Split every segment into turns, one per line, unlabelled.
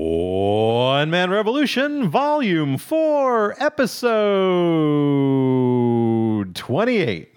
One Man Revolution, Volume 4, Episode 28.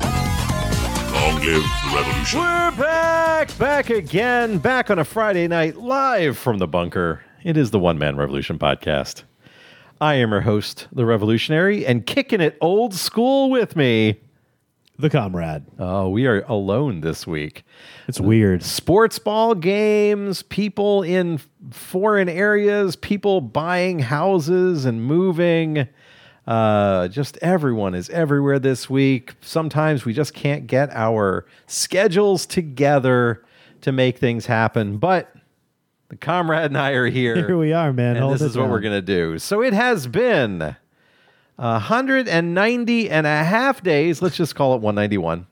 Long live the revolution.
We're back, back again, back on a Friday night, live from the bunker. It is the One Man Revolution podcast. I am your host, the revolutionary, and kicking it old school with me.
The comrade.
Oh, we are alone this week.
It's weird.
sports ball games, people in foreign areas, people buying houses and moving. Uh, just everyone is everywhere this week. Sometimes we just can't get our schedules together to make things happen, but the comrade and I are here.
Here we are, man.
And
Hold
this
it
is what we're
down.
going to do. So it has been 190 and a half days, let's just call it 191,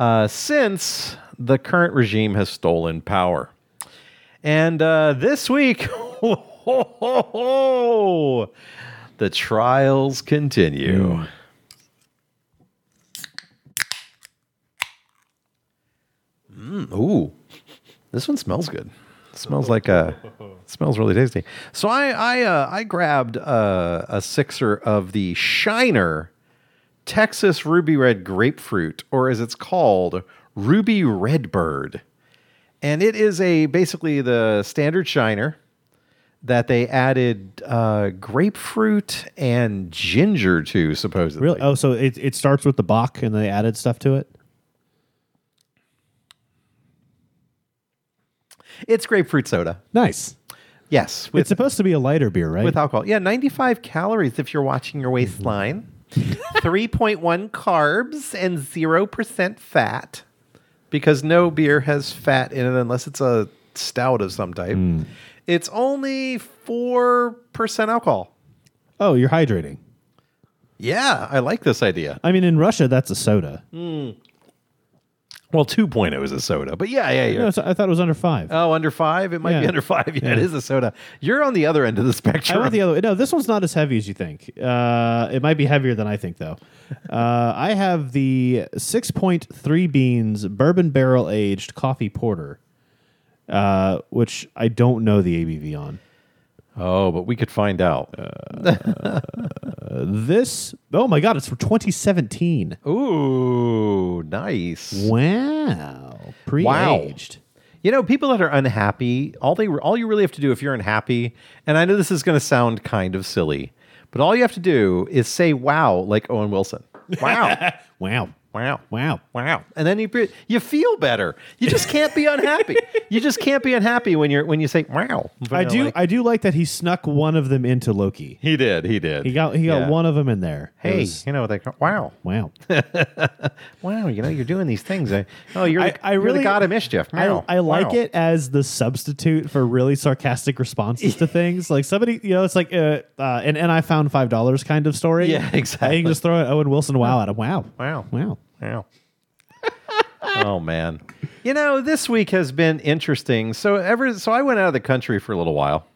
uh, since the current regime has stolen power. And uh, this week, the trials continue.
Hmm.
Mm, ooh, this one smells good. smells like a smells really tasty. So I I uh, I grabbed uh, a sixer of the Shiner Texas Ruby Red Grapefruit, or as it's called, Ruby Redbird, and it is a basically the standard Shiner that they added uh, grapefruit and ginger to supposedly.
Really? Oh, so it, it starts with the Bach and they added stuff to it?
It's grapefruit soda.
Nice.
Yes,
it's supposed to be a lighter beer, right?
with alcohol. Yeah, 95 calories if you're watching your waistline, 3.1 carbs, and 0% fat because no beer has fat in it unless it's a stout of some type. It's only 4% alcohol.
oh, you're hydrating.
Yeah, I like this idea.
I mean, in Russia, that's a soda.
Mm. Well, 2.0 is a soda, but yeah, yeah,
No,
yeah.
so I thought it was under five.
Oh, under five? It might be
Yeah.
under five. Yeah, it is a soda. You're on the other end of the
I
spectrum.
went the other way. No, this one's not as heavy as you think. Uh, it might be heavier than I think, though. Uh, I have the 6.3 beans bourbon barrel aged coffee porter, uh, which I don't know the ABV on.
oh, but we could find out.
This, oh my God, it's from 2017.
Ooh, nice.
Wow. Pre-aged.
You know, people that are unhappy, all they all you really have to do if you're unhappy, and I know this is going to sound kind of silly, but all you have to do is say wow like Owen Wilson. Wow.
Wow.
wow.
Wow.
Wow. And then you pre- you feel better. You just can't be unhappy. you just can't be unhappy when you're when you say wow.
I
You know,
do
like-
I do like that he snuck one of them into Loki.
he did. He did.
He got he got
Yeah.
one of them in there. It
Hey,
was-
you know they go, wow,
wow.
wow. You know you're doing these things. I, oh, you're
I,
the,
I
you're the
really
god of mischief.
I,
Wow.
I like
Wow.
it as the substitute for really sarcastic responses to things. Like somebody, you know, it's like uh, uh, an and I found five dollars kind of story.
Yeah,
I
exactly.
can just throw an Owen Wilson wow at him. Wow.
Wow.
Wow.
Yeah. oh man. You know, this week has been interesting. So ever so I went out of the country for a little while.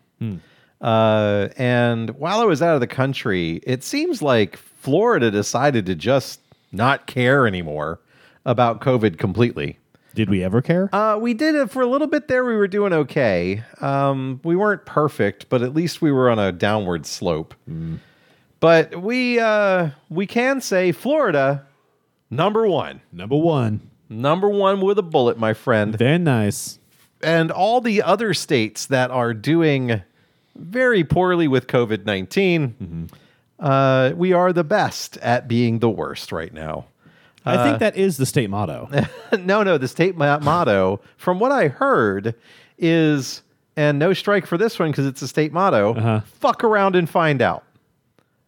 Uh, and while I was out of the country, it seems like Florida decided to just not care anymore about COVID completely.
Did we ever care?
Uh, we did it for a little bit there. We were doing okay. Um, we weren't perfect, but at least we were on a downward slope. But we uh, we can say Florida number one
Number one.
number one with a bullet, my friend.
Very nice.
And all the other states that are doing very poorly with COVID 19, uh, we are the best at being the worst right now.
I
uh,
think that is the state motto.
no, no, the state ma- motto, from what I heard, is, and no strike for this one because it's a state motto fuck around and find out.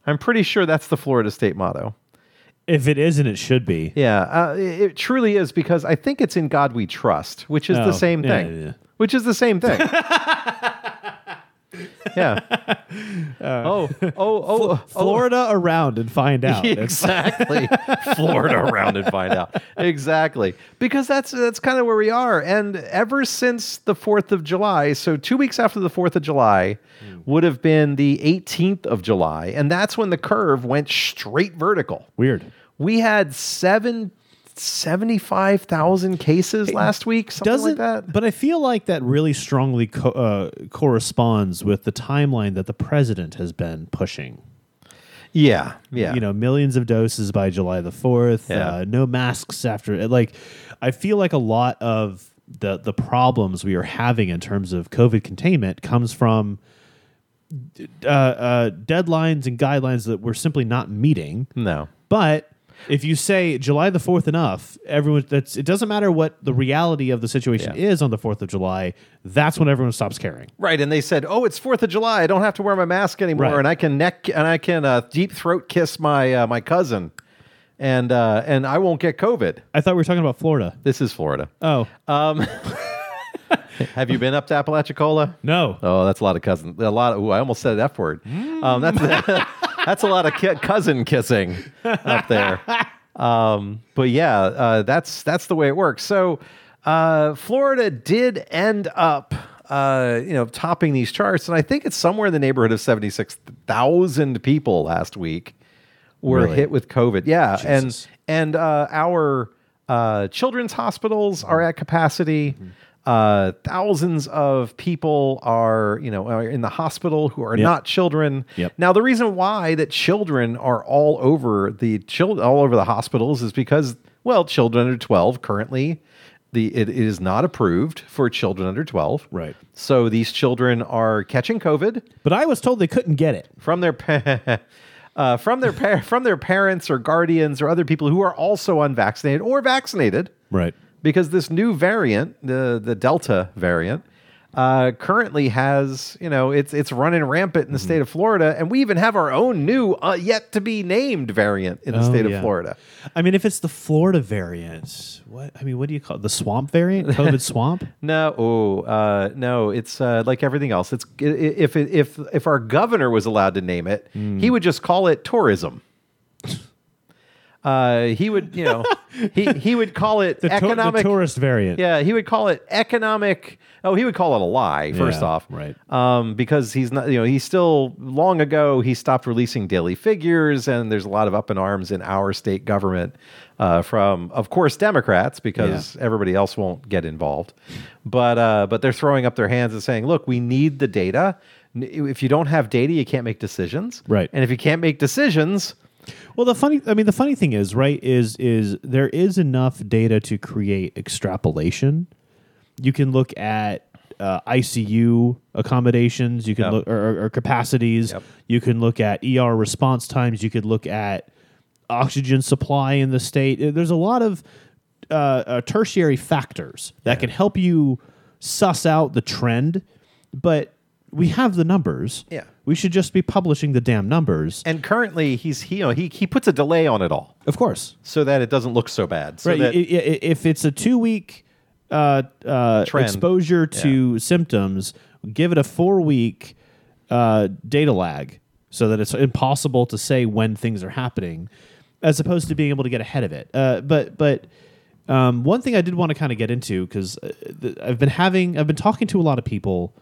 I'm pretty sure that's the Florida state motto.
if it isn't, it should be.
Yeah, uh, it, it truly is because I think it's in God We Trust, which is
Oh,
the same
yeah,
thing.
yeah, yeah.
Which is the same thing. Yeah. oh, oh, oh, oh.
Florida around and find out. It's-
exactly. Florida around and find out. Exactly. Because that's that's kind of where we are. And ever since the 4th of July, so 2 weeks after the 4th of July would have been the 18th of July, and that's when the curve went straight vertical.
Weird.
We had 7 75,000 cases last week, something
Doesn't
like that.
but I feel like that really strongly co- uh, corresponds with the timeline that the president has been pushing.
Yeah. Yeah.
you know millions of doses by July the 4th
Yeah.
uh, no masks after like I feel like a lot of the the problems we are having in terms of covid containment comes from uh, uh, deadlines and guidelines that we're simply not meeting
no.
but if you say July the 4th enough everyone that's it doesn't matter what the reality of the situation
Yeah.
is on the 4th of July that's when everyone stops caring
Right, and they said, "Oh, it's Fourth of July. I don't have to wear my mask anymore,
Right.
and I can neck and I can uh, deep throat kiss my uh, my cousin, and uh, and I won't get COVID."
I thought we were talking about Florida
This is Florida.
oh
Have you been up to Apalachicola?
no
Oh, that's a lot of cousin. A lot. Of, ooh, I almost said F word. Um,
Mm.
that's that's a lot of ki- cousin kissing up there. Um, but yeah, uh, that's that's the way it works. So uh, Florida did end up, uh, you know, topping these charts, and I think it's somewhere in the neighborhood of seventy six thousand people last week were
Really?
hit with COVID. Yeah,
Jesus.
and and uh, our uh, children's hospitals
Mm-hmm.
are at capacity. Uh, thousands of people are, you know, are in the hospital who are not children.
Yep.
Now, the reason why that children are all over the chil- all over the hospitals is because, well, children under twelve currently, the it is not approved for children under twelve.
Right.
So these children are catching COVID
but I was told they couldn't get it
from their pa- uh, from their par- from their parents or guardians or other people who are also unvaccinated or vaccinated,
right
because this new variant, the the Delta variant, uh, currently has you know it's it's running rampant
Mm-hmm.
in the state of Florida, and we even have our own new uh, yet to be named variant in the
Oh,
state of
yeah.
Florida.
I mean, if it's the Florida variant, what I mean, what do you call it? The swamp variant? COVID swamp?
No, oh, uh, no, it's uh, like everything else. It's i- i- if it- if if our governor was allowed to name it,
Hmm.
he would just call it tourism. Uh, he would, you know, he he would call it
The, to- the
economic.
tourist variant.
yeah, he would call it economic. Oh, he would call it a lie. First
Yeah,
off,
right.
Um, because he's not, you know, he's still long ago he stopped releasing daily figures, and there's a lot of up in arms in our state government uh, from, of course, Democrats because everybody else won't get involved, but uh, but they're throwing up their hands and saying, look, we need the data. N- If you don't have data, you can't make decisions.
Right.
And if you can't make decisions,
Well, the funny, I mean, the funny thing is, right? Is is there is enough data to create extrapolation? You can look at uh, ICU accommodations. You can
Yep.
look or, or- or capacities. You can look at ER response times. You could look at oxygen supply in the state. Uh, There's a lot of uh, uh, tertiary factors that can help you suss out the trend, but we have the numbers.
Yeah.
we should just be publishing the damn numbers.
and currently he's he you know, he he puts a delay on it all
Of course.
so that it doesn't look so bad. So
right.
that
i- i- i- if it's a two week uh, uh,
Trend.
exposure to symptoms, give it a four week uh, data lag so that it's impossible to say when things are happening, as opposed to being able to get ahead of it. Uh, but but um, one thing I did want to kind of get into because I've been having I've been talking to a lot of people.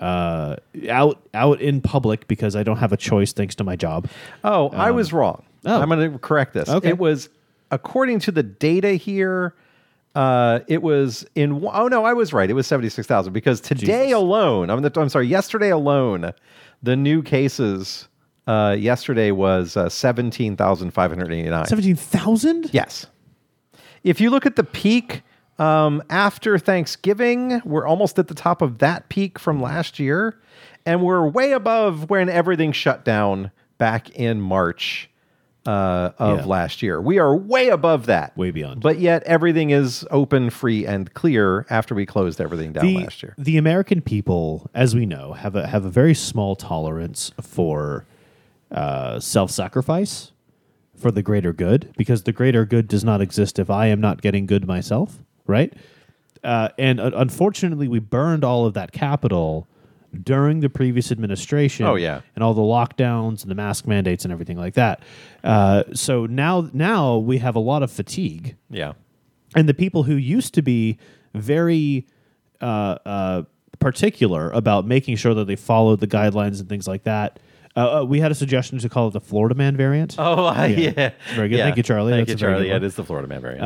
Uh, out out in public because I don't have a choice thanks to my job.
Oh, I was wrong.
oh.
I'm going to correct this.
Okay.
It was according to the data here. Uh, it was in. one- Oh no, I was right. It was seventy six thousand because today
Jesus.
alone. I'm, the, I'm sorry. Yesterday alone, the new cases. Uh, yesterday was uh, seventeen thousand five hundred eighty nine.
Seventeen thousand.
Yes. If you look at the peak um, after Thanksgiving, we're almost at the top of that peak from last year, and we're way above when everything shut down back in March uh, of
Yeah.
last year. We are way above that,
Way beyond.
But yet everything is open, free, and clear after we closed everything down last year.
The American people, as we know, have a have a very small tolerance for uh, self sacrifice for the greater good, because the greater good does not exist if I am not getting good myself, right? Uh, and uh, unfortunately, we burned all of that capital during the previous administration.
Oh, yeah.
and all the lockdowns and the mask mandates and everything like that. Uh, so now now we have a lot of fatigue
Yeah.
and the people who used to be very uh, uh, particular about making sure that they followed the guidelines and things like that. Uh, uh, we had a suggestion to call it the Florida man variant.
Oh, yeah.
Very good. Thank you, Charlie.
Thank
That's
you,
a very
Charlie. Yeah,
good one. Um,
it is the Florida man variant.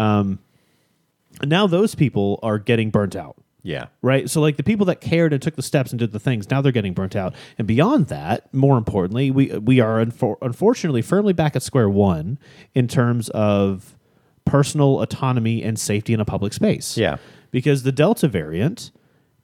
And now those people are getting burnt out,
yeah.
right? So like the people that cared and took the steps and did the things, now they're getting burnt out. And beyond that, more importantly, we we are unfor- unfortunately firmly back at square one in terms of personal autonomy and safety in a public space.
Yeah.
because the Delta variant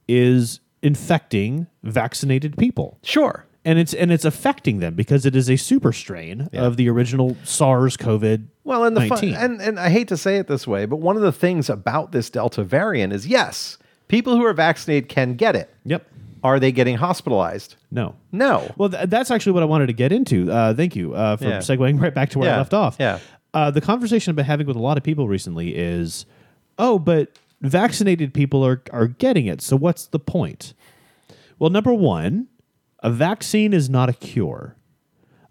is infecting vaccinated people.
Sure.
And it's and it's affecting them because it is a super strain of the original SARS COVID.
Well, and the fun,
19.
and and I hate to say it this way, but one of the things about this Delta variant is yes, people who are vaccinated can get it.
yep,
Are they getting hospitalized?
no,
No.
Well, th- that's actually what I wanted to get into. Uh, thank you uh, for
Yeah.
segueing right back to where I
Yeah.
left off.
Yeah.
Uh, the conversation I've been having with a lot of people recently is, oh, but vaccinated people are are getting it. So what's the point? Well, number one, a vaccine is not a cure.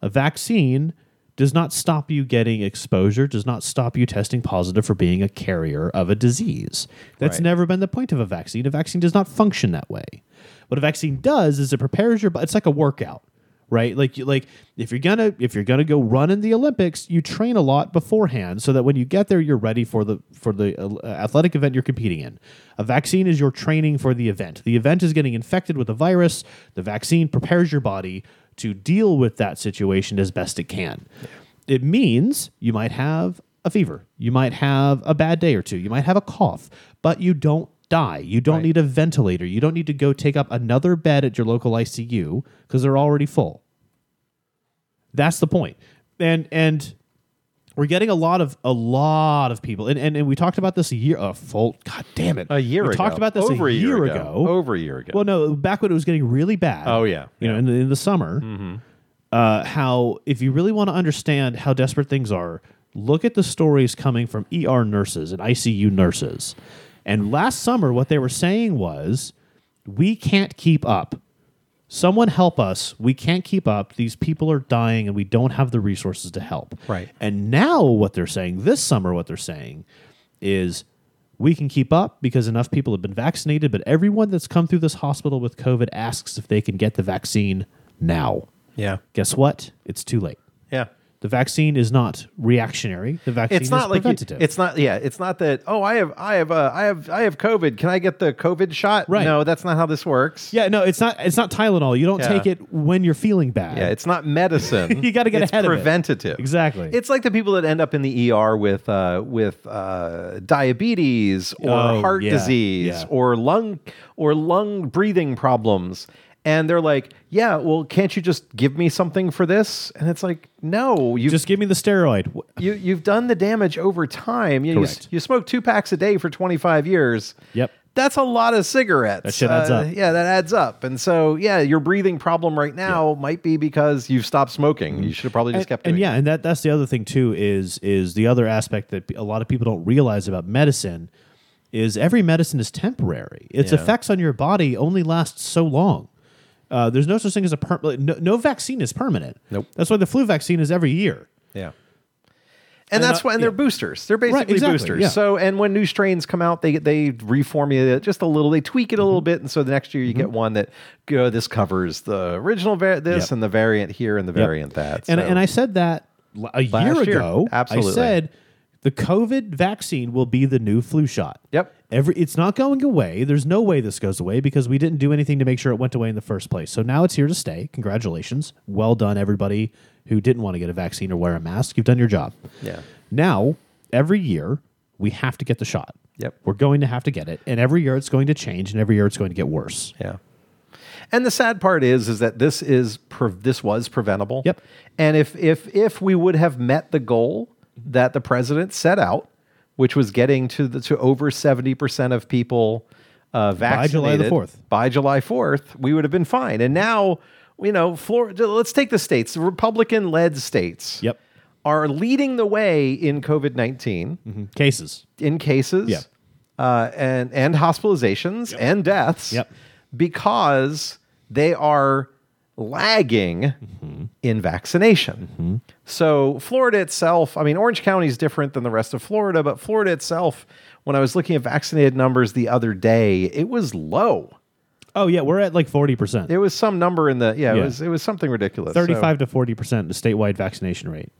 A vaccine does not stop you getting exposure, does not stop you testing positive for being a carrier of a disease. That's
Right.
never been the point of a vaccine. A vaccine does not function that way. What a vaccine does is it prepares your body. It's like a workout, right? Like you, like if you're gonna if you're gonna go run in the Olympics, you train a lot beforehand so that when you get there, you're ready for the for the uh, athletic event you're competing in. A vaccine is your training for the event. The event is getting infected with a virus. The vaccine prepares your body to deal with that situation as best it can. It means you might have a fever, you might have a bad day or two, you might have a cough, but you don't die. You don't need a ventilator. You don't need to go take up another bed at your local ICU because they're already full. That's the point. And and we're getting a lot of a lot of people. And and, and we talked about this a year a full god damn it.
A year
we
ago.
talked about this
Over
a year, ago.
Over a year ago.
Well, no, back when it was getting really bad.
Oh, yeah. Mm-hmm.
you know,
Yeah.
in the, in the summer, uh, how if you really want to understand how desperate things are, look at the stories coming from ER nurses and ICU nurses. And last summer, what they were saying was, we can't keep up. Someone help us. We can't keep up. These people are dying and we don't have the resources to help.
Right.
And now what they're saying this summer, what they're saying is we can keep up because enough people have been vaccinated, but everyone that's come through this hospital with COVID asks if they can get the vaccine now.
yeah.
Guess what? It's too late.
Yeah.
The vaccine is not reactionary. The vaccine
It's not
is
like you-
preventative.
it's not yeah, it's not that oh, I have I have uh, I have I have COVID. Can I get the COVID shot?
Right.
No, that's not how this works.
yeah, no, it's not. It's not Tylenol. You don't
Yeah.
take it when you're feeling bad.
Yeah, it's not medicine.
You gotta get
it's
ahead of it.
preventative.
Exactly.
It's like the people that end up in the ER with uh, with uh, diabetes or
Oh,
heart
yeah,
disease
yeah.
or lung or lung breathing problems, and they're like, "Yeah, well, can't you just give me something for this?" And it's like, "No, you
Just give me the steroid. Wh-
you you've done the damage over time. You, you,
Correct.
you smoke two packs a day for 25 years.
Yep.
That's a lot of cigarettes. That
shit adds up.
Yeah, that adds up. And so, yeah, your breathing problem right now might be because you've stopped smoking. You should have probably just kept
Mm-hmm. and
doing
yeah, and that that's the other thing too is is the other aspect that a lot of people don't realize about medicine is every medicine is temporary. Its
Yeah.
effects on your body only last so long. Uh, there's no such thing as a per- like, no, no vaccine is permanent.
Nope.
That's why the flu vaccine is every year.
it. Yeah. And, that's
uh,
why and they're
yeah.
boosters. They're basically
exactly,
boosters.
yeah.
So, and when new strains come out, they they reformulate it just a little. They tweak it a
Mm-hmm.
little bit, and so the next year you get one that you know, this covers the original var- this
Yep.
and the variant here and the
Yep.
variant that.
And
So-
and I said that l- a year,
Last year.
ago.
Absolutely.
I said the COVID vaccine will be the new flu shot.
Yep.
Every it's not going away. There's no way this goes away because we didn't do anything to make sure it went away in the first place. So now it's here to stay. Congratulations. Well done everybody who didn't want to get a vaccine or wear a mask. You've done your job.
yeah.
Now, every year we have to get the shot.
Yep.
We're going to have to get it. And every year it's going to change and every year it's going to get worse.
Yeah. And the sad part is, is that this is pre- this was preventable.
Yep.
And if if if we would have met the goal that the president set out, which was getting to the to over seventy percent of people uh, vaccinated
July the 4th.
by July fourth, we would have been fine. And now, you know, Florida. Let's take the states, the Republican-led states.
Yep.
Are leading the way in COVID 19
Mm-hmm. Cases.
in cases
Yeah.
uh, and and hospitalizations and deaths
Yep.
because they are lagging in vaccination. So, Florida itself, I mean, Orange County is different than the rest of Florida, but Florida itself, when I was looking at vaccinated numbers the other day, it was low.
Oh yeah, we're at like forty percent.
It was some number in the, yeah, it,
Yeah.
was, it was something ridiculous. So-
35 to 40 percent the statewide vaccination rate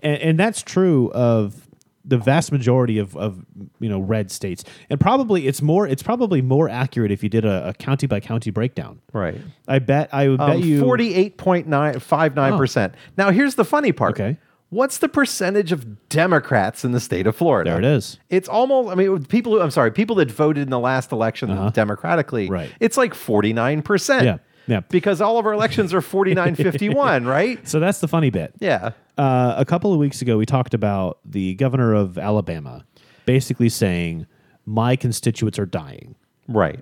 and, and that's true of the vast majority of, of you know red states and probably it's more it's probably more accurate if you did a, a county by county breakdown
right. Um,
i bet i would bet you
Forty-eight point nine five nine percent. Now here's the funny part.
Okay.
What's the percentage of Democrats in the state of Florida?
there it is
It's almost. I mean, people who I'm sorry, people that voted in the last election democratically.
Uh-huh. Right.
It's like forty nine percent.
Yeah, yeah.
Because all of our elections are forty nine fifty one, right?
so that's the funny bit
Yeah.
uh, a couple of weeks ago we talked about the governor of alabama basically saying my constituents are dying
Right.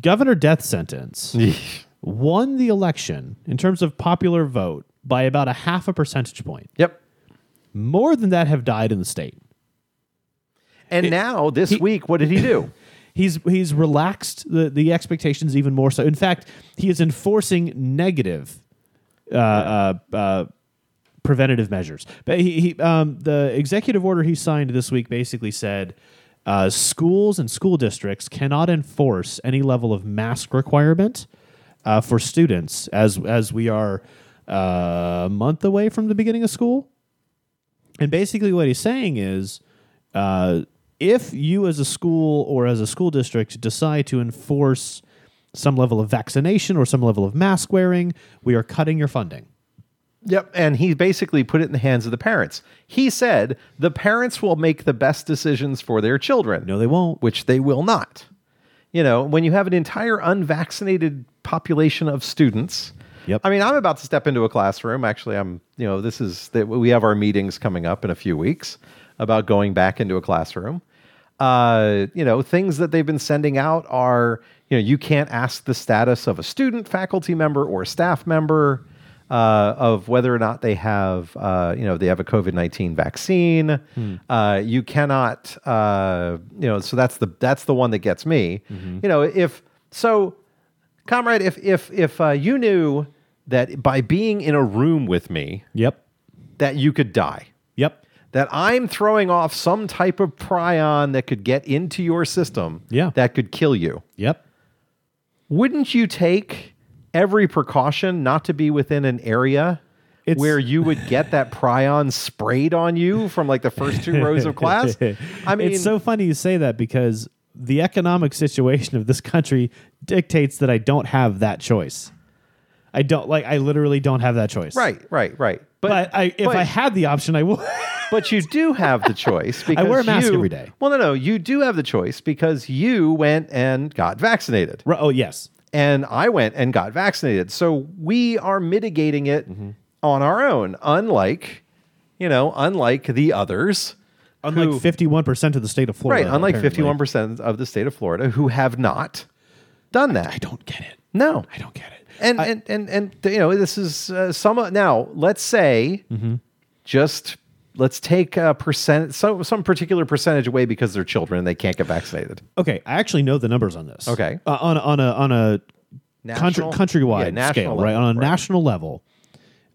governor death sentence won the election in terms of popular vote by about a half a percentage point
yep.
more than that have died in the state.
And now this week, what did he do?
He's he's relaxed the, the expectations even more so. In fact, he is enforcing negative uh, uh, uh, preventative measures. But he, he um, the executive order he signed this week basically said uh, schools and school districts cannot enforce any level of mask requirement uh, for students as as we are uh, a month away from the beginning of school. And basically, what he's saying is, uh, if you as a school or as a school district decide to enforce some level of vaccination or some level of mask wearing, we are cutting your funding.
Yep. And he basically put it in the hands of the parents. He said the parents will make the best decisions for their children.
No, they won't.
which they will not. You know, when you have an entire unvaccinated population of students,
Yep.
I mean, I'm about to step into a classroom. Actually, I'm, you know, this is that we have our meetings coming up in a few weeks about going back into a classroom. Uh, you know, things that they've been sending out are, you know, you can't ask the status of a student, faculty member, or staff member uh, of whether or not they have, uh, you know, they have a COVID nineteen vaccine. Uh, you cannot, uh, you know, so that's the that's the one that gets me. You know, if so, comrade, if if if uh, you knew that by being in a room with me
Yep.
that you could die,
Yep.
that I'm throwing off some type of prion that could get into your system,
Yeah.
that could kill you
Yep.
wouldn't you take every precaution not to be within an area
It's-
where you would get that prion sprayed on you from like the first two rows of class? I mean,
it's so funny you say that because the economic situation of this country dictates that I don't have that choice. I don't like. I literally don't have that choice.
right, right, right. But
But I, if
but-
I had the option, I would.
but you do have the choice because
wear a mask
you-
every day.
Well, no, no, you do have the choice because you went and got vaccinated.
Ru- oh yes.
and I went and got vaccinated. So we are mitigating it
Mm-hmm.
on our own, unlike, you know, unlike the others. who-
Unlike fifty-one percent of the state of Florida.
Right, unlike
apparently.
51% of the state of Florida who have not done that.
I don't get it.
no.
I don't get it.
and, and and and you know, this is uh, some now, let's say
Mm-hmm.
just let's take a percent so some particular percentage away because they're children and they can't get vaccinated.
Okay, I actually know the numbers on this.
Okay.
uh, on a- on a on a country,
National-
countrywide
yeah, national
scale,
level,
right? On a
right.
national level,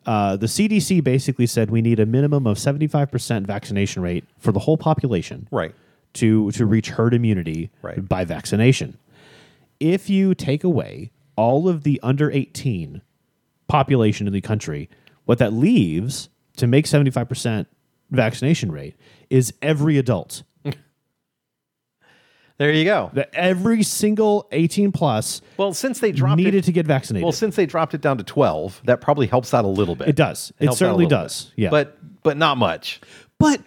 uh, the CDC basically said we need a minimum of seventy five percent vaccination rate for the whole population,
Right.
To to reach herd immunity
Right.
by vaccination. If you take away all of the under eighteen population in the country, what that leaves to make seventy five percent vaccination rate is every adult.
There you go.
that every single 18 plus
Well, since they dropped
needed
it
to get vaccinated.
Well, since they dropped it down to 12, that probably helps out a little bit.
it does. It,
helps out a
certainly
little
does.
bit.
Yeah.
But but not much.
but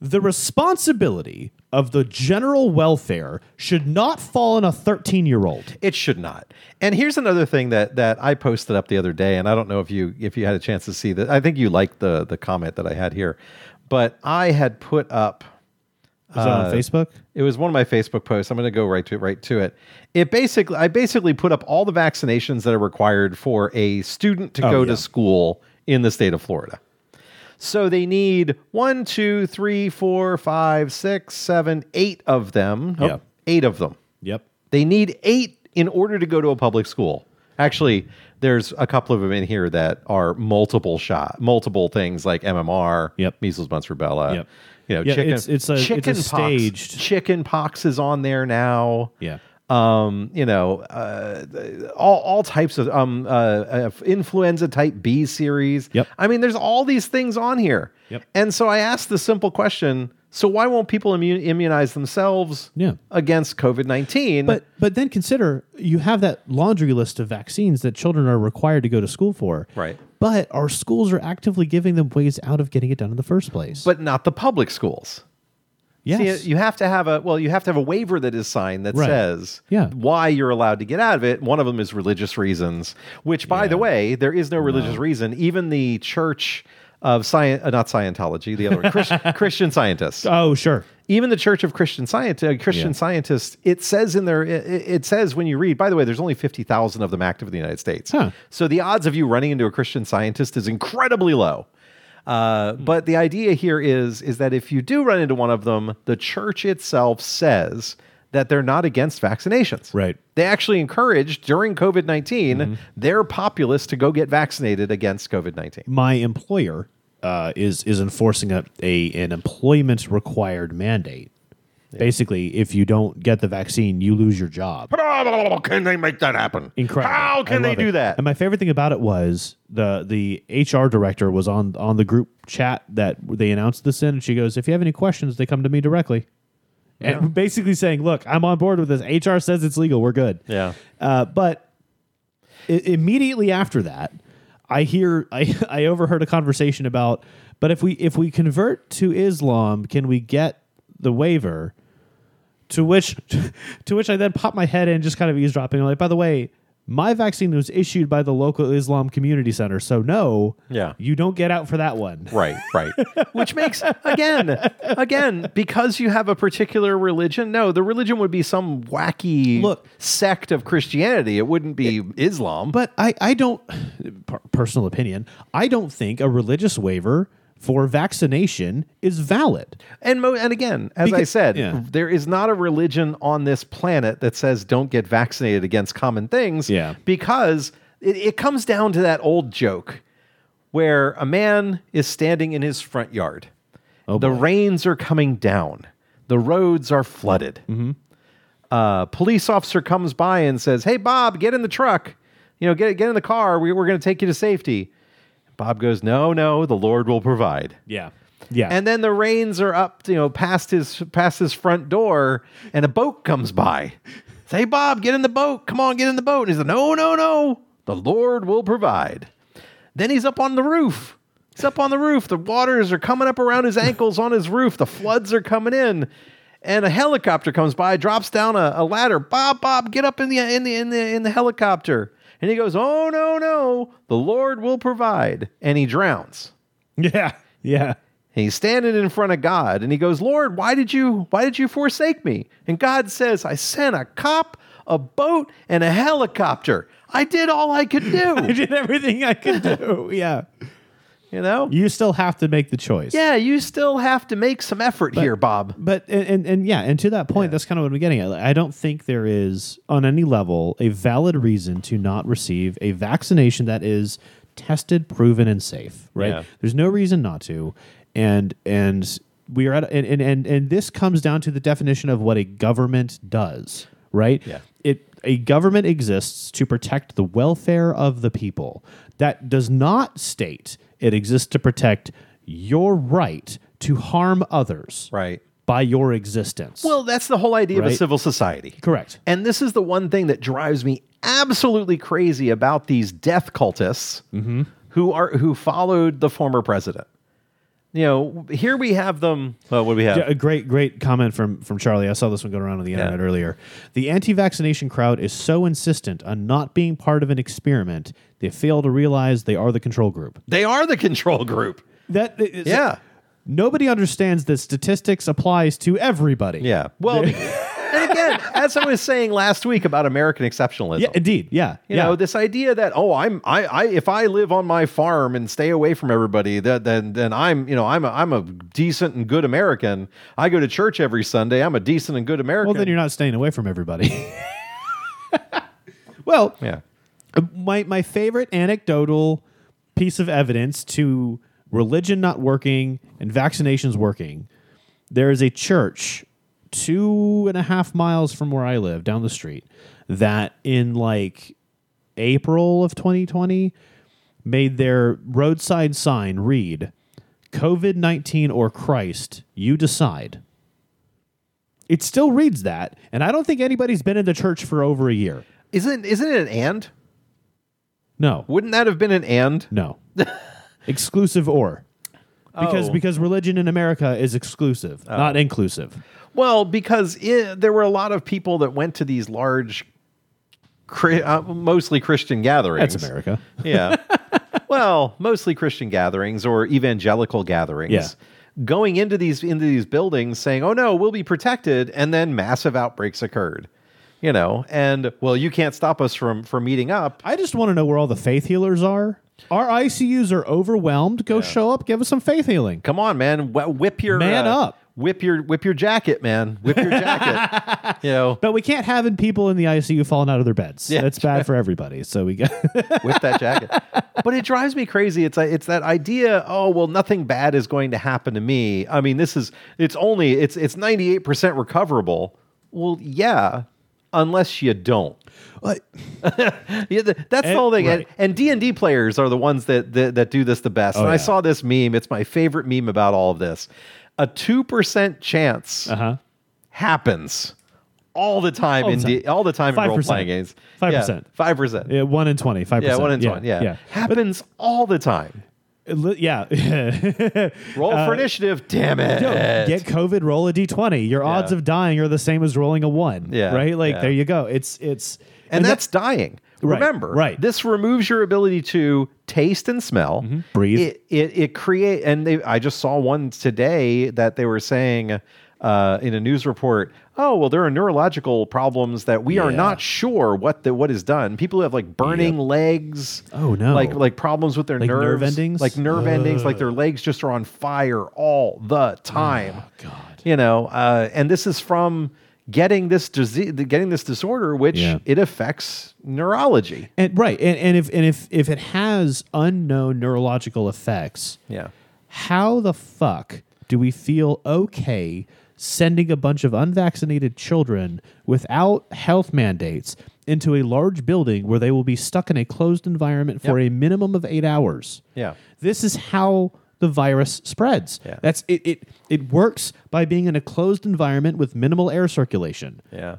the responsibility of the general welfare should not fall on a 13 year old.
It should not. And here's another thing that that I posted up the other day, and I don't know if you if you had a chance to see that. I think you liked the the comment that I had here, but I had put up.
Is that
Uh,
on Facebook?
It was one of my Facebook posts. I'm going to go right to right to it. It basically I basically put up all the vaccinations that are required for a student to go
yeah.
to school in the state of Florida. So they need one, two, three, four, five, six, seven, eight of them. Oh,
Yeah.
Eight of them
Yep.
They need eight in order to go to a public school. Actually, there's a couple of them in here that are multiple shot, multiple things like MMR,
Yep.
measles, mumps, rubella.
Yep.
You know,
Yeah,
chicken.
it's- it's a- it's a staged-
Pox, chicken pox is on there now.
Yeah.
Um, you know, uh, all all types of um uh, uh influenza type B series.
Yep.
I mean, there's all these things on here.
Yep.
And so I asked the simple question: So why won't people immu- immunize themselves
Yeah.
against COVID nineteen?
But but then consider you have that laundry list of vaccines that children are required to go to school for.
Right.
But our schools are actively giving them ways out of getting it done in the first place.
but not the public schools.
yes,
See, you have to have a well, you have to have a waiver that is signed that
Right.
says
Yeah.
why you're allowed to get out of it. One of them is religious reasons, which by the way, there is no religious reason. Even the church of science, uh, not Scientology, the other one, Christian, Christian scientists.
oh sure.
even the Church of Christian Scientist, uh, Christian
Yeah.
Scientists, it says in there, it, it says when you read. By the way, there's only fifty thousand of them active in the United States,
Huh.
so the odds of you running into a Christian Scientist is incredibly low. Uh,
Hmm.
But the idea here is is that if you do run into one of them, the church itself says that they're not against vaccinations.
Right. Mm-hmm.
They actually encouraged during COVID 19 their populace to go get vaccinated against COVID nineteen.
My employer uh, is is enforcing a, a an employment required mandate. Basically, if you don't get the vaccine, you lose your job.
Can they make that happen?
Incredible.
How can they
I love
do
it.
that?
And my favorite thing about it was the the HR director was on on the group chat that they announced this in, and she goes, "If you have any questions, they come to me directly." And basically saying, "Look, I'm on board with this. HR says it's legal. We're good."
Yeah.
Uh, but i- immediately after that, I hear I, I overheard a conversation about, but if we if we convert to Islam, can we get the waiver? To which to which I then pop my head in, just kind of eavesdropping. I'm like, by the way, my vaccine was issued by the local Islam community center, so no,
Yeah.
you don't get out for that one.
Right, right. Which makes again, again, because you have a particular religion. No, the religion would be some wacky
Look.
sect of Christianity. It wouldn't be Islam.
But I, I don't, per- personal opinion, I don't think a religious waiver for vaccination is valid.
and mo- and again, as I
Because-
said,
yeah.
there is not a religion on this planet that says don't get vaccinated against common things.
Yeah.
because it, it comes down to that old joke where a man is standing in his front yard.
Oh,
the rains are coming down. The roads are flooded.
Mm-hmm.
A police officer comes by and says, "Hey, Bob, get in the truck. You know, get get in the car. We, we're going to take you to safety." Bob goes, "No, no, the Lord will provide."
Yeah. Yeah.
And then the rains are up, you know, past his past his front door, and a boat comes by. Say, Bob, get in the boat. Come on, get in the boat. And he's like, No, no, no. The Lord will provide. Then he's up on the roof. He's up on the roof. The waters are coming up around his ankles on his roof. The floods are coming in. And a helicopter comes by, drops down a, a ladder. Bob, Bob, get up in the in the in the in the helicopter. And he goes, Oh no, no, the Lord will provide. And he drowns.
yeah. Yeah.
And he's standing in front of God and he goes, Lord, why did you why did you forsake me? And God says, I sent a cop, a boat, and a helicopter. I did all I could
I
do.
did everything I could do. Yeah.
you know?
You still have to make the choice.
Yeah, you still have to make some effort here, Bob.
But and, and, and yeah, and to that point, that's kind of what I'm getting at. Like, I don't think there is on any level a valid reason to not receive a vaccination that is tested, proven, and safe. Right?
Yeah.
There's no reason not to. And and we are at and, and and and this comes down to the definition of what a government does. Right?
Yeah.
It a government exists to protect the welfare of the people. That does not state it exists to protect your right to harm others
Right.
by your existence.
Well, that's the whole idea of a
Right.
civil society.
correct.
And this is the one thing that drives me absolutely crazy about these death cultists who are who followed the former president. You know, here we have them. Well, what do we have?
Yeah, a great, great comment from from Charlie. I saw this one going around on the internet earlier. The anti-vaccination crowd is so insistent on not being part of an experiment, they fail to realize they are the control group.
They are the control group.
That is,
Yeah.
Nobody understands that statistics applies to everybody.
Yeah. Well, be- and again, as I was saying last week about American exceptionalism,
Yeah. Indeed. Yeah.
you
yeah.
know, this idea that oh, I'm I, I if I live on my farm and stay away from everybody, that then then I'm you know I'm a, I'm a decent and good American. I go to church every Sunday. I'm a decent and good American.
well, then you're not staying away from everybody. Well,
Yeah.
my my favorite anecdotal piece of evidence to religion not working and vaccinations working. There is a church two and a half miles from where I live down the street that in like April of 2020 made their roadside sign read COVID 19 or Christ, you decide. It still reads that, and I don't think anybody's been in the church for over a year.
Isn't isn't it an and?
No.
Wouldn't that have been an and?
No. exclusive or. Because
Oh.
because religion in America is exclusive, not inclusive.
Well, because it, there were a lot of people that went to these large, Chri- uh, mostly Christian gatherings.
That's America.
Yeah. well, mostly Christian gatherings or evangelical gatherings.
Yeah.
Going into these into these buildings saying, "Oh no, we'll be protected," and then massive outbreaks occurred. You know, and well, you can't stop us from from meeting up.
I just want to know where all the faith healers are. Our ICUs are overwhelmed. Go show up, give us some faith healing.
Come on, man, Wh- whip your uh,
Man up.
whip your whip your jacket, man, whip your jacket. you know,
But we can't have people in the ICU falling out of their beds.
Yeah.
That's bad for everybody. So we got
with that jacket. but it drives me crazy. It's like- it's that idea. Oh well, nothing bad is going to happen to me. I mean, this is it's only it's it's ninety eight percent recoverable. Well, yeah, unless you don't. Yeah, th- that's the
And-
whole thing.
right. Oh,
And D and D players are the ones that that, that do this the best. and I
yeah.
saw this meme. It's my favorite meme about all of this. A two percent chance
uh-huh.
happens all the time
All the
in
time.
D- all the time in role
5%.
playing games.
5%.
Five percent.
Yeah, one in twenty. Five
Yeah,
percent.
one in one. Yeah.
Yeah.
Happens all the time.
Li- yeah.
Roll
Uh,
for initiative. Damn it.
Yo, get COVID, roll a d20. Your odds
Yeah.
of dying are the same as rolling a one.
Yeah,
Right? Like,
yeah.
there you go. It's, it's,
and
that-
that's dying.
Right,
Remember,
right. Mm-hmm.
this removes your ability to taste and smell,
Breathe.
It it, it create and they, I just saw one today that they were saying uh, in a news report. Oh well, there are neurological problems that we are
Yeah.
not sure what the what is done. People who have like burning legs.
Oh, no.
Like like problems with their
Like nerve
nerves,
endings?
like nerve endings, like their legs just are on fire all the time
oh, God.
you know uh, and this is from getting this disease getting this disorder which
Yeah.
it affects neurology
And right, and, and if and if if it has unknown neurological effects,
yeah
how the fuck do we feel okay sending a bunch of unvaccinated children without health mandates into a large building where they will be stuck in a closed environment for a minimum of eight hours?
Yeah.
This is how the virus spreads.
Yeah.
That's it, it it works by being in a closed environment with minimal air circulation.
yeah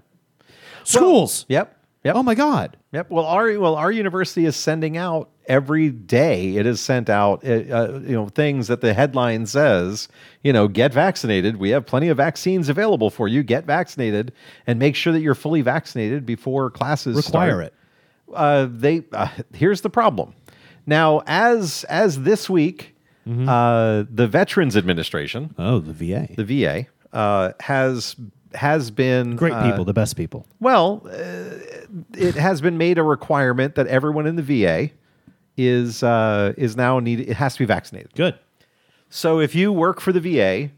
Schools.
yep yep
Oh my god.
yep well our well our university is sending out every day it has sent out uh, uh, you know things that the headline says you know get vaccinated we have plenty of vaccines available for you get vaccinated and make sure that you're fully vaccinated before classes
Require
start.
it.
uh, they uh, here's the problem. Now, as as this week,
Mm-hmm.
uh, the Veterans Administration,
Oh, the VA.
the VA, uh, has has been
Great
uh,
people, the best people.
well, uh, it has been made a requirement that everyone in the VA is uh, is now need it has to be vaccinated.
Good.
So if you work for the VA,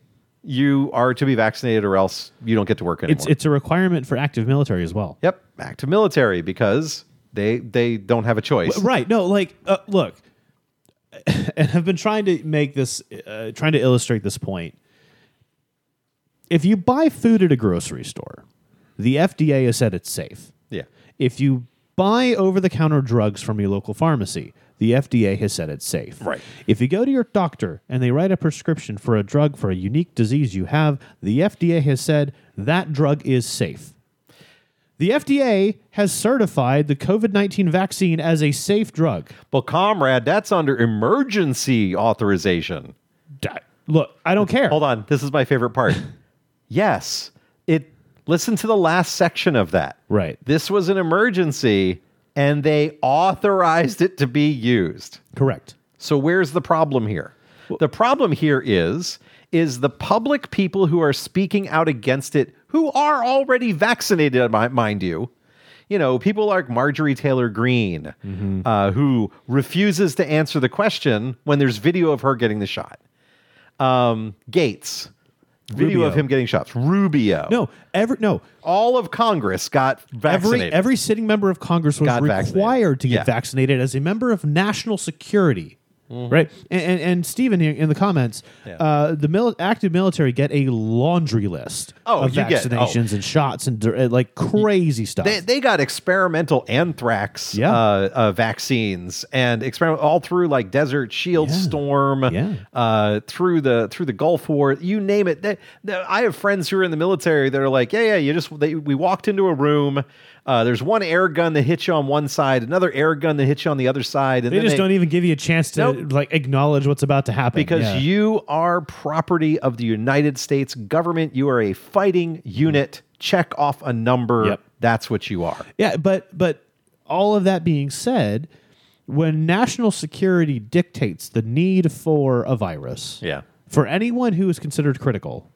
you are to be vaccinated, or else you don't get to work anymore.
It's it's a requirement for active military as well.
yep, active military because they they don't have a choice.
Right. No, like uh, look, and I've been trying to make this uh, trying to illustrate this point. If you buy food at a grocery store, the FDA has said it's safe.
Yeah.
If you buy over the counter drugs from your local pharmacy, the FDA has said it's safe.
Right.
If you go to your doctor and they write a prescription for a drug for a unique disease you have, the FDA has said that drug is safe. The FDA has certified the COVID 19 vaccine as a safe drug.
Well, comrade, that's under emergency authorization.
D- Look, I don't care.
Hold on, this is my favorite part. yes, it. Listen to the last section of that.
Right.
This was an emergency, and they authorized it to be used.
Correct.
So where's the problem here? The problem here is is the public people who are speaking out against it who are already vaccinated mi- mind you. You know, people like Marjorie Taylor Greene
Mm-hmm.
uh, who refuses to answer the question when there's video of her getting the shot. Um, Gates Video of
Rubio.
him getting shots. Rubio.
No, every no,
All of Congress got
every
vaccinated.
every sitting member of Congress was
Got
required
vaccinated.
to get
Yeah.
vaccinated as a member of national security.
Mm-hmm.
Right, and, and and Stephen here in the comments, uh, the mil- active military get a laundry list
Oh,
of
you get- oh.
vaccinations and shots and dir- uh, like crazy stuff.
they, they got experimental anthrax
Yeah.
uh, uh, vaccines and experiment all through like Desert Shield
Yeah.
Storm,
Yeah.
uh, through the through the Gulf War, you name it. They, they- I have friends who are in the military that are like, yeah, yeah, you just they, we walked into a room. Uh, there's one air gun that hits you on one side, another air gun that hits you on the other side, and
They
then
just don't e-" even give you a chance to
Nope.
like acknowledge what's about to happen
because
Yeah.
you are property of the United States government. You are a fighting unit. Check off a number.
Yep.
That's what you are.
Yeah, but but all of that being said, when national security dictates the need for a virus,
Yeah.
for anyone who is considered critical,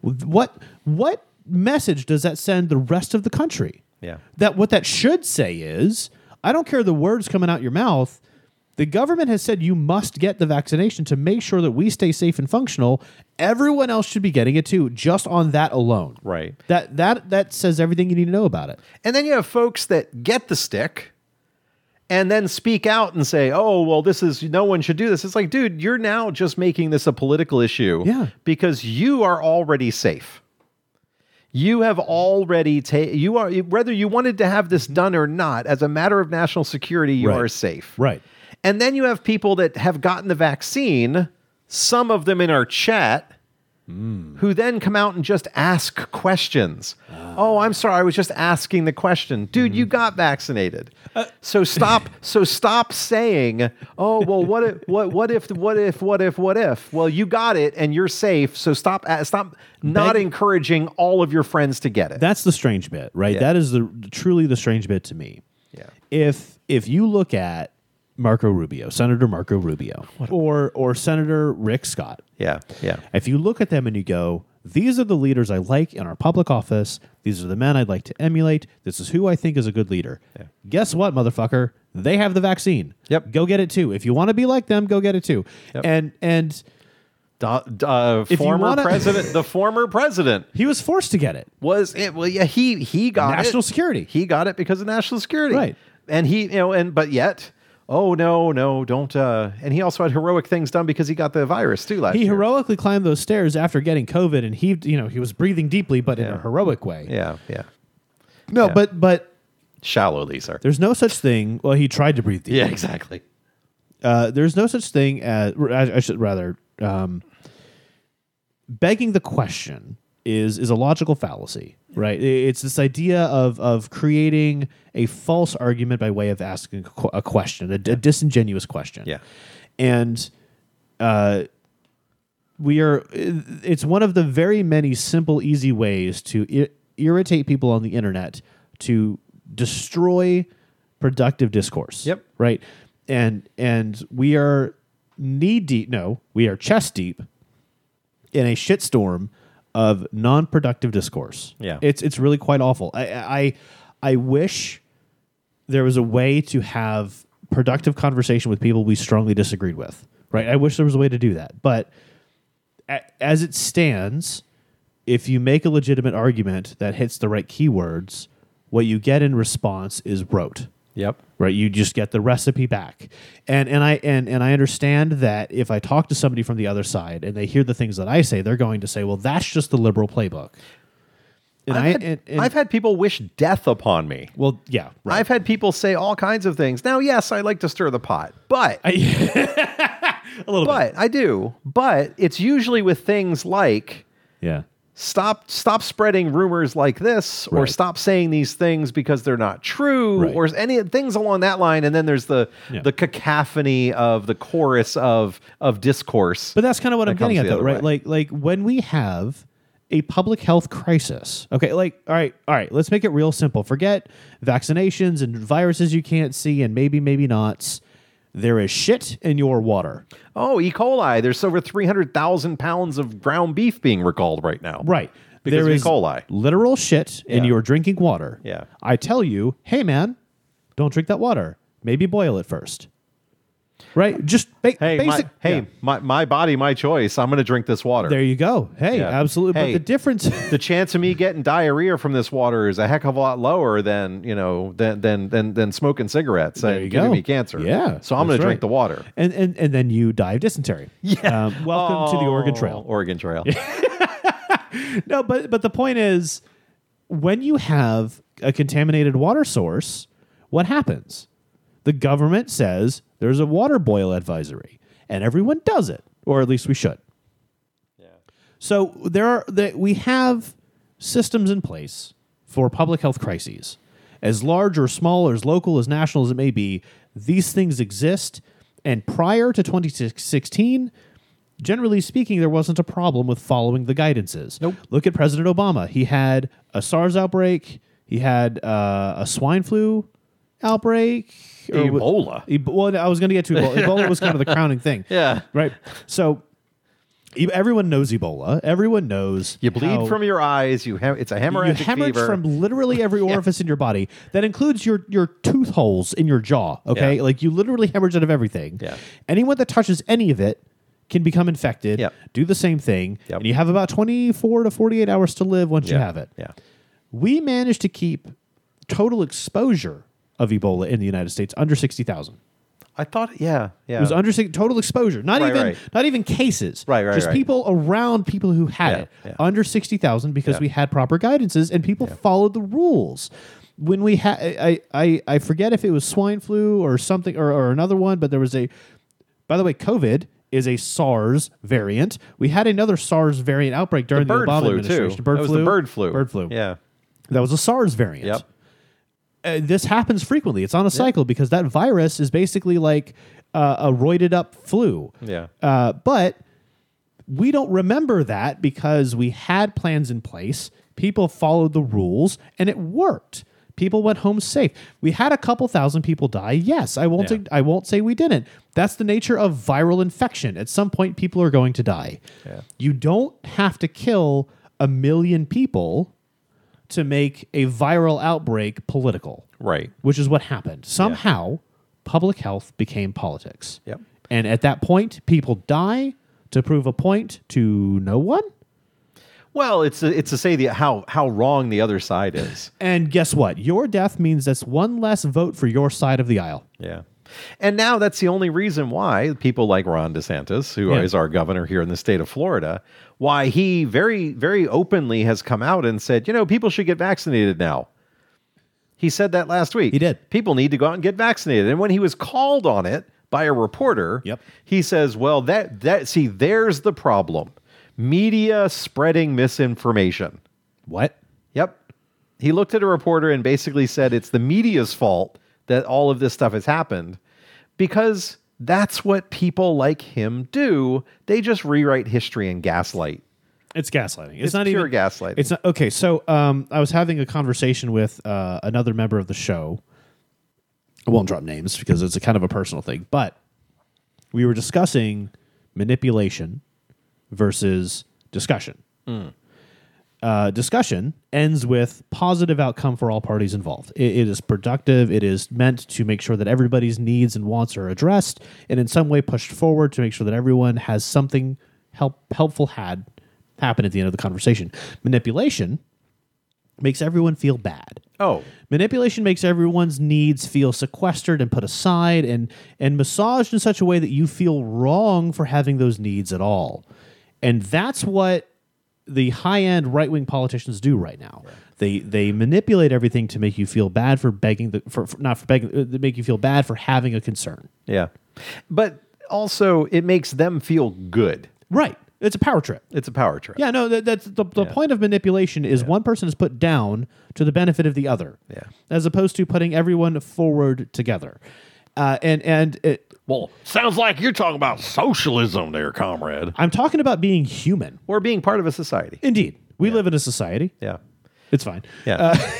what what message does that send the rest of the country?
Yeah.
That what that should say is, I don't care the words coming out your mouth. The government has said you must get the vaccination to make sure that we stay safe and functional. Everyone else should be getting it too, just on that alone.
Right.
That that that says everything you need to know about it.
And then you have folks that get the stick and then speak out and say, oh, well, this is no one should do this. It's like, dude, you're now just making this a political issue
Yeah.
because you are already safe. You have already taken, you are, whether you wanted to have this done or not, as a matter of national security, you
Right.
are safe.
Right.
And then you have people that have gotten the vaccine, some of them in our chat, who then come out and just ask questions. Oh, I'm sorry, I was just asking the question. Dude, you got vaccinated. so stop so stop saying, "Oh, well what if what what if what if what if what if?" Well, you got it and you're safe, so stop a- stop not
Beg-
encouraging all of your friends to get it.
That's the strange bit, right? That is the truly the strange bit to me.
yeah.
If if you look at Marco Rubio, Senator Marco Rubio, or or Senator Rick Scott,
Yeah. Yeah.
if you look at them and you go, these are the leaders I like in our public office. These are the men I'd like to emulate. This is who I think is a good leader. Guess what, motherfucker? They have the vaccine.
Yep.
Go get it too. If you want to be like them, go get it too. And and
Da- da-
you
former
wanna-
president, the former president
he was forced to get it.
was it well yeah he he got
National
it.
security.
he got it because of national security
Right.
and he you know and but yet oh no no don't uh and he also had heroic things done because he got the virus too last
He
year.
heroically climbed those stairs after getting COVID, and he, you know, he was breathing deeply, but in a heroic way.
yeah yeah
No,
Yeah.
but but
shallowly sir
there's no such thing. Well, he tried to breathe deeply.
yeah exactly
Uh, there's no such thing as I, I should rather um, begging the question is is a logical fallacy, right? I- It's this idea of of creating a false argument by way of asking a qu- a question, a, d- a disingenuous question.
Yeah.
and uh, we are. It's one of the very many simple, easy ways to I- irritate people on the internet to destroy productive discourse.
Yep.
Right. And and we are knee deep. No, we are chest deep in a shitstorm of non-productive discourse.
Yeah.
It's it's really quite awful. I I I wish there was a way to have productive conversation with people we strongly disagreed with. Right? I wish there was a way to do that. But a- as it stands, if you make a legitimate argument that hits the right keywords, what you get in response is rote
yep
right you just get the recipe back and and i and and i understand that if i talk to somebody from the other side and they hear the things that i say they're going to say well that's just the liberal playbook and i
I've, had,
and, and-
I've had people wish death upon me
well yeah right
i've had people say all kinds of things now yes i like to stir the pot but
a little
but i do but it's usually with things like
yeah
stop stop spreading rumors like this or
Right.
stop saying these things because they're not true
Right.
or any things along that line and then there's the
Yeah.
the cacophony of the chorus of of discourse
But that's kind of what I'm
comes
getting at,
the
though,
other
right?
way.
Like, like when we have a public health crisis, okay? Like, all right, all right, let's make it real simple. Forget vaccinations and viruses you can't see, and maybe, maybe nots. There is shit in your water,
oh e coli there's over 300,000 pounds of ground beef being recalled right now
right?
Because
there
of E.
is
coli.
literal shit in
Yeah.
your drinking water.
Yeah.
I tell you, hey man, don't drink that water. Maybe boil it first. right? Just ba-
Hey,
basic.
my, hey,
yeah.
my, my body, my choice. I'm going to drink this water.
there you go. Hey,
Yeah.
absolutely.
Hey.
But the difference,
the chance of me getting diarrhea from this water is a heck of a lot lower than you know than than than, than smoking cigarettes
There
and
you
giving
go.
me cancer.
Yeah,
so I'm going
that's
to drink
right.
the water.
and and and then you die of dysentery. Yeah. Um, welcome to the Oregon
Oh,
Trail.
Oregon Trail.
No, but but the point is, when you have a contaminated water source, what happens? The government says there's a water boil advisory, and everyone does it, or at least we should. So there are that we have systems in place for public health crises, as large or small or as local as national as it may be. These things exist, and prior to 2016, generally speaking, there wasn't a problem with following the guidances. Nope. Look at President Obama. He had a SARS outbreak. He had uh, a swine flu outbreak. or wa-
Ebola.
Eb- well, I was going to get to Ebola. Ebola was kind of the crowning thing.
Yeah.
Right. So e- everyone knows Ebola. Everyone knows
You bleed
how-
from your eyes. You have it's a
you
hemorrhagic
hemorrhage
fever.
from literally every orifice in your body. That includes your your tooth holes in your jaw. Okay,
Yeah.
like you literally hemorrhage out of everything.
Yeah.
Anyone that touches any of it can become infected.
Yep.
Do the same thing,
Yep.
and you have about twenty four to forty eight hours to live once
yeah.
you have it.
Yeah.
We managed to keep total exposure of Ebola in the United States under sixty thousand.
I thought. Yeah. Yeah.
It was under total exposure, not
Right,
even
right.
not even cases,
Right, right,
Just
right.
people around people who had
Yeah,
it
yeah.
under sixty thousand because
Yeah.
we had proper guidances and people followed the rules. When we had, I, I I forget if it was swine flu or something or, or another one, but there was a. By the way, COVID is a SARS variant. We had another SARS variant outbreak during the,
bird
Obama
flu too.
administration. Bird
that was
flu,
the bird flu.
bird flu.
Yeah.
That was a SARS variant.
Yep.
Uh, this happens frequently. It's on a cycle because that virus is basically like uh, a roided up flu.
Yeah.
Uh, but we don't remember that because we had plans in place. People followed the rules and it worked. People went home safe. We had a couple thousand people die. Yes, I won't.
Yeah.
I won't say we didn't. That's the nature of viral infection. At some point, people are going to die.
Yeah.
You don't have to kill a million people to make a viral outbreak political
Right.
which is what happened. Somehow, public health became politics.
Yep.
And at that point, people die to prove a point to no one.
Well, it's it's to say the how how wrong the other side is.
And guess what? Your death means that's one less vote for your side of the aisle.
Yeah. And now that's the only reason why people like Ron DeSantis, who is
Yeah.
our governor here in the state of Florida, why he very, very openly has come out and said, you know, people should get vaccinated now. He said that last week.
He did.
People need to go out and get vaccinated. And when he was called on it by a reporter,
Yep.
he says, well, that that see, there's the problem. Media spreading misinformation.
What?
Yep. He looked at a reporter and basically said it's the media's fault that all of this stuff has happened because that's what people like him do. They just rewrite history and gaslight.
It's gaslighting. It's,
It's
not
pure
even
gaslighting.
It's not okay. So um, I was having a conversation with uh, another member of the show. I won't drop names because it's a kind of a personal thing, but we were discussing manipulation versus discussion. Uh, discussion ends with positive outcome for all parties involved. It- it is productive. It is meant to make sure that everybody's needs and wants are addressed, and in some way pushed forward to make sure that everyone has something help helpful had happen at the end of the conversation. Manipulation makes everyone feel bad.
Oh,
Manipulation makes everyone's needs feel sequestered and put aside and and massaged in such a way that you feel wrong for having those needs at all. And that's what the high-end right-wing politicians do right now. They they manipulate everything to make you feel bad for begging the for, for not for begging uh, to make you feel bad for having a concern.
yeah. But also, it makes them feel good.
Right. It's a power trip.
It's a power trip.
Yeah, no, that, that's the, the point of manipulation is one person is put down to the benefit of the other.
Yeah.
As opposed to putting everyone forward together. Uh, and and it,
Well, sounds like you're talking about socialism there, comrade.
I'm talking about being human.
Or being part of a society.
Indeed. We live in a society.
Yeah.
It's fine.
Yeah.
Uh,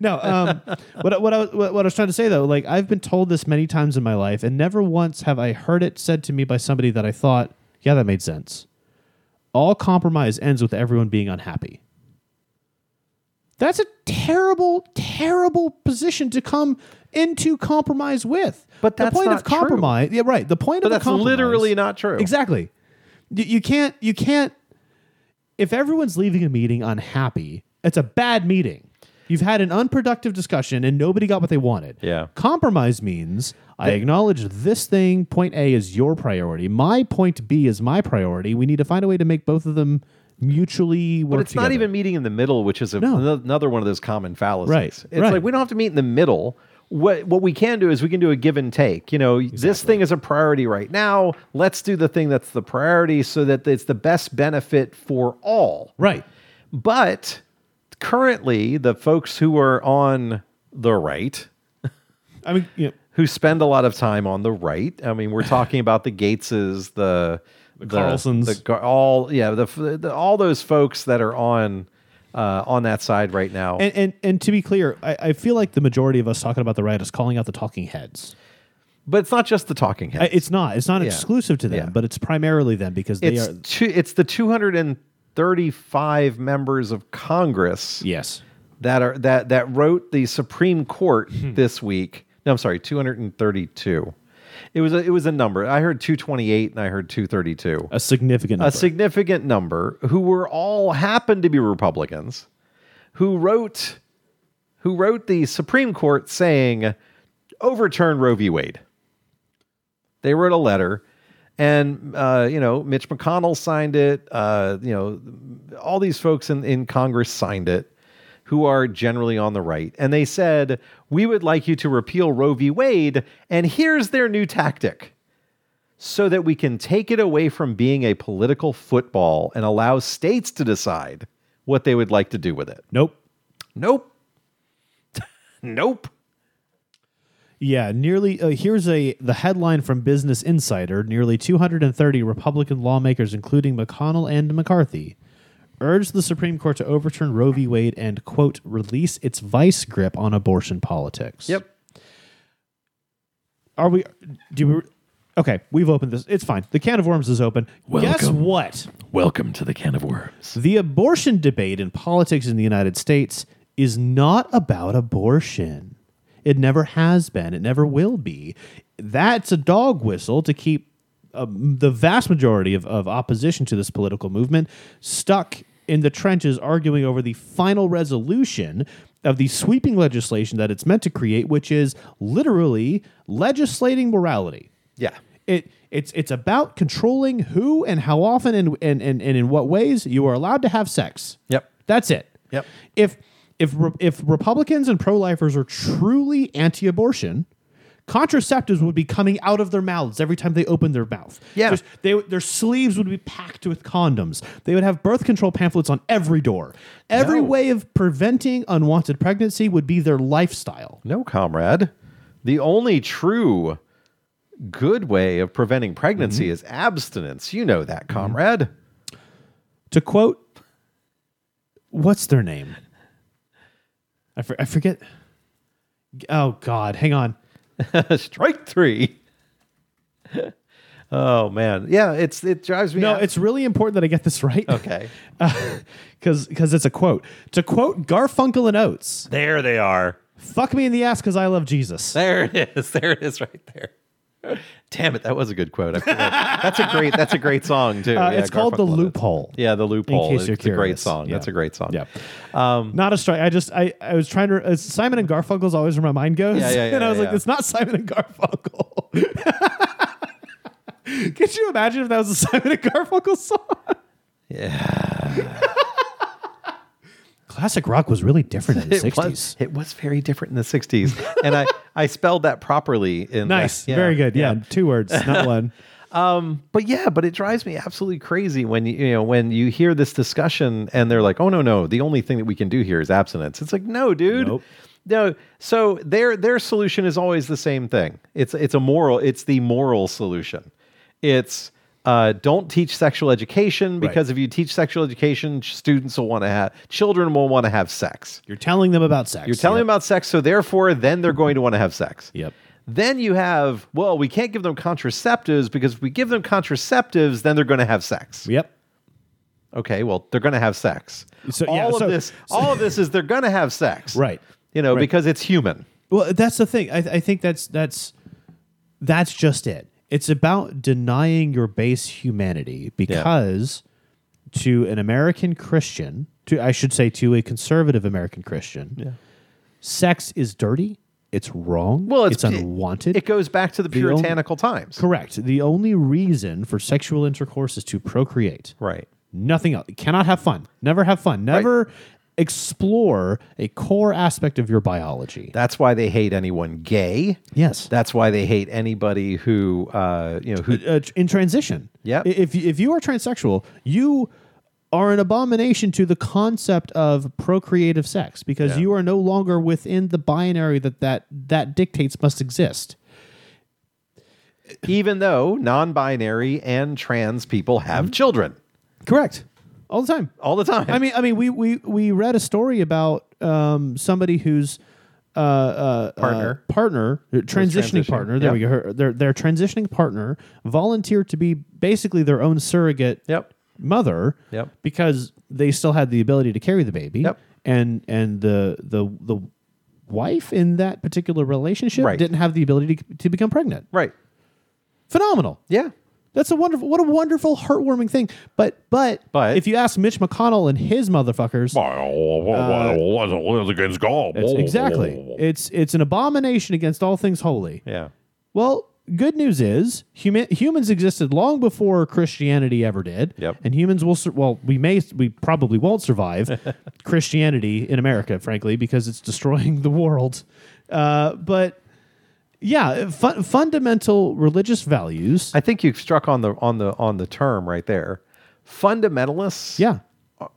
No, um, what, I- what, I, was- what, what I was trying to say though, like I've been told this many times in my life, and never once have I heard it said to me by somebody that I thought, yeah, that made sense. All compromise ends with everyone being unhappy. That's a terrible, terrible position to come into compromise with.
But that's
the point
not
of compromise. Yeah, right. The point
But
of a
that's
compromise-
literally not true.
Exactly. You, you can't. You can't. If everyone's leaving a meeting unhappy, it's a bad meeting. You've had an unproductive discussion and nobody got what they wanted.
Yeah.
Compromise means I acknowledge this thing. Point A is your priority. My point B is my priority. We need to find a way to make both of them mutually work.
But it's not
together.
even meeting in the middle, which is a,
No.
another one of those common fallacies.
Right,
It's
right.
like we don't have to meet in the middle. What what we can do is we can do a give and take. You know, this thing is a priority right now. Let's do the thing that's the priority so that it's the best benefit for all.
right.
But currently, the folks who are on the right,
I mean, you know,
who spend a lot of time on the right. I mean, we're talking about the Gateses, the the,
Carlsons.
the Gar- all yeah, the, f- the all those folks that are on uh, on that side right now.
and, and and to be clear, I, I feel like the majority of us talking about the right is calling out the talking heads.
but it's not just the talking
I-
heads.
It's not. It's not exclusive to them,
Yeah.
but it's primarily them because they
it's
are.
two, it's the 235 members of Congress
Yes.
that are that that wrote the Supreme Court
Hmm.
this week. No, I'm sorry, 232. It was a, it was a number. I heard 228 and I heard 232.
A significant number.
a significant number who were all happened to be Republicans who wrote who wrote the Supreme Court saying overturn Roe v. Wade. They wrote a letter, and uh, you know Mitch McConnell signed it. Uh, you know all these folks in, in Congress signed it, who are generally on the right, and they said we would like you to repeal Roe v. Wade, and here's their new tactic so that we can take it away from being a political football and allow states to decide what they would like to do with it.
nope.
Nope. nope.
Yeah, nearly. Uh, here's a the headline from Business Insider: Nearly 230 Republican lawmakers, including McConnell and McCarthy, urged the Supreme Court to overturn Roe v. Wade and quote release its vice grip on abortion politics.
Yep.
Are we? Do we? Okay, we've opened this. It's fine. The can of worms is open. Guess
Welcome.
what?
Welcome to the can of worms.
The abortion debate in politics in the United States is not about abortion. It never has been. It never will be. That's a dog whistle to keep um, the vast majority of, of opposition to this political movement stuck in the trenches arguing over the final resolution of the sweeping legislation that it's meant to create, which is literally legislating morality.
Yeah.
It it's it's about controlling who and how often and and, and, and in what ways you are allowed to have sex.
Yep.
That's it.
Yep.
If if re- if Republicans and pro-lifers are truly anti-abortion, contraceptives would be coming out of their mouths every time they opened their mouth.
Yeah.
Just- they, their sleeves would be packed with condoms. They would have birth control pamphlets on every door. Every
No.
way of preventing unwanted pregnancy would be their lifestyle.
No, comrade. The only true good way of preventing pregnancy is abstinence. You know that, comrade.
to quote what's their name I, for, I forget oh god hang on
Strike three. oh man. Yeah, it's it drives me
no
ab-
it's really important that i get this right
okay.
because it's a quote to quote garfunkel and oates
There they are.
fuck me in the ass because i love jesus
There it is. There it is right there. Damn it, that was a good quote. I forgot. that's a great that's a great song too.
Uh,
Yeah,
it's called the
Garfunkel loved it.
loophole
Yeah, the loophole.
case you're
it's a great
curious.
song.
Yeah.
That's a great song. Um,
yeah not a strike i just i i was trying to uh, simon and garfunkel's always where my mind goes
Yeah, yeah, yeah,
and i was
yeah,
like
yeah.
it's not simon and garfunkel could you imagine if that was a simon and garfunkel song
Yeah.
Classic rock was really different in the
It
60s.
was, it was very different in the 60s. and I, I spelled that properly in the-
Nice.
yeah,
Very good. Yeah. Two words, not one.
But yeah, but it drives me absolutely crazy when you, you know when you hear this discussion and they're like, "Oh no, no, the only thing that we can do here is abstinence." It's like, "No, dude."
Nope.
No. So their their solution is always the same thing. It's it's a moral, it's the moral solution. It's uh, don't teach sexual education because if you teach sexual education, students will want to have children will want to have sex.
You're telling them about sex.
You're telling
yep.
them about sex, so therefore, then they're going to want to have sex.
Yep.
Then you have, well, we can't give them contraceptives because if we give them contraceptives, then they're going to have sex.
Yep.
Okay, well, they're going to have sex.
So,
all
yeah,
of
so-
this, all of this is they're going to have sex,
Right.
You know, because it's human.
Well, that's the thing. I, I think that's that's that's just it. It's about denying your base humanity because to an American Christian, to I should say to a conservative American Christian, sex is dirty. It's wrong.
Well, it's-
unwanted.
It goes back to the
only-
puritanical times.
Correct. The only reason for sexual intercourse is to procreate.
Right.
Nothing else. You cannot have fun. Never have fun. Never explore a core aspect of your biology.
That's why they hate anyone gay.
yes.
That's why they hate anybody who, uh, you know, who
uh, tr- in transition.
Yep.
I- If you- if you are transsexual, you are an abomination to the concept of procreative sex because you are no longer within the binary that that that dictates must exist.
even though non-binary and trans people
Mm-hmm.
have children
Correct. All the time.
all the time.
I mean, I mean, we we we read a story about um, somebody who's uh, uh,
Partner.
uh, partner, uh, transitioning
transitioning,
partner. There we go. Her, their their transitioning partner volunteered to be basically their own surrogate
Yep.
mother.
Yep.
Because they still had the ability to carry the baby.
Yep.
And and the the the wife in that particular relationship
Right.
didn't have the ability to, to become pregnant.
right.
Phenomenal.
Yeah.
That's a wonderful, what a wonderful, heartwarming thing. But, but,
But-
if you ask Mitch McConnell and his motherfuckers,
was against God.
It's- exactly. It's it's an abomination against all things holy.
Yeah.
Well, good news is human, humans existed long before Christianity ever did.
Yep.
And humans will sur- well, we may we probably won't survive Christianity in America, frankly, because it's destroying the world. Uh, but yeah, fu- fundamental religious values.
I think you've struck on the on the on the term right there. Fundamentalists
yeah.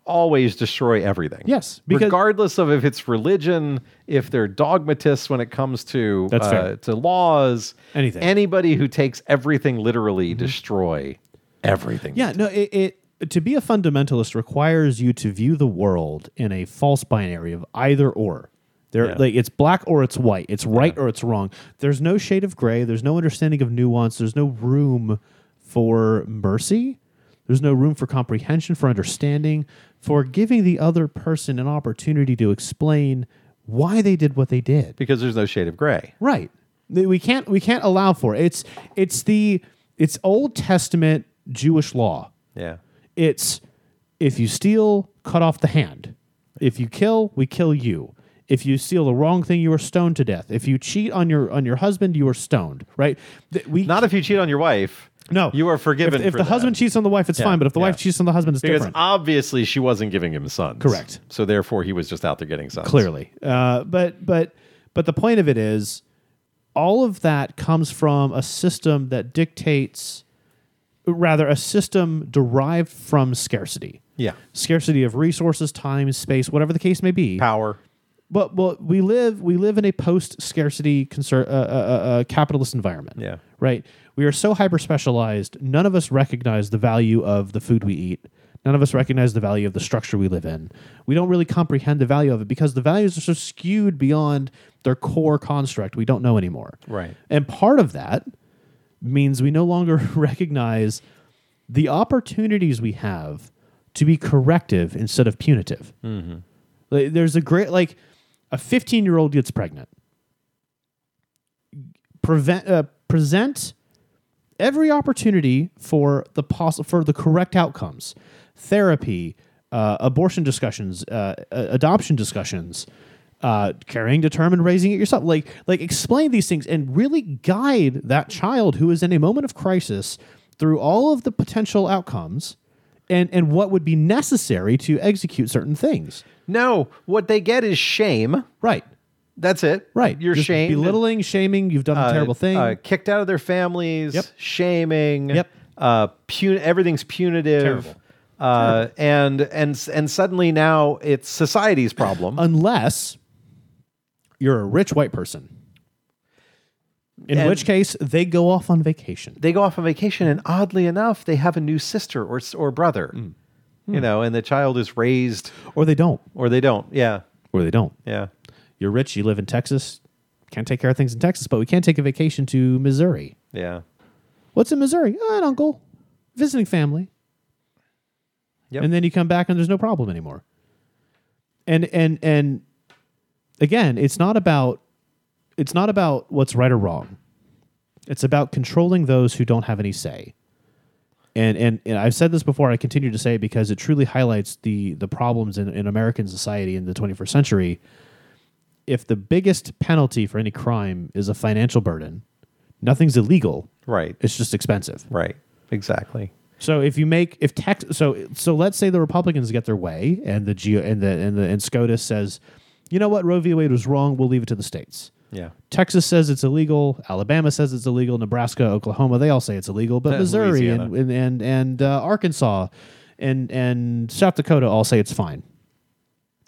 always destroy everything.
Yes, because-
regardless of if it's religion, if they're dogmatists when it comes to uh,
That's fair.
to laws,
Anything. Mm-hmm.
Anybody who takes everything literally destroy everything.
Yeah, no, it, it to be a fundamentalist requires you to view the world in a false binary of either or. There, like it's black or it's white, it's right or it's wrong. There's no shade of gray. There's no understanding of nuance. There's no room for mercy. There's no room for comprehension, for understanding, for giving the other person an opportunity to explain why they did what they did.
because there's no shade of gray.
Right. Th- We can't we can't allow for it. It's it's the it's Old Testament Jewish law.
Yeah.
It's if you steal, cut off the hand. If you kill, we kill you. If you steal the wrong thing, you are stoned to death. If you cheat on your on your husband, you are stoned. Right? Th- We
Not if you cheat on your wife.
no.
You are forgiven.
If, if
for
the
that.
husband cheats on the wife, it's fine. But if the wife
yeah.
cheats on the husband, it's
Because
different.
obviously she wasn't giving him sons.
Correct.
So therefore he was just out there getting sons.
clearly. Uh, but but but the point of it is, all of that comes from a system that dictates, rather, a system derived from scarcity,
Yeah.
scarcity of resources, time, space, whatever the case may be.
Power.
But well, we live we live in a post scarcity conser- uh, uh, uh, uh, capitalist environment.
Yeah.
Right. We are so hyper specialized. None of us recognize the value of the food we eat. None of us recognize the value of the structure we live in. We don't really comprehend the value of it because the values are so skewed beyond their core construct. We don't know anymore.
Right.
And part of that means we no longer recognize the opportunities we have to be corrective instead of punitive. Like, there's a great like a 15 year old gets pregnant. Prevent uh, present every opportunity for the poss- for the correct outcomes, therapy, uh, abortion discussions, uh, a- adoption discussions, uh, carrying, determined, raising it yourself. Like like explain these things and really guide that child who is in a moment of crisis through all of the potential outcomes. And, and what would be necessary to execute certain things.
No, what they get is shame.
Right.
That's it.
Right.
You're
Just
shamed.
Belittling, shaming, you've done a
uh,
terrible thing.
Uh, kicked out of their families.
Yep.
Shaming.
Yep.
Uh, pun- everything's punitive.
Terrible.
Uh, and and and suddenly now it's society's problem.
unless you're a rich white person. In
And-
which case, they go off on vacation.
they go off on vacation, and oddly enough, they have a new sister or s- or brother.
Mm. Hmm.
You know, and the child is raised,
Or they don't.
or they don't. Yeah,
Or they don't.
yeah.
You're rich, you live in Texas, can't take care of things in Texas, but we can't take a vacation to Missouri.
Yeah.
What's in Missouri? Oh, an uncle, visiting family.
Yep.
And then you come back and there's no problem anymore. And and and again, it's not about it's not about what's right or wrong. It's about controlling those who don't have any say. And and, and I've said this before, I continue to say it because it truly highlights the the problems in, in American society in the 21st century. If the biggest penalty for any crime is a financial burden, nothing's illegal.
Right.
It's just expensive.
Right. Exactly.
So if you make if tax so so let's say the Republicans get their way and the geo and the and the and SCOTUS says, you know what, Roe v. Wade was wrong. We'll leave it to the states.
Yeah.
Texas says it's illegal. Alabama says it's illegal. Nebraska, Oklahoma, they all say it's illegal. But
Uh,
Missouri
Louisiana.
and and and, and uh, Arkansas and and South Dakota all say it's fine.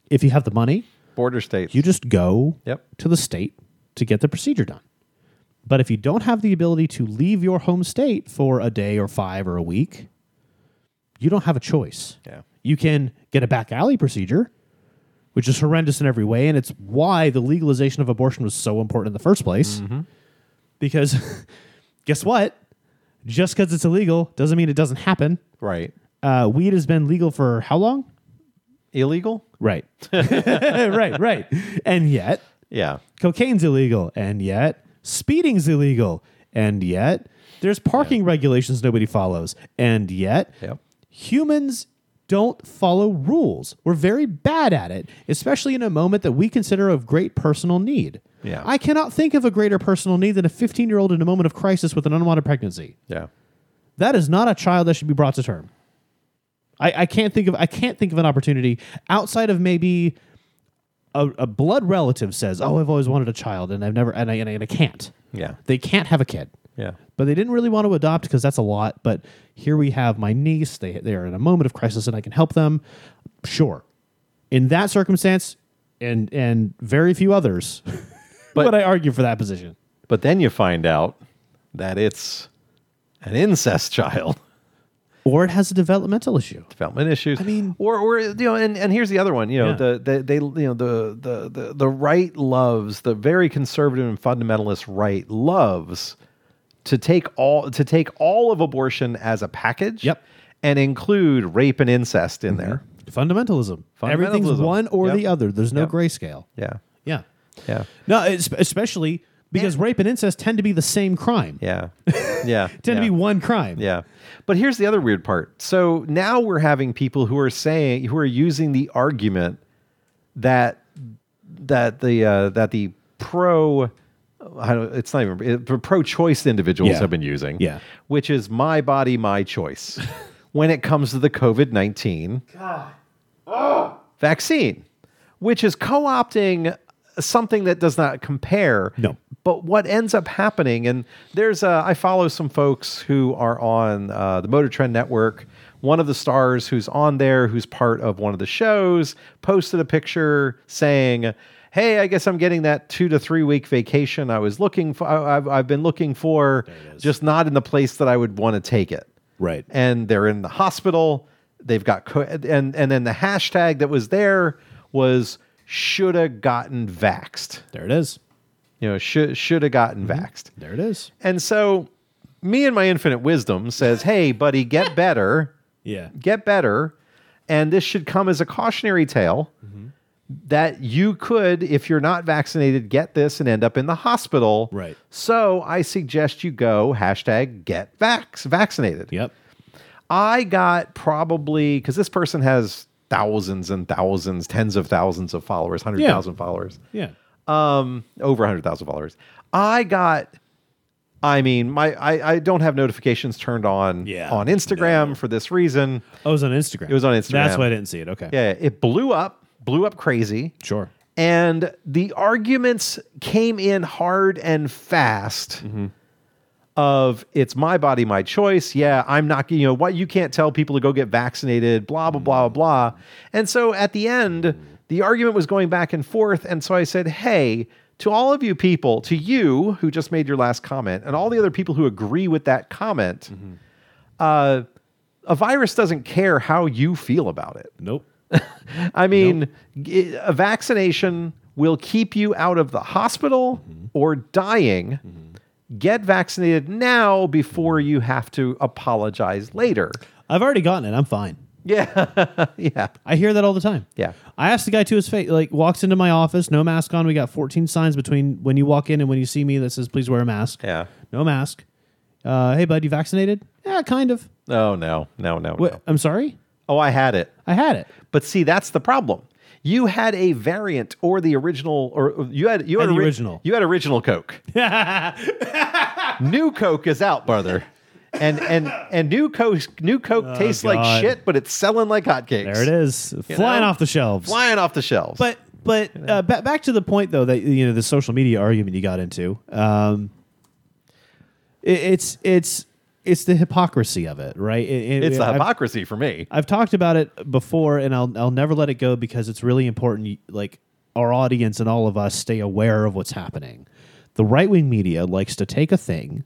If you have the money,
Border states.
you just go
Yep.
to the state to get the procedure done. But if you don't have the ability to leave your home state for a day or five or a week, you don't have a choice.
Yeah.
You can get a back alley procedure, which is horrendous in every way, and it's why the legalization of abortion was so important in the first place. Because guess what? Just because it's illegal doesn't mean it doesn't happen.
Right.
Uh, weed has been legal for how long?
Illegal?
Right. right, right. And yet,
Yeah.
cocaine's illegal and yet speeding's illegal and yet there's parking regulations nobody follows and yet
Yep.
humans don't follow rules we're very bad at it especially in a moment that we consider of great personal need
Yeah.
i cannot think of a greater personal need than a 15 year old in a moment of crisis with an unwanted pregnancy
Yeah.
that is not a child that should be brought to term. I, I can't think of I can't think of an opportunity outside of maybe a, a blood relative says, "Oh, I've always wanted a child, and I've never and I, and I, and I can't."
Yeah.
They can't have a kid,
Yeah.
but they didn't really want to adopt because that's a lot. But here we have my niece. They they are in a moment of crisis, and I can help them. Sure, in that circumstance, and and very few others,
But-
would I argue for that position.
But then you find out that it's an incest child.
Or it has a developmental issue.
development issues. I
mean-
or or you know, and, and here's the other one. You know,
Yeah.
the, the they you know the, the the the right loves the very conservative and fundamentalist right loves to take all to take all of abortion as a package.
Yep. Mm-hmm.
and include rape and incest in there.
Fundamentalism. Everything's
Fundamentalism.
one or
Yep.
the other. There's no
Yep.
grayscale.
Yeah,
Yeah.
yeah,
No, es- especially because rape and incest tend to be the same crime.
yeah, yeah.
Tend
yeah.
to be one crime.
Yeah. But here's the other weird part. So now we're having people who are saying who are using the argument that that the uh, that the pro I don't, it's not even it- the pro-choice individuals
Yeah.
have been using,
Yeah.
which is my body, my choice. when it comes to the COVID nineteen vaccine, which is co-opting something that does not compare.
No.
But what ends up happening, and there's uh, I follow some folks who are on uh, the Motor Trend Network. One of the stars who's on there, who's part of one of the shows, posted a picture saying, "Hey, I guess I'm getting that two to three week vacation I was looking for. I, I've, I've been looking for, just not in the place that I would want to take it."
Right.
and they're in the hospital. They've got co- and and then the hashtag that was there was shoulda gotten vaxxed.
There it is.
You know, should shoulda gotten vaxxed.
There it is.
And so, me and my infinite wisdom says, "Hey, buddy, get better,
Yeah.
get better." And this should come as a cautionary tale that you could, if you're not vaccinated, get this and end up in the hospital.
Right.
So I suggest you go hashtag get vax vaccinated.
Yep.
I got probably because this person has thousands and thousands, tens of thousands of followers, hundred thousand followers,
Yeah.
um, over hundred thousand followers. I got. I mean, my I, I don't have notifications turned on
Yeah,
on Instagram for this reason.
Oh, it was on Instagram. It
was on Instagram.
That's why I didn't see it. Okay.
Yeah, it blew up, blew up crazy.
Sure.
And the arguments came in hard and fast of it's my body, my choice. Yeah, I'm not, you know, what you can't tell people to go get vaccinated, blah, blah, blah, blah. blah. And so at the end, the argument was going back and forth. And so I said, hey, to all of you people, to you who just made your last comment, and all the other people who agree with that comment, uh, a virus doesn't care how you feel about it.
Nope.
I mean, g- a vaccination will keep you out of the hospital or dying. Get vaccinated now before you have to apologize later.
I've already gotten it. I'm fine.
Yeah. yeah.
I hear that all the time.
Yeah.
I asked the guy to his face, like walks into my office, no mask on. We got 14 signs between when you walk in and when you see me that says, please wear a mask.
Yeah.
No mask. Uh, hey, bud, you vaccinated? Yeah, kind of.
Oh, no. No, no,
Wha-
no.
I'm sorry?
Oh, I had it.
I had it.
But see, that's the problem. You had a variant or the original, or or you had you had
Had the
ori-
original.
You had original Coke. new Coke is out, brother. And and and new Coke new Coke tastes like
Oh, God.
shit, but it's selling like hotcakes.
There it is. Flying
know?
off the shelves.
flying off the shelves.
but but uh, ba- back to the point though that you know the social media argument you got into um it, it's it's it's the hypocrisy of it right It- it-
it's the
I've-
hypocrisy for me.
I've talked about it before, and I'll I'll never let it go because it's really important. Like our audience and all of us stay aware of what's happening. The right wing media likes to take a thing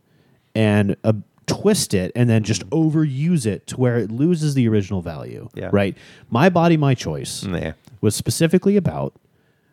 and uh, twist it, and then just overuse it to where it loses the original value.
Yeah. Mm.
Right. My body, my choice
Yeah.
was specifically about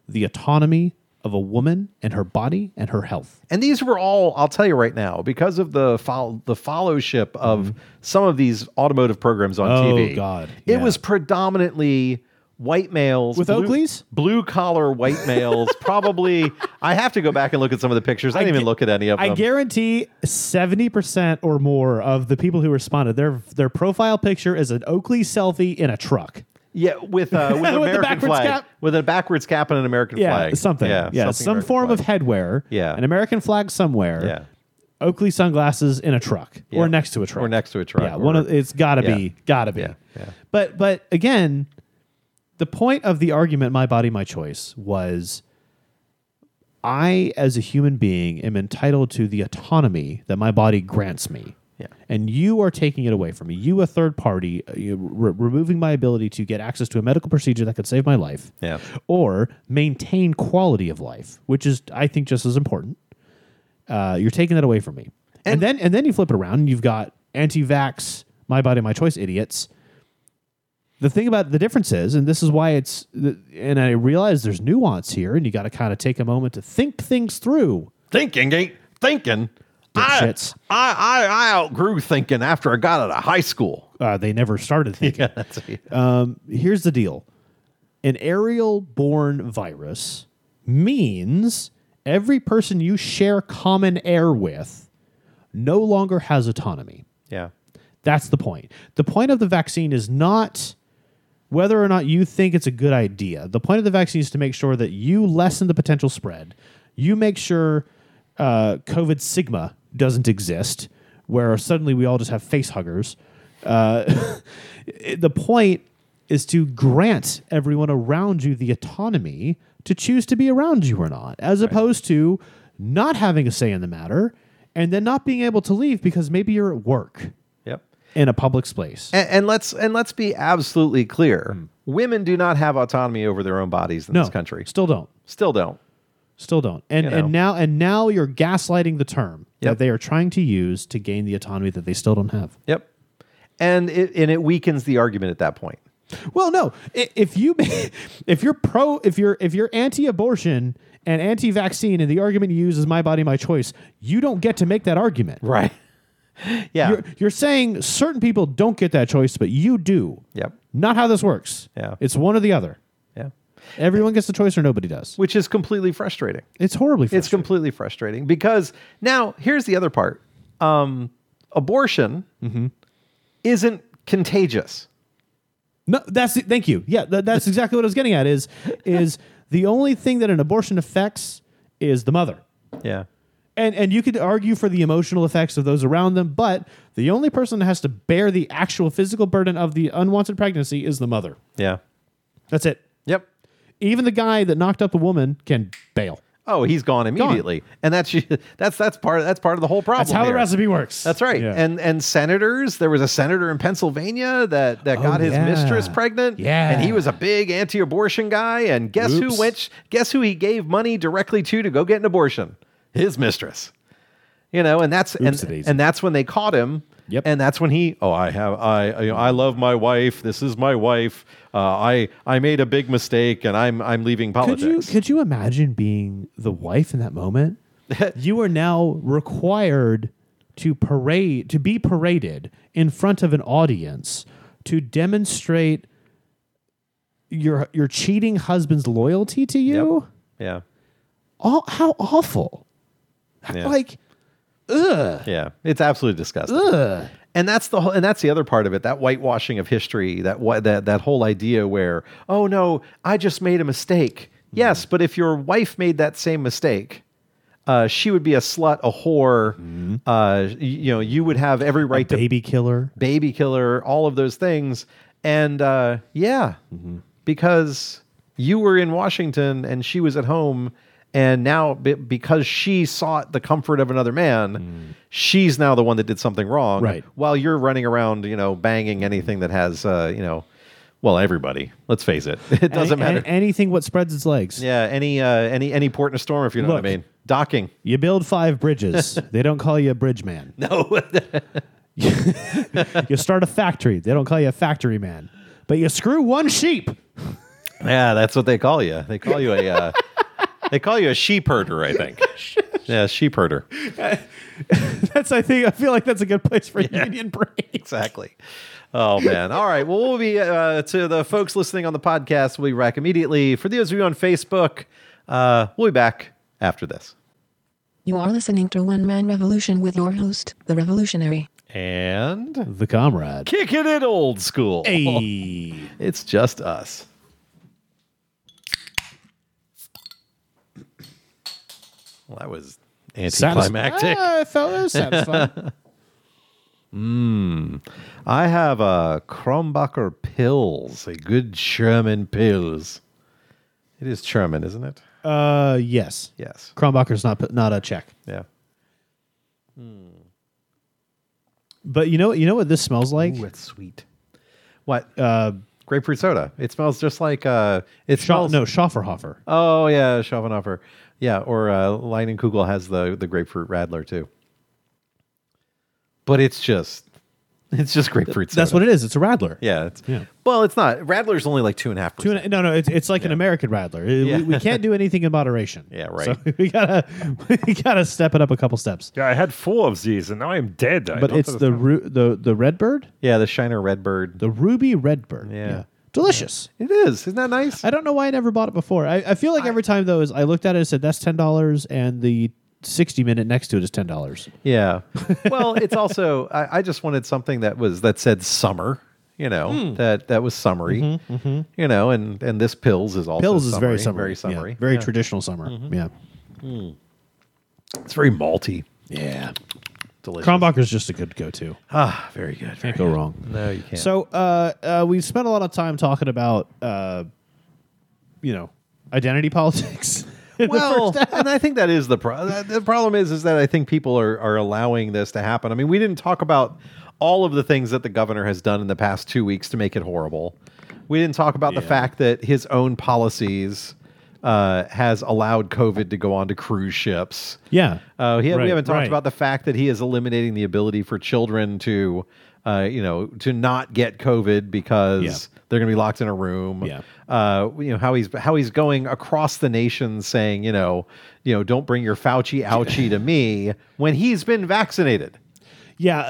the autonomy of a woman and her body and her health.
And these were all, I'll tell you right now, because of the fol- the followship of some of these automotive programs on
Mm-hmm. Oh,
TV.
God.
It
Yeah.
was predominantly white males
With Oakleys?
blue collar white males. probably, I have to go back and look at some of the pictures. I, didn't even
gu-
look at any of
I
them.
guarantee seventy percent or more of the people who responded, their their profile picture is an Oakley selfie in a truck.
yeah, with uh, with, an
With the
American
backwards
flag,
cap?
with a backwards cap and an American
Yeah,
flag,
something. Yeah, some
American
form
flag.
of headwear.
Yeah.
an American flag somewhere.
Yeah.
Oakley sunglasses in a truck
Yeah.
or next to a truck
Or next to a truck,
Yeah, one
or-
of it's got to
Yeah.
be, got to be.
Yeah, yeah.
But but again, the point of the argument, my body, my choice, was I, as a human being, am entitled to the autonomy that my body grants me.
Yeah.
And you are taking it away from me. You, a third party, uh, you- re- removing my ability to get access to a medical procedure that could save my life
Yeah.
or maintain quality of life, which is, I think, just as important. Uh, you're taking that away from me. And, then and then you flip it around and you've got anti-vax, my body, my choice idiots. The thing about the difference is, and this is why it's, and I realize there's nuance here, and you got to kind of take a moment to think things through.
Thinking ain't thinking. I,
Dipshits.
I, I, I outgrew thinking after I got out of high school.
Uh, they never started thinking. um, here's the deal an aerial borne virus means every person you share common air with no longer has autonomy.
Yeah.
That's the point. The point of the vaccine is not whether or not you think it's a good idea. The point of the vaccine is to make sure that you lessen the potential spread. You make sure uh, COVID Sigma doesn't exist, where suddenly we all just have face huggers. Uh, it- the point is to grant everyone around you the autonomy to choose to be around you or not, as opposed to not having a say in the matter and then not being able to leave because maybe you're at work
Yep.
in a public space.
and, and let's and let's be absolutely clear women do not have autonomy over their own bodies in
no,
this country
Still don't.
still don't
Still don't. And
You know.
and now and now you're gaslighting the term
Yep.
that they are trying to use to gain the autonomy that they still don't have.
yep and it and it weakens the argument at that point
Well, no. I- If you if you're pro if you're if you're anti-abortion and anti-vaccine and the argument you use is my body my choice, you don't get to make that argument.
right yeah
You're, you're saying certain people don't get that choice, but you do.
Yep.
Not how this works.
Yeah.
It's one or the other.
yeah
Everyone gets the choice or nobody does.
which is completely frustrating
It's horribly frustrating.
it's completely frustrating because now here's the other part um abortion isn't contagious
No, that's it. Thank you. Yeah, tha- that's exactly what I was getting at. Is is the only thing that an abortion affects is the mother,
yeah
and and you could argue for the emotional effects of those around them, but the only person that has to bear the actual physical burden of the unwanted pregnancy is the mother.
yeah
That's it.
yep
Even the guy that knocked up a woman can bail.
oh he's gone immediately and that's that's that's part that's part of the whole problem
That's how the
here.
recipe works.
That's right.
Yeah.
And and senators, there was a senator in Pennsylvania that that got his
Oh, yeah.
mistress pregnant.
Yeah.
And he was a big anti-abortion guy. And guess who
Oops.
went guess who he gave money directly to to go get an abortion? His mistress. You know, and that's and,
Oopsie daisy.
and that's when they caught him.
Yep.
And that's when he, oh, I have, I, you know, I love my wife. This is my wife. Uh, I, I made a big mistake, and I'm, I'm leaving
could you
politics.
could you imagine being the wife in that moment? you are now required to parade to be paraded in front of an audience to demonstrate your your cheating husband's loyalty to you.
Yeah.
Aw- how awful!
Yeah.
Like, ugh,
Yeah. It's absolutely disgusting.
ugh.
and that's the whole, and that's the other part of it that whitewashing of history that whi- that that whole idea where oh no i just made a mistake
Mm-hmm.
yes but if your wife made that same mistake uh, she would be a slut a whore
Mm-hmm.
uh, y- you know you would have every right to
Baby killer.
baby killer all of those things and uh, yeah
Mm-hmm.
because you were in washington and she was at home and now be- because she sought the comfort of another man she's now the one that did something wrong
Mm. Right.
while you're running around you know banging anything that has uh, you know well everybody let's face it it doesn't
Any-
matter
a- anything what spreads its legs.
yeah any uh, any any port in a storm if you know
Look.
what i mean docking
You build five bridges. they don't call you a bridge man. No. you start a factory. They don't call you a factory man. But you screw one sheep.
Yeah, that's what they call you. They call you a uh, they call you a sheep herder, I think. yeah, sheep herder.
That's I think I feel like that's a good place for union break.
Exactly. Oh man. All right. Well, we'll be uh, to the folks listening on the podcast. We'll be back immediately. For those of you on Facebook, uh, we'll be back after this.
You are listening to One Man Revolution with your host, The Revolutionary.
And
The comrade.
kicking it old school.
Hey.
It's just us. Well, that was anticlimactic.
Ah, I felt it was satisfying.
I have a Krombacher pills, a good German pills. It is German, isn't it?
uh, yes.
Yes.
Kronbacher's not not a check.
Yeah.
But you know you know what this smells like?
Ooh, it's sweet. What? Uh, grapefruit soda. It smells just like uh, it
Scha-
smells.
no, Schafferhofer.
Oh yeah, Schaffenhofer. Yeah, or uh, Leinenkugel has the the grapefruit radler too. But it's just, it's just grapefruit soda.
That's what it is. It's a Radler.
Yeah. It's,
Yeah.
Well, it's not. Radler's only like two and a half
Two
percent.
and, no, no, it's, it's like an American Radler. It-
Yeah.
We, we can't do anything in moderation.
Yeah, right.
So we gotta we gotta step it up a couple steps.
Yeah, I had four of these, and now I'm dead. I
But
don't
it's the
understand.
ru- the the Redbird,
Yeah, the Shiner Redbird.
the Ruby Redbird.
Yeah.
delicious.
It is. Isn't that nice?
I don't know why I never bought it before. I, I feel like every time though is I looked at it and said that's ten dollars, and the sixty minute next to it is ten dollars.
Yeah. Well, it's also I, I just wanted something that was that said summer. You know
Hmm.
that that was summery. You know, and and this pills is also
Pills Mm-hmm, is
summery, very
very summery, Yeah.
summery,
very traditional summer. Yeah,
It's very malty,
yeah.
delicious.
Kronbacher's just a good go to.
ah, very good. very
Can't go wrong.
No, you can't.
So uh, uh, we've spent a lot of time talking about, uh, you know, identity politics. in the
well,
first-
and I think that is the problem. The problem is, is that I think people are are allowing this to happen. I mean, we didn't talk about all of the things that the governor has done in the past two weeks to make it horrible. We didn't talk about the fact that his own policies uh, has allowed COVID to go onto cruise ships.
yeah,
Uh, he,
Right,
we haven't talked
right.
about the fact that he is eliminating the ability for children to, uh, you know, to not get COVID because
Yeah.
they're going to be locked in a room.
Yeah.
Uh, you know how he's how he's going across the nation saying, you know, you know, don't bring your Fauci ouchie to me when he's been vaccinated.
yeah.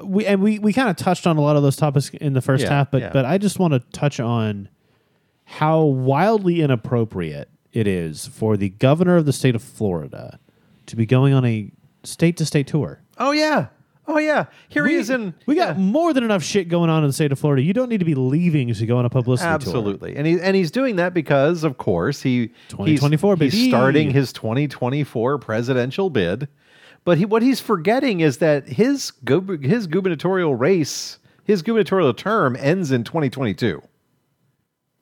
uh, We and we we kind of touched on a lot of those topics in the first
Yeah,
half, but
yeah.
but I just want to touch on how wildly inappropriate it is for the governor of the state of Florida to be going on a state to state tour.
Oh yeah. Oh yeah. Here he is in.
we got
yeah.
more than enough shit going on in the state of Florida. You don't need to be leaving to go on a publicity tour.
Absolutely, and he and he's doing that because, of course, he
2024,
he's,
baby.
he's starting his 2024 presidential bid. But he, what he's forgetting is that his gub- his gubernatorial race, his gubernatorial term ends in 2022,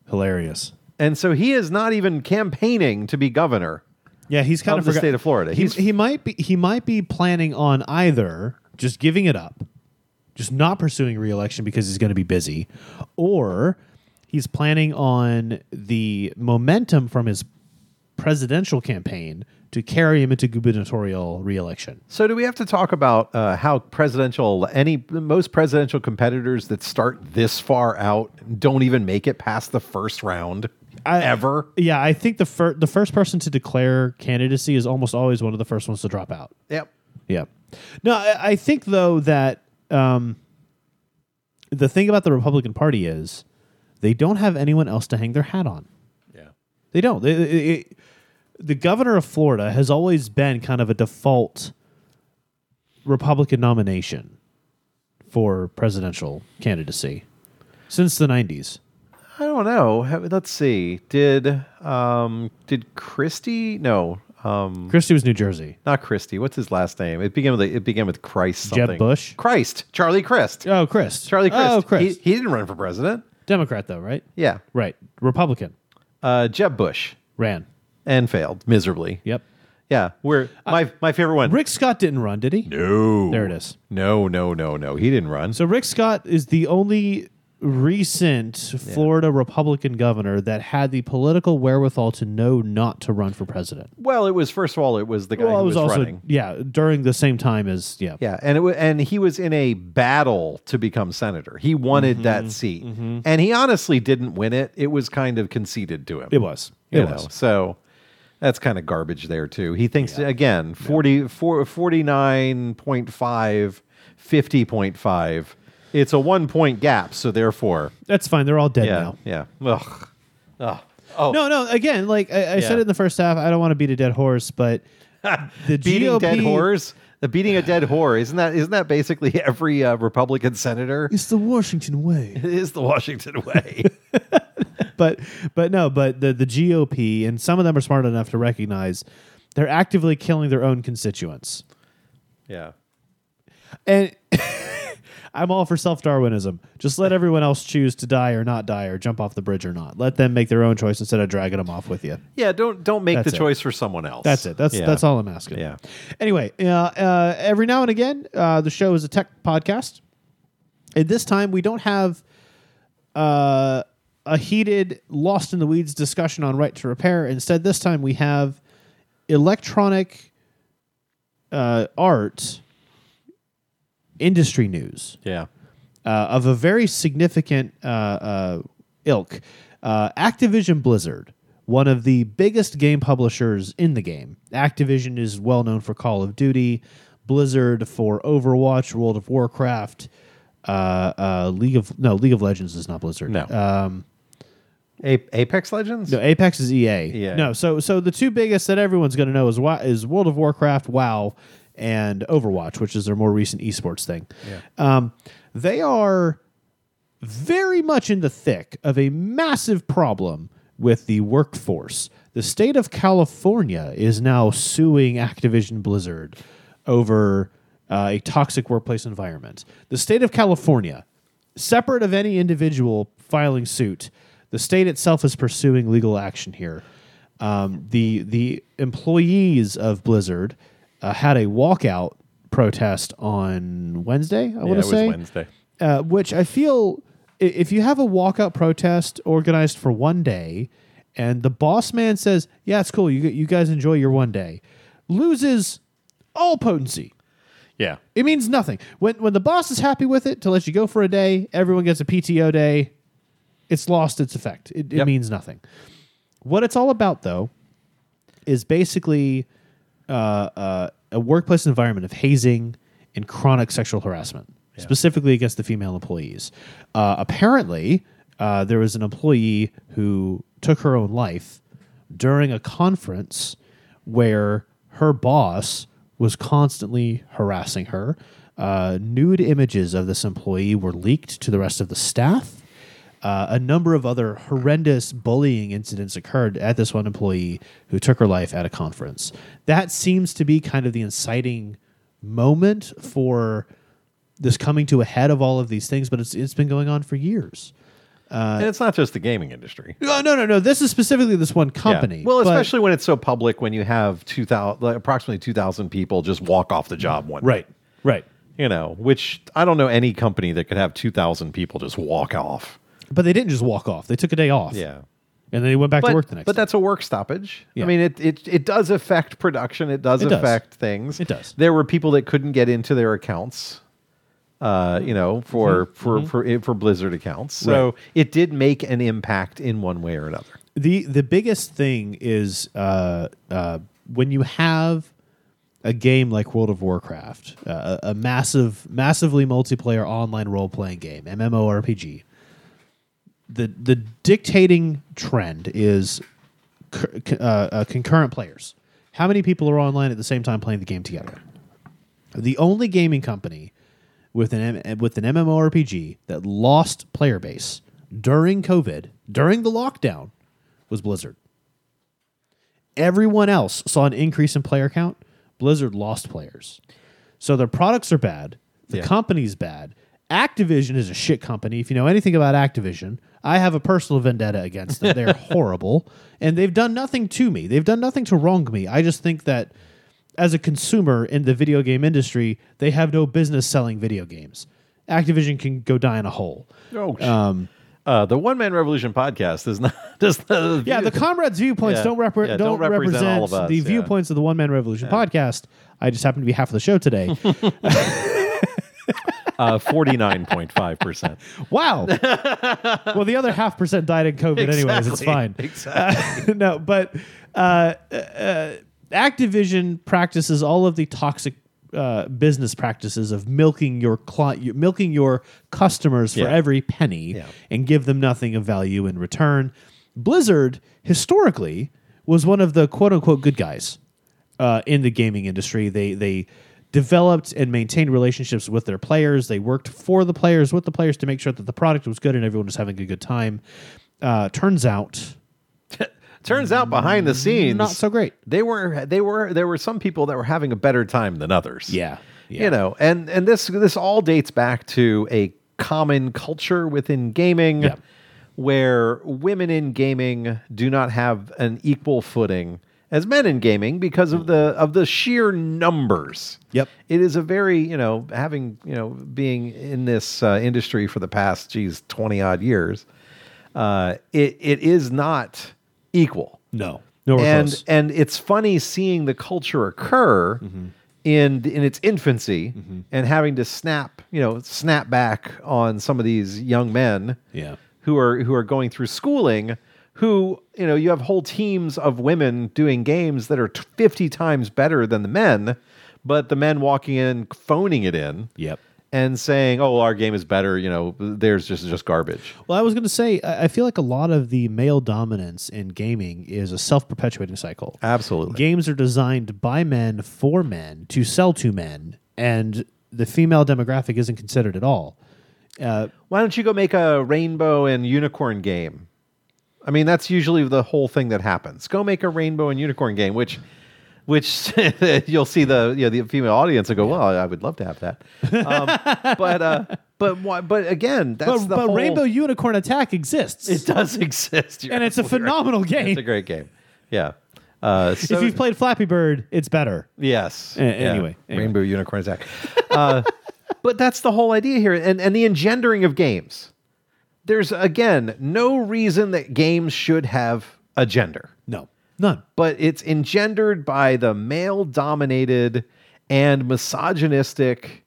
Hilarious.
and so he is not even campaigning to be governor.
Yeah, he's kind
of
of,
the
forgot-
state of Florida.
He,
He's-
he might be he might be planning on either just giving it up, just not pursuing reelection because he's going to be busy, or he's planning on the momentum from his presidential campaign to carry him into gubernatorial reelection.
So, do we have to talk about uh, how presidential any most presidential competitors that start this far out don't even make it past the first round
I-
ever?
Yeah, I think the fir- the first person to declare candidacy is almost always one of the first ones to drop out.
Yep.
Yeah. No, I, I think though that um, the thing about the Republican Party is they don't have anyone else to hang their hat on.
Yeah.
They don't. They- it- it- the governor of Florida has always been kind of a default Republican nomination for presidential candidacy since the 90s.
I don't know. Ha- Let's see. Did um did Christie? No, um,
Christie was New Jersey.
not Christie. What's his last name? It began with a, it began with Christ.
Jeb
Something.
Bush?
Christ. Charlie Christ.
Oh, Chris.
Charlie Christ.
Oh, Chris.
He, he didn't run for president.
Democrat, though, right?
Yeah.
Right. Republican.
Uh, Jeb Bush
Ran.
and failed miserably.
Yep.
Yeah. Where my my favorite one.
Uh, Rick Scott didn't run, did he?
no.
There it is.
No, no, no, no. He didn't run.
So Rick Scott is the only recent Florida Republican governor that had the political wherewithal to know not to run for president.
well, it was first of all, it was the guy
Well,
who
it was,
was,
also
running.
yeah during the same time as yeah.
Yeah, and it wa and he was in a battle to become senator. He
Mm-hmm,
wanted that seat, and he honestly didn't win it. It was kind of conceded to him.
It was.
you
It
know,
was.
So that's kind of garbage there too. He thinks again 40, 49.5, 50.5. It's a one point gap. So therefore,
That's fine. They're all dead
yeah,
now.
yeah. Ugh. Ugh. Oh,
No, no. Again, like I, I
Yeah.
said it in the first half, I don't want to beat a dead horse, but the
beating
GOP
dead whores. The beating a dead whore isn't that isn't that basically every uh, Republican senator
It's the Washington way.
is the Washington way.
but but no, but the the GOP and some of them are smart enough to recognize they're actively killing their own constituents.
yeah.
And I'm all for self Darwinism. Just let everyone else choose to die or not die or jump off the bridge or not. Let them make their own choice instead of dragging them off with you.
Yeah, don't don't make
That's
the
it.
choice for someone else.
That's it. That's
Yeah.
that's all I'm asking.
Yeah.
Anyway, uh, uh, every now and again, uh, the show is a tech podcast. At this time, we don't have uh, a heated, lost in the weeds discussion on right to repair. Instead, this time we have electronic uh, art industry news
Yeah.
uh, of a very significant uh, uh, ilk. Uh, Activision Blizzard, one of the biggest game publishers in the game. Activision is well known for Call of Duty, Blizzard for Overwatch, World of Warcraft, uh, uh, League of no League of Legends is not Blizzard.
No.
um,
A- Apex Legends?
no Apex is EA.
Yeah.
no. So so the two biggest that everyone's going to know is Wa- is World of Warcraft, WoW, and Overwatch, which is their more recent esports thing. Um, they are very much in the thick of a massive problem with the workforce. The state of California is now suing Activision Blizzard over uh, a toxic workplace environment. The state of California, separate of any individual filing suit, the state itself is pursuing legal action here. Um, the the employees of Blizzard uh, had a walkout protest on Wednesday. I
Yeah, it
want to
was
say
Wednesday.
uh, which I feel i- if you have a walkout protest organized for one day, and the boss man says, "Yeah, it's cool. You you guys enjoy your one day," loses all potency.
Yeah.
It means nothing. When when the boss is happy with it to let you go for a day, everyone gets a PTO day. It's lost its effect. It, it
Yep.
means nothing. What it's all about, though, is basically uh, uh, a workplace environment of hazing and chronic sexual harassment, specifically against the female employees. Uh, apparently, uh, there was an employee who took her own life during a conference where her boss was constantly harassing her. Uh, nude images of this employee were leaked to the rest of the staff uh, a number of other horrendous bullying incidents occurred at this one employee who took her life at a conference. That seems to be kind of the inciting moment for this coming to a head of all of these things, but it's, it's been going on for years.
and
uh,
it's not just the gaming industry.
No, Uh, no, no, no. This is specifically this one
Yeah.
company.
Well,
but-
especially when it's so public when you have 2000 like, approximately 2000 people just walk off the job one.
right, right.
You know, which I don't know any company that could have 2000 people just walk off.
But they didn't just walk off. They took a day off. And then they went back
But,
to work the next
but
day.
that's a work stoppage.
Yeah.
I mean, it, it it does affect production. It does
It does.
affect things.
It does.
There were people that couldn't get into their accounts, uh, you know, for for
Mm-hmm.
for for Blizzard accounts. So it did make an impact in one way or another.
the the biggest thing is uh, uh, when you have a game like World of Warcraft, uh, a, a massive, massively multiplayer online role playing game, MMORPG, the the dictating trend is c- c- uh, uh, concurrent players. How many people are online at the same time playing the game together? The only gaming company with an M- with an MMORPG that lost player base during COVID, during the lockdown, was Blizzard. Everyone else saw an increase in player count. Blizzard lost players. So their products are bad. The
Yeah.
company's bad. Activision is a shit company. If you know anything about Activision, I have a personal vendetta against them. They're horrible. And they've done nothing to me. They've done nothing to wrong me. I just think that as a consumer in the video game industry, they have no business selling video games. Activision can go die in a hole.
Oh, um, uh, the One Man Revolution podcast is not just the
Yeah, the comrades' viewpoints
Yeah.
don't, repre-
Yeah, don't
don't
represent
represent,
all of us,
the
yeah.
viewpoints of the One Man Revolution podcast. I just happen to be half of the show today.
uh, forty nine point five percent.
wow. well, the other half percent died in COVID, anyways. It's fine. no, but uh, uh, Activision practices all of the toxic uh, business practices of milking your client, milking your customers for
Yeah.
every penny,
Yeah.
and give them nothing of value in return. Blizzard historically was one of the quote unquote good guys uh, in the gaming industry. They they developed and maintained relationships with their players. They worked for the players, with the players to make sure that the product was good and everyone was having a good time. Uh, turns out,
Turns out behind the scenes,
not so great.
They were they were there were some people that were having a better time than others.
Yeah, yeah.
You know, and and this this all dates back to a common culture within gaming
Yeah.
where women in gaming do not have an equal footing as men in gaming because of the of the sheer numbers.
Yep.
It is a very, you know, having, you know, being in this uh, industry for the past geez 20 odd years, uh it it is not equal
No, nowhere
and
close.
and it's funny seeing the culture occur
Mm-hmm.
in in its infancy and having to snap you know snap back on some of these young men
Yeah.
who are who are going through schooling who you know you have whole teams of women doing games that are t- 50 times better than the men but the men walking in phoning it in
Yep.
and saying oh our game is better you know theirs just just garbage
Well, I was going to say, I I feel like a lot of the male dominance in gaming is a self perpetuating cycle.
absolutely
Games are designed by men for men to sell to men, and the female demographic isn't considered at all.
why don't you go make a rainbow and unicorn game? I mean, that's usually the whole thing that happens. Go make a rainbow and unicorn game, which, which you'll see the you know, the female audience and go, well, I would love to have that. Um, but uh, but why, but again, that's
But,
the
but
whole-
Rainbow Unicorn Attack exists,
It does exist, You're
and it's a
absolutely right.
phenomenal game.
It's a great game. Yeah. Uh, so,
if you've played Flappy Bird, it's better.
Yes.
A- anyway, anyway.
Rainbow Unicorn Attack. Uh, but that's the whole idea here. And, and the engendering of games. There's, again, no reason that games should have a gender,
No, none.
but it's engendered by the male dominated and misogynistic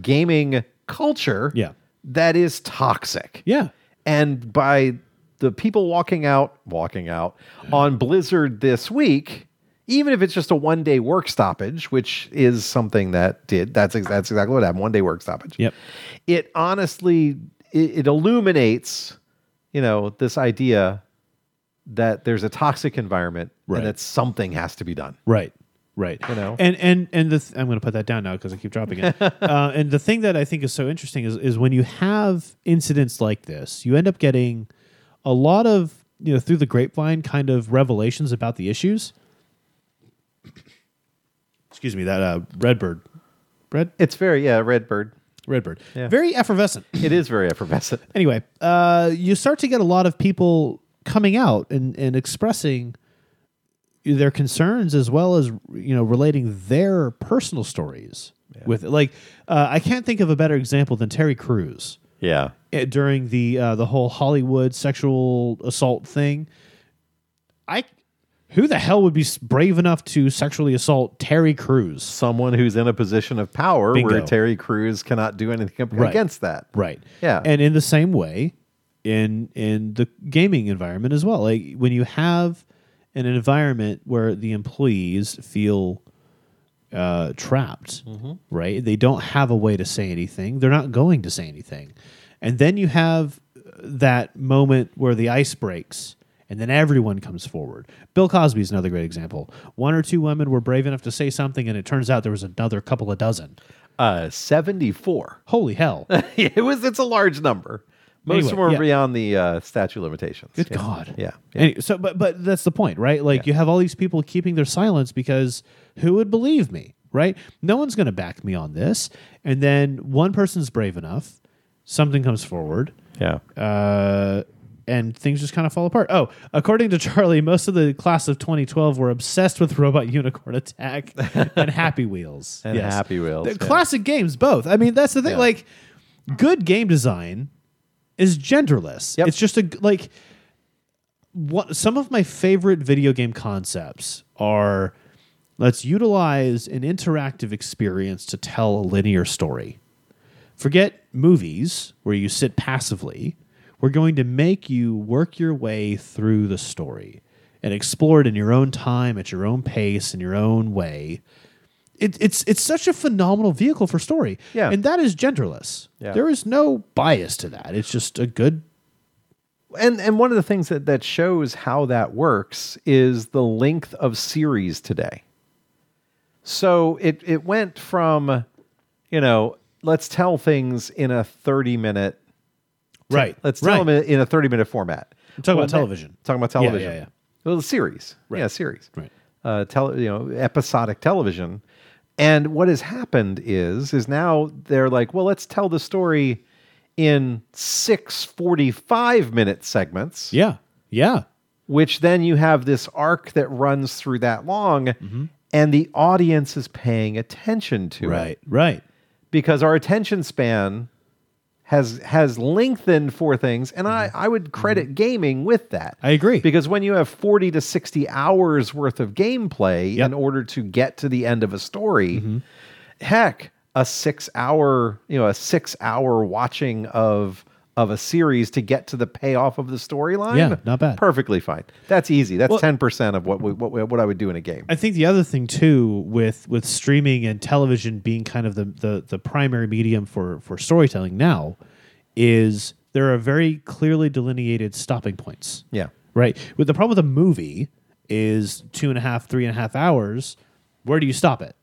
gaming culture
Yeah.
that is toxic
Yeah,
and by the people walking out walking out on blizzard this week even if it's just a one day work stoppage which is something that did that's, ex- that's exactly what happened one day work stoppage
Yep.
it honestly it, it illuminates you know this idea that there's a toxic environment
Right.
and that something has to be done
Right. Right. You
know?
And and and the th- I'm going to put that down now because I keep dropping it. uh, and the thing that I think is so interesting is is when you have incidents like this, you end up getting a lot of you know through the grapevine kind of revelations about the issues. Excuse me, that uh, redbird, red
it's very yeah redbird
redbird, very effervescent.
it is very effervescent
anyway, uh, you start to get a lot of people coming out and, and expressing their concerns as well as you know relating their personal stories with it. Like uh, I can't think of a better example than Terry Crews
yeah
uh, during the uh, the whole Hollywood sexual assault thing. I who the hell would be s- brave enough to sexually assault Terry Crews?
someone who's in a position of power where
Bingo.
terry Crews cannot do anything
Right.
against that
Right.
Yeah.
And in the same way, in in the gaming environment as well, like when you have an environment where the employees feel uh, trapped, right? They don't have a way to say anything. They're not going to say anything. And then you have uh, that moment where the ice breaks and then everyone comes forward. Bill Cosby is another great example. One or two women were brave enough to say something, and it turns out there was another couple of dozen.
Uh, 74.
Holy hell.
it was. It's a large number. Most of them
Anyway,
were
yeah.
beyond the uh, statute limitations.
Good
Yeah.
God.
Yeah.
Any- so, but but that's the point, right? Like you have all these people keeping their silence because who would believe me, right? No one's going to back me on this. And then one person's brave enough, something comes forward,
Yeah.
uh, and things just kind of fall apart. Oh, according to Charlie, most of the class of 2012 were obsessed with Robot Unicorn Attack and Happy Wheels.
And Happy Wheels,
They're
yeah.
Classic games, both. I mean, that's the thing.
Yeah.
Like, good game design is genderless.
Yep.
It's just a like what some of my favorite video game concepts are let's utilize an interactive experience to tell a linear story. Forget movies where you sit passively. We're going to make you work your way through the story and explore it in your own time, at your own pace, in your own way. It, it's it's such a phenomenal vehicle for story,
Yeah.
and that is genderless.
Yeah.
There is no bias to that. It's just a good
and and one of the things that that shows how that works is the length of series today. So it it went from, you know, let's tell things in a thirty minute.
right.
Let's tell them in a thirty minute format.
talking about
ne-
television.
Talking about television.
yeah, yeah.
Well, the series. Yeah, series.
Right.
Uh, tele, you know, episodic television. And what has happened is is now they're like, well, let's tell the story in six 45 minute segments
Yeah, yeah,
which then you have this arc that runs through that long and the audience is paying attention to it
Mm-hmm. right, right.
because our attention span has has lengthened for things and I, I would credit gaming with that
Mm-hmm. I agree.
because when you have 40 to 60 hours worth of gameplay
Yep.
in
Mm-hmm.
order to get to the end of a story heck a 6 hour you know a 6 hour watching of of a series to get to the payoff of the storyline
Yeah, not bad.
perfectly fine that's easy that's
Well-
10% of what we, what we- what I would do in a game
I think the other thing too, with with streaming and television being kind of the the, the primary medium for for storytelling now, is there are very clearly delineated stopping points.
yeah
Right. With the problem with a movie is two and a half, three and a half hours. Where do you stop it?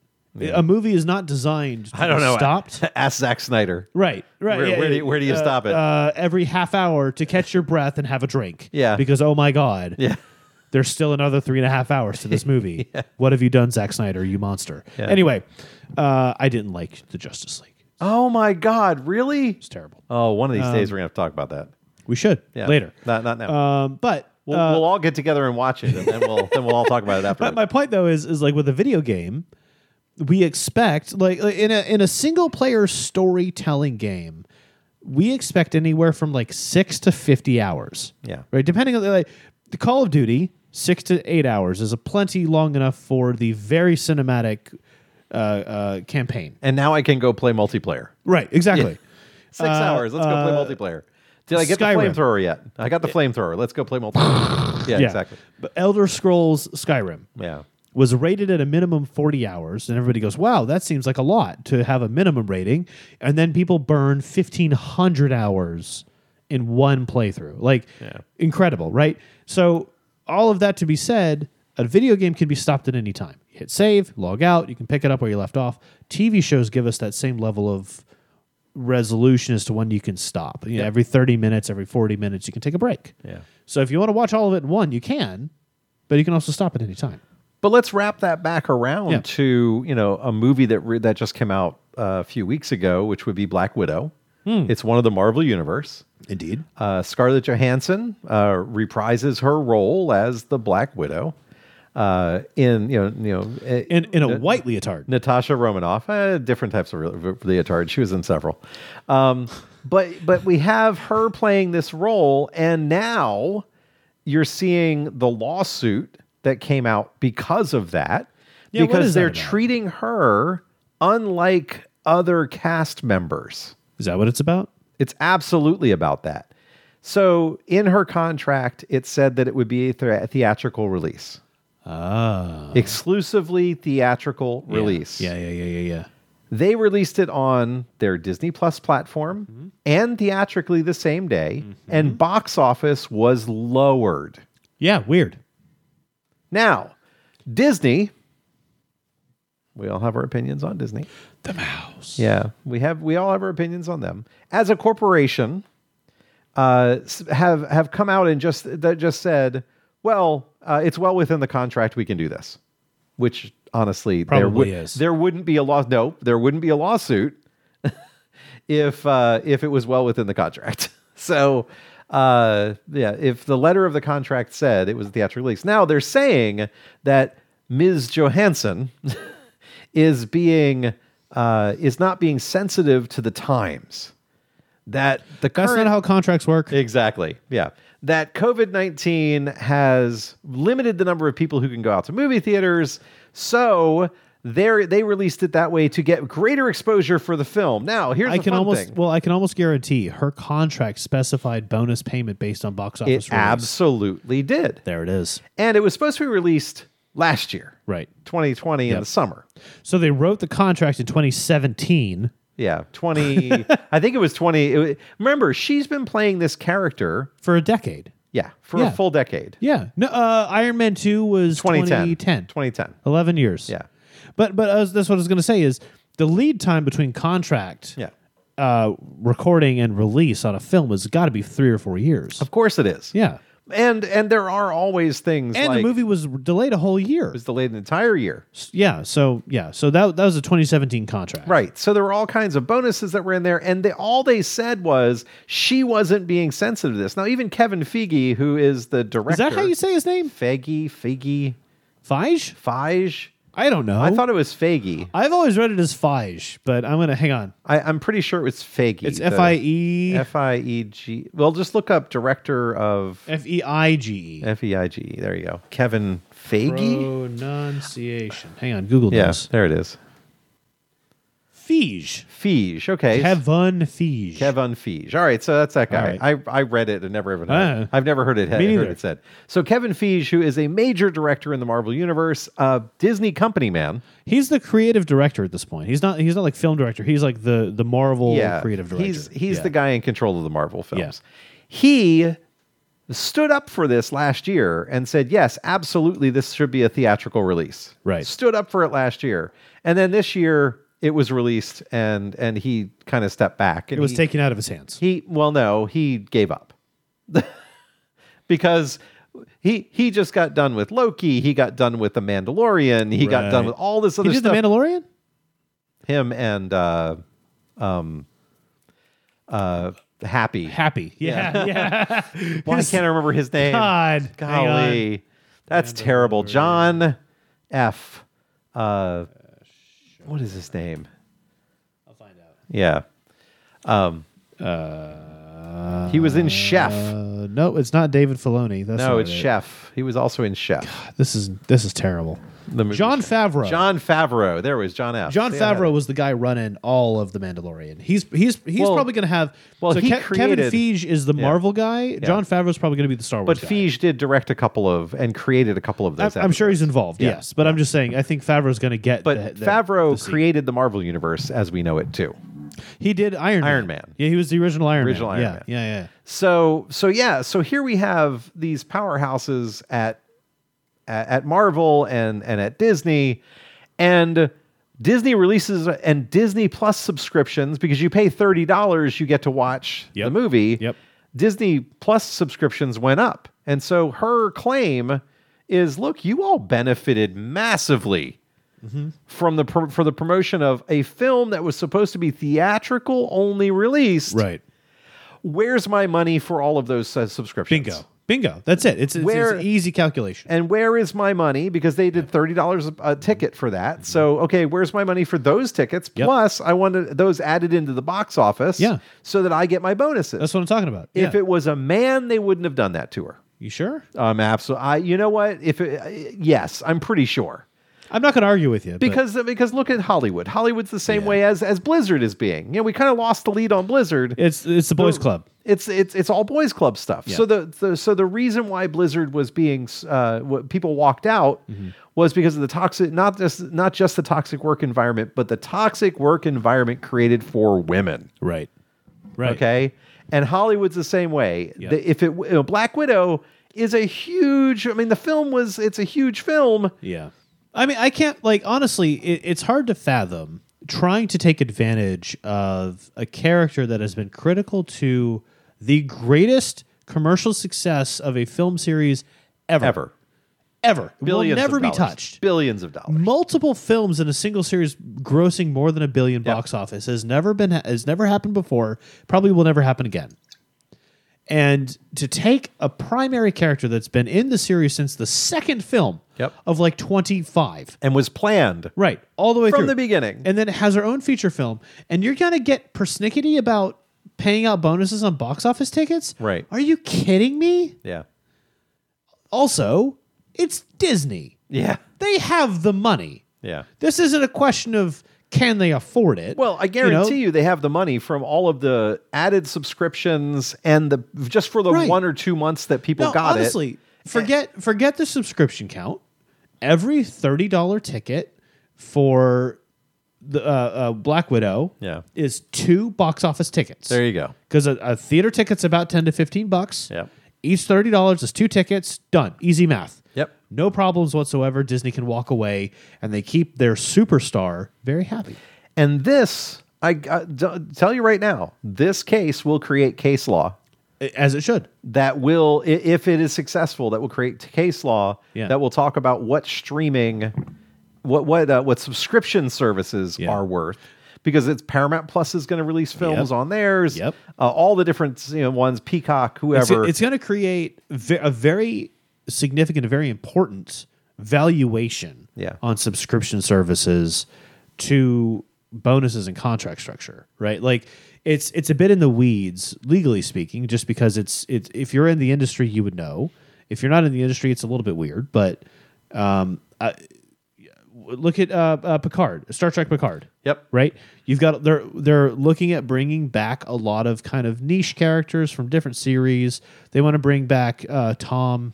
A movie is not designed. To
I don't
be
know.
Stopped.
ask Zack Snyder
Right, right.
Where-
yeah,
where do
yeah.
you- where do you
Uh,
stop it?
Uh, every half hour to catch your breath and have a drink.
Yeah.
Because oh my god.
Yeah.
There's still another three and a half hours to this movie. What have you done, Zack Snyder? You monster. Anyway, uh, I didn't like the Justice League.
oh my god really
It's terrible.
oh one of these days
Um,
we're going to have to talk about that
We should
yeah
later.
not not now
Um, but
We'll,
uh,
we'll all get together and watch it, and then we'll then we'll all talk about it after.
But my point though is is like with a video game, we expect like like, in a in a single player storytelling game, we expect anywhere from like six to fifty hours.
Yeah.
Right. Depending on like the Call of Duty, six to eight hours is a plenty long enough for the very cinematic uh, uh, campaign.
and now I can go play multiplayer.
Right. Exactly.
Six hours. Let's go play multiplayer. Did I get
Uh, Skyrim.
the flamethrower yet? I got the flamethrower. Let's go play multiplayer. yeah, exactly.
But Elder Scrolls Skyrim.
Yeah,
was rated at a minimum 40 hours and everybody goes wow that seems like a lot to have a minimum rating and then people burn 1500 hours in one playthrough like incredible right so all of that to be said a video game can be stopped at any time you hit save log out you can pick it up where you left off tv shows give us that same level of resolution as to when you can stop you know, every 30 minutes every 40 minutes you can take a break
yeah.
so if you want to watch all of it in one you can but you can also stop at any time
But let's wrap that back around
Yeah.
to you know a movie that re- that just came out uh, a few weeks ago, which would be Black Widow.
Hmm.
It's one of the Marvel universe.
Indeed.
Uh, Scarlett Johansson uh, reprises her role as the Black Widow uh, in you know you know eh,
In in a white leotard.
Natasha Romanoff, uh, different types of re- re- leotard. She was in several, um, but but we have her playing this role, and now you're seeing the lawsuit that came out because of that,
Yeah, what
because
is that
they're
about?
treating her unlike other cast members.
Is that what it's about?
It's absolutely about that. So in her contract, it said that it would be a thea- theatrical release.
Ah.
Exclusively theatrical release.
Uh-huh. Yeah, yeah, yeah, yeah, yeah.
They released it on their Disney Plus platform
Mm-hmm.
and theatrically the same day, and box office was lowered.
Yeah, weird.
Now, Disney, we all have our opinions on Disney.
The mouse.
Yeah, we have we all have our opinions on them. As a corporation, uh, s- have have come out and just that just said, well, uh, it's well within the contract. We can do this, which honestly there
Probably
would
is.
there wouldn't be a law. No, there wouldn't be a lawsuit if uh, if it was well within the contract. so uh, yeah, if the letter of the contract said it was a theatrical release. Now they're saying that Ms. Johansson is being uh, is not being sensitive to the times. That the
That's
current
not how contracts work.
Exactly. Yeah. That COVID 19 has limited the number of people who can go out to movie theaters. So they're, they released it that way to get greater exposure for the film. Now, here's
I
the
can
fun
almost
thing.
well, I can almost guarantee her contract specified bonus payment based on box office.
it
release.
absolutely did.
there it is.
And it was supposed to be released last year,
Right.
2020 in the summer.
So they wrote the contract in 2017.
Yeah. 20, I think it was 20. it wa- remember, she's been playing this character,
for a decade.
yeah, for
Yeah.
a full decade.
Yeah. No, uh, Iron Man 2 was
2010.
2010.
2010.
11 years.
Yeah.
But but uh, that's what I was going to say is the lead time between contract
Yeah.
uh, recording and release on a film has got to be 3 or 4 years.
Of course it is.
Yeah.
and and there are always things
And
like
the movie was delayed a whole year.
was delayed an entire year
yeah, so yeah. So that that was a 2017 contract.
right so there were all kinds of bonuses that were in there and they, all they said was she wasn't being sensitive to this now even kevin feige who is the director
Is that how you say his name?
feige feige
Feige?
feige
I don't know.
i thought it was feige
I've always read it as Feige, but I'm going to hang on.
I, i'm pretty sure it was feige
It's
the-
F I E
f-i-e-g well just look up director of
F E I G E.
f-e-i-g there you go kevin feige
Pronunciation. Hang on, Google
E? yeah
this.
there it is
Feige.
feige okay
Kevin Feige.
Kevin Feige. All right, so that's that guy.
All
I, I read it and never even heard
Ah.
it. I've never heard it,
Me
heard
neither.
it said. So Kevin Feige, who is a major director in the Marvel Universe, a Disney company man.
He's the creative director at this point. He's not. He's not like film director. He's like the the Marvel
yeah,
creative director.
He's he's
Yeah.
the guy in control of the Marvel films. He stood up for this last year and said, "Yes, absolutely, this should be a theatrical release."
Right.
Stood up for it last year, and then this year it was released, and and he kind of stepped back. And
It was
he,
taken out of his hands.
He well, no, he gave up because he he just got done with Loki. He got done with the Mandalorian. He got done
Right.
with all this
He
other
did
stuff.
the Mandalorian.
Him and uh, um, uh, Happy.
Happy. Yeah. Yeah.
Why can't I remember his name?
God. hang on.
Golly, that's terrible. John F. Uh, what is his name?
I'll find out.
Yeah. Um, he was in Chef.
Uh, no, it's not David Filoni. That's
no,
not
it's
it.
Chef. He was also in Chef.
This is this is terrible.
The movie
John
Chef.
Favreau.
John Favreau. There was John F.
John
See, I had
Favreau
it.
was the guy running all of the Mandalorian. He's he's he's
Well-
probably going to have.
well,
so
he
Ke- Kevin
created-
Feige is the Marvel guy. John Favreau's probably going to be the Star Wars.
But
guy.
Feige did direct a couple of and created a couple of
I'm,
those.
I'm sure
episodes.
he's involved.
Yeah.
Yes, but I'm just saying. I think Favreau's going to get.
But
the- the-
Favreau
the seat.
created the Marvel universe as we know it too.
He did Iron
Iron
Man.
Man.
Yeah, he was the original Iron
Original
Man.
Iron
yeah,
Man.
yeah, yeah.
So so yeah. So here we have these powerhouses at at, at Marvel and and at Disney, and Disney releases and Disney Plus subscriptions because you pay thirty dollars, you get to watch the
Yep.
movie.
Yep.
Disney Plus subscriptions went up, and so her claim is, look, you all benefited massively.
Mm-hmm.
From the pro- for the promotion of a film that was supposed to be theatrical only released,
Right.
where's my money for all of those uh, subscriptions?
Bingo. Bingo. That's it. It's, it's,
Where-
it's an easy calculation.
And where is my money? Because they did thirty dollars a ticket for that. So okay, where's my money for those tickets?
Mm-hmm. Yep.
Plus, I wanted those added into the box office.
Yeah.
So that I get my bonuses.
That's what I'm talking about.
if
yeah.
it was a man, they wouldn't have done that to her.
you sure?
Um, absolutely. I. You know what? If it, uh, yes, I'm pretty sure.
I'm not going to argue with you but-
because uh, because look at Hollywood. Hollywood's the same way as as Blizzard is being. You know, we kind of lost the lead on Blizzard.
it's it's the boys' club.
It's it's it's all boys club stuff. So the, the so the reason why Blizzard was being uh, what people walked out
Mm-hmm.
was because of the toxic not just not just the toxic work environment, but the toxic work environment created for women.
Right. Right.
Okay, and Hollywood's the same way.
Yeah.
The- if it you know, Black Widow is a huge. I mean, the film was it's a huge film.
Yeah. I mean, I can't like honestly. It, it's hard to fathom trying to take advantage of a character that has been critical to the greatest commercial success of a film series ever,
Ever
ever. It
billions
will never
of
be
dollars.
touched.
Billions of dollars.
Multiple films in a single series grossing more than a billion box office has never been has never happened before. Probably will never happen again. And to take a primary character that's been in the series since the second film
Yep.
of like twenty five,
and was planned
right, all the way
from
through.
the beginning.
and then it has her own feature film, and you're gonna get persnickety about paying out bonuses on box office tickets.
Right.
Are you kidding me?
yeah.
Also, it's Disney.
Yeah.
They have the money.
Yeah.
This isn't a question of can they afford it.
Well, I
know?
guarantee you, they have the money from all of the added subscriptions and the just for the
Right.
one or two months that people
No,
got
honestly,
it.
forget forget the subscription count. Every thirty dollar ticket for the uh, uh, Black Widow
Yeah.
is two box office tickets.
There you go.
because a, a theater ticket's about 10 to 15 bucks
Yep.
each $30 is two tickets done easy math
Yep.
no problems whatsoever disney can walk away and they keep their superstar very happy
And this, I, I d- tell you right now, this case will create case law
A- as it should
that will, i- if it is successful, that will create case law
Yeah.
that will talk about what streaming, what what uh, what subscription services
Yeah.
are worth. Because it's Paramount Plus is going to release films
Yep.
on theirs.
Yep.
Uh, all the different you know, ones, Peacock,
it's,
whoever.
it's going to create ve- a very significant a very important valuation
Yeah.
on subscription services to bonuses and contract structure right like it's it's a bit in the weeds legally speaking just because it's it's if you're in the industry you would know if you're not in the industry it's a little bit weird but um I, look at uh, uh picard star trek picard
Yep.
right? You've got they're they're looking at bringing back a lot of kind of niche characters from different series. They want to bring back uh, Tom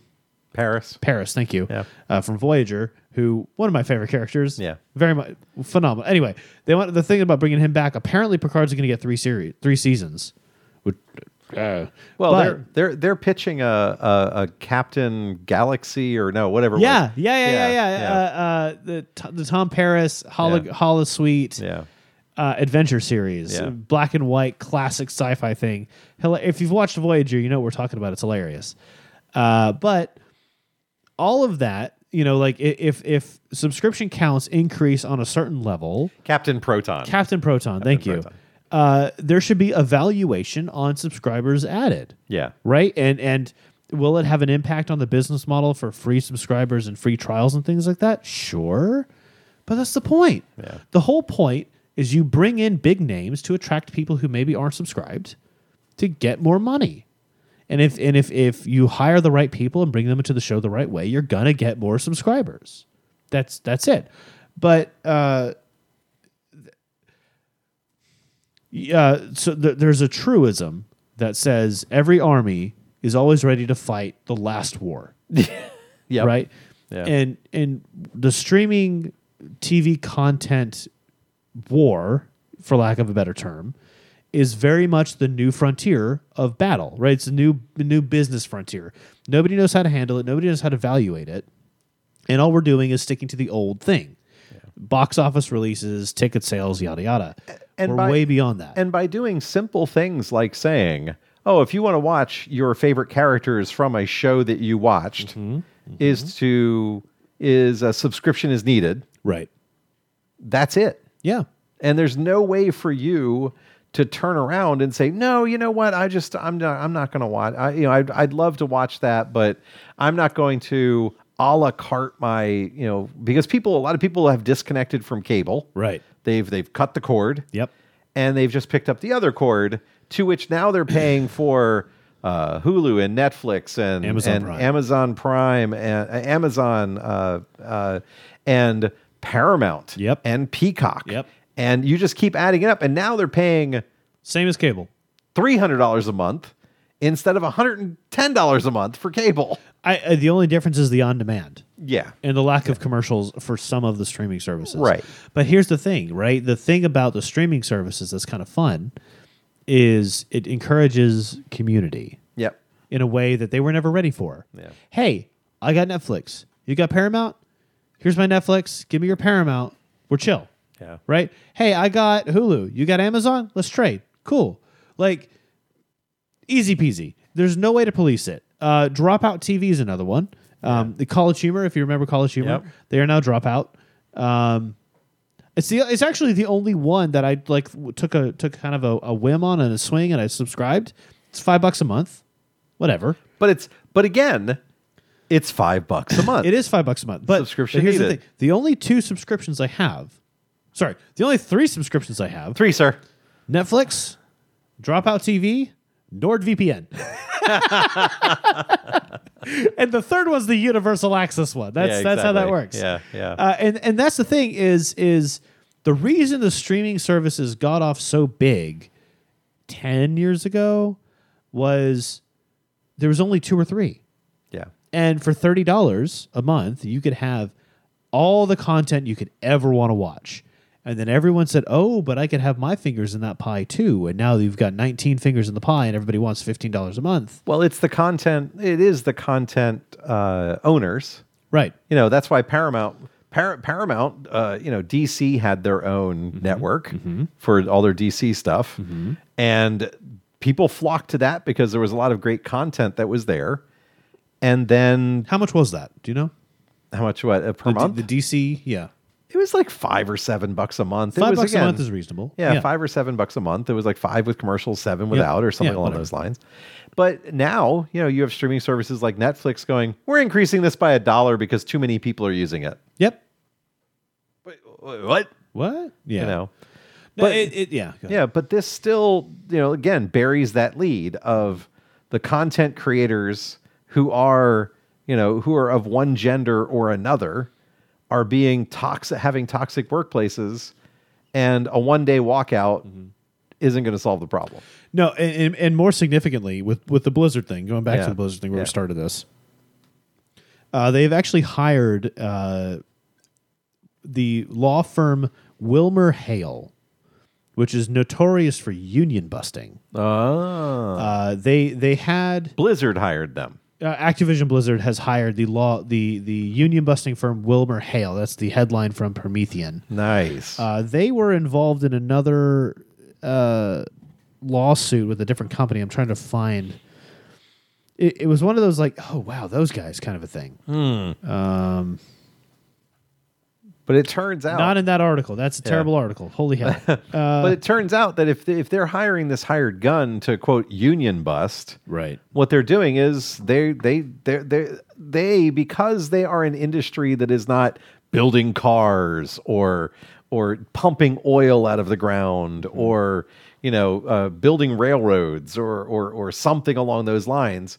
Paris.
Paris, thank you,
Yeah.
uh, from Voyager, who one of my favorite characters.
Yeah.
very much phenomenal. Anyway, they want the thing about bringing him back. Apparently, Picard's going to get three series, three seasons. Which, uh,
Well,
but-
they're they're they're pitching a, a a Captain Galaxy or no whatever. it
yeah,
was.
yeah, yeah, yeah, yeah.
yeah.
Uh, uh, the T- the Tom Paris Holo
Yeah.
Holo Suite.
Yeah.
uh, adventure series,
Yeah.
black and white classic sci-fi thing. Hila- If you've watched Voyager, you know what we're talking about. It's hilarious. Uh, but all of that, you know, like i- if if subscription counts increase on a certain level,
Captain Proton.
Captain Proton, thank you.
Proton.
Uh, there should be a valuation on subscribers added
yeah,
right and and will it have an impact on the business model for free subscribers and free trials and things like that sure but that's the point yeah. the whole point is you bring in big names to attract people who maybe aren't subscribed to get more money and if and if if you hire the right people and bring them into the show the right way you're gonna get more subscribers that's that's it but uh yeah, so th- there's a truism that says every army is always ready to fight the last war,
yeah,
right?
Yeah.
And and the streaming TV content war, for lack of a better term, is very much the new frontier of battle, right? It's a new new business frontier. Nobody knows how to handle it. Nobody knows how to evaluate it and all we're doing is sticking to the old thing box office releases ticket sales yada yada
and
we're
by-
way beyond that
And by doing simple things like saying, "Oh, if you want to watch your favorite characters from a show that you watched,
Mm-hmm.
is to is a subscription is needed."
right
That's it.
yeah
and there's no way for you to turn around and say no you know what i just i'm not i'm not going to watch i you know I'd, I'd love to watch that but i'm not going to a la carte my you know because people a lot of people have disconnected from cable
right
they've they've cut the cord
yep
and they've just picked up the other cord to which now they're paying for uh, Hulu and Netflix and
Amazon
and
Prime.
Amazon Prime and uh, Amazon uh, uh, and Paramount
Yep.
and Peacock.
Yep.
And you just keep adding it up, and now they're paying
Same as cable.
three hundred dollars a month instead of one hundred and ten dollars a month for cable.
I, uh, the only difference is the on demand
Yeah.
and the lack of commercials for some of the streaming services.
Right.
But here's the thing, right? The thing about the streaming services that's kind of fun is it encourages community
Yep.
in a way that they were never ready for.
Yeah.
Hey, I got Netflix. You got Paramount? Here's my Netflix. Give me your Paramount. We're chill.
Yeah.
Right? Hey, I got Hulu. You got Amazon? Let's trade. Cool. Like easy peasy. There's no way to police it. Uh, dropout TV is another one. Um, The College Humor, if you remember College Humor,
Yep.
they are now Dropout. Um, it's the it's actually the only one that I like w- took a took kind of a, a whim on and a swing, and I subscribed. It's five bucks a month, whatever.
But it's but again, it's five bucks a month.
It is five bucks a month. But
Subscription
but here's the
needed.
thing: the only two subscriptions I have, sorry, the only three subscriptions I have:
three, sir.
Netflix, Dropout TV, NordVPN. and the third one's the universal access one. That's
Yeah,
that's how that
exactly.
works.
Yeah, yeah.
Uh, and and that's the thing is is the reason the streaming services got off so big 10 years ago was there was only two or three.
Yeah.
And for $30 a month, you could have all the content you could ever want to watch. And then everyone said, oh, but I could have my fingers in that pie too. And now you've got 19 fingers in the pie and everybody wants $15 a month.
Well, it's the content. It is the content uh, owners.
Right.
You know that's why Paramount, Par- Paramount, uh, you know DC had their own
Mm-hmm.
network for all their DC stuff, and people flocked to that because there was a lot of great content that was there. And then
How much was that? Do you know?
how much? What uh, per
The D-
month?
The, DC, yeah.
it was like five or seven bucks a month. it
Five
was,
bucks
again,
a month is reasonable.
Yeah, five or seven bucks a month. It was like five with commercials, seven without, or something
Yeah,
along
whatever.
those lines. But now, you know, you have streaming services like Netflix going, we're increasing this by a dollar because too many people are using it.
Yep.
What?
What? Yeah.
You know,
No,
but-
it, it- yeah.
yeah, but this still, you know, again, buries that lead of the content creators who are, you know, who are of one gender or another are being toxic, having toxic workplaces, and a one day walkout
Mm-hmm.
isn't going to solve the problem.
No, and, and, and more significantly with with the Blizzard thing, going back
Yeah.
to the Blizzard thing where
Yeah.
we started this, uh, they've actually hired uh, the law firm Wilmer Hale, which is notorious for union busting.
Oh.
Uh, they they had
Blizzard hired them.
uh, Activision Blizzard has hired the law the the union busting firm Wilmer Hale. That's the headline from Promethean.
Nice.
Uh, they were involved in another uh, lawsuit with a different company. I'm trying to find. It, it was one of those like, oh wow, those guys kind of a thing.
but it turns out
Not in that article. That's a terrible article. Holy hell! Uh,
but it turns out that if if they're hiring this hired gun to quote union bust,
right.
what they're doing is they they they they they because they are an industry that is not building cars or or pumping oil out of the ground
Hmm.
or you know uh, building railroads or or or something along those lines.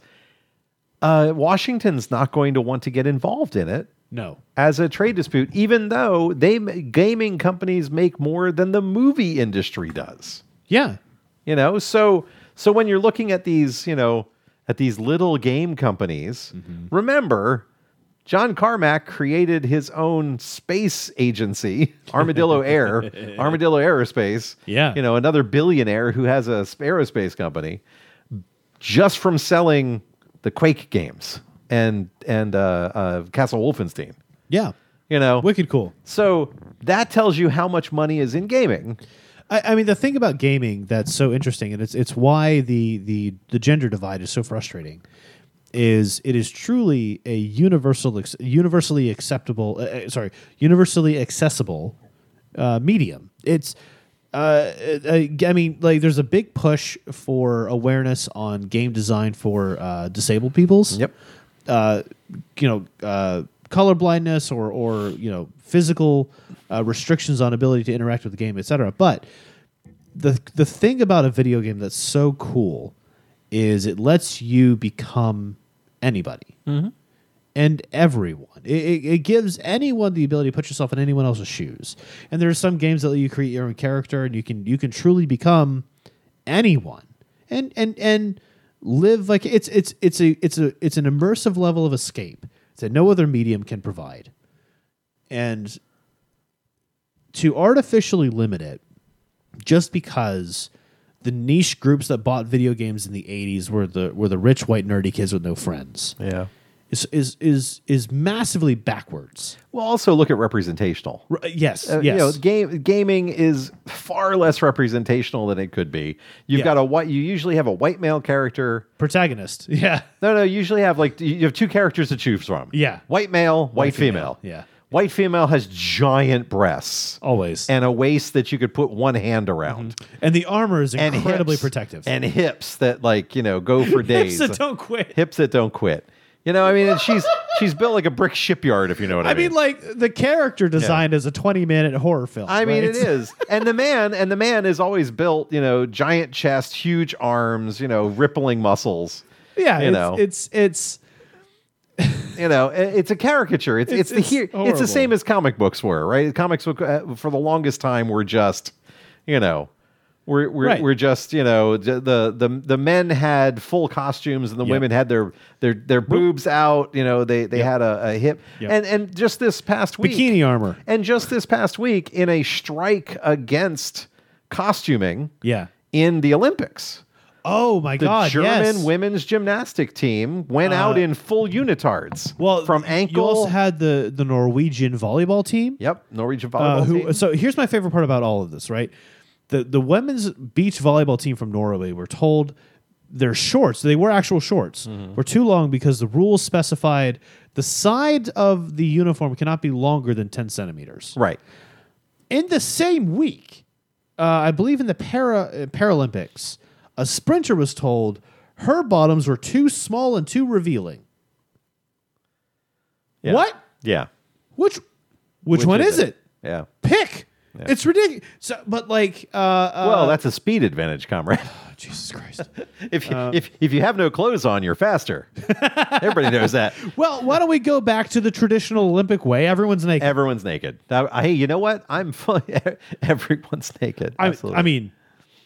Uh, Washington's not going to want to get involved in it
No.
as a trade dispute, even though they gaming companies make more than the movie industry does.
Yeah.
You know, so so when you're looking at these, you know, at these little game companies, remember John Carmack created his own space agency, Armadillo Air, Armadillo Aerospace.
Yeah.
You know, another billionaire who has a sp- aerospace company just from selling the Quake games and and uh, uh, Castle Wolfenstein.
Yeah.
You know,
Wicked cool.
so that tells you how much money is in gaming.
I, I mean, the thing about gaming that's so interesting, and it's it's why the the the gender divide is so frustrating, is it is truly a universal, ex- universally acceptable, uh, uh, sorry, universally accessible uh, medium. It's, uh, uh, I mean, like there's a big push for awareness on game design for uh, disabled peoples uh, you know, uh, color blindness or or you know, physical uh, restrictions on ability to interact with the game, etc. But the the thing about a video game that's so cool is it lets you become anybody and everyone. It, it, it gives anyone the ability to put yourself in anyone else's shoes. And there's some games that let you create your own character, and you can you can truly become anyone and and and live like it's it's it's a it's a it's an immersive level of escape that no other medium can provide. And to artificially limit it just because the niche groups that bought video games in the 80s were the were the rich white nerdy kids with no friends
Yeah.
is is is is massively backwards.
Well, also look at representational.
R- yes,
Uh,
yes.
You know, game gaming is far less representational than it could be. You've
Yeah.
got a white. You usually have a white male character.
Protagonist. Yeah.
No, no. You usually have like you have two characters to choose from.
Yeah.
White male, white,
female,
female.
yeah.
White female has giant breasts
Always.
and
And,
a waist that you could put one hand around,
the armor is
and
incredibly
hips,
protective.
and hips that like you know go for days.
so don't quit.
hips that don't quit. You know, I mean, and she's she's built like a brick shipyard, if you know what I,
I mean, like the character designed as a twenty-minute horror film.
I mean,
right?
it is, and the man, and the man is always built, you know, giant chest, huge arms, you know, rippling muscles,
Yeah,
you
it's,
know.
it's it's
you know, i- it's a caricature. It's it's,
it's
the here, it's
horrible.
the same as comic books were, right? Comics book uh, for the longest time were just, you know, we're we're,
Right.
we're just you know j- the the the men had full costumes and the
Yep.
women had their their their boobs out. You know, they they had a, a hip
Yep.
and and just this past week
bikini armor.
And just this past week, in a strike against costuming
Yeah.
in the Olympics,
Oh my
the
god.
German
yes. Uh,
women's gymnastic team went out in full unitards.
Well,
from
You
ankle.
also had the the Norwegian volleyball team.
yep, Norwegian volleyball
Uh, who,
team.
So here's my favorite part about all of this, right? The the women's beach volleyball team from Norway were told their shorts, they were actual shorts, were too long because the rules specified the side of the uniform cannot be longer than 10 centimeters.
Right.
In the same week, uh, I believe in the para, uh, Paralympics, a sprinter was told her bottoms were too small and too revealing.
Yeah.
What?
Yeah.
Which, which, one is, it?
Yeah.
Pick. It's ridiculous. So, but like, uh, uh,
Well, that's a speed advantage, comrade.
Jesus Christ.
if you,
uh,
if if you have no clothes on, you're faster. Everybody knows that.
well, why don't we go back to the traditional Olympic way? Everyone's naked.
Everyone's naked. Now, I- hey, you know what? I'm full. Everyone's naked.
I,
Absolutely.
I mean,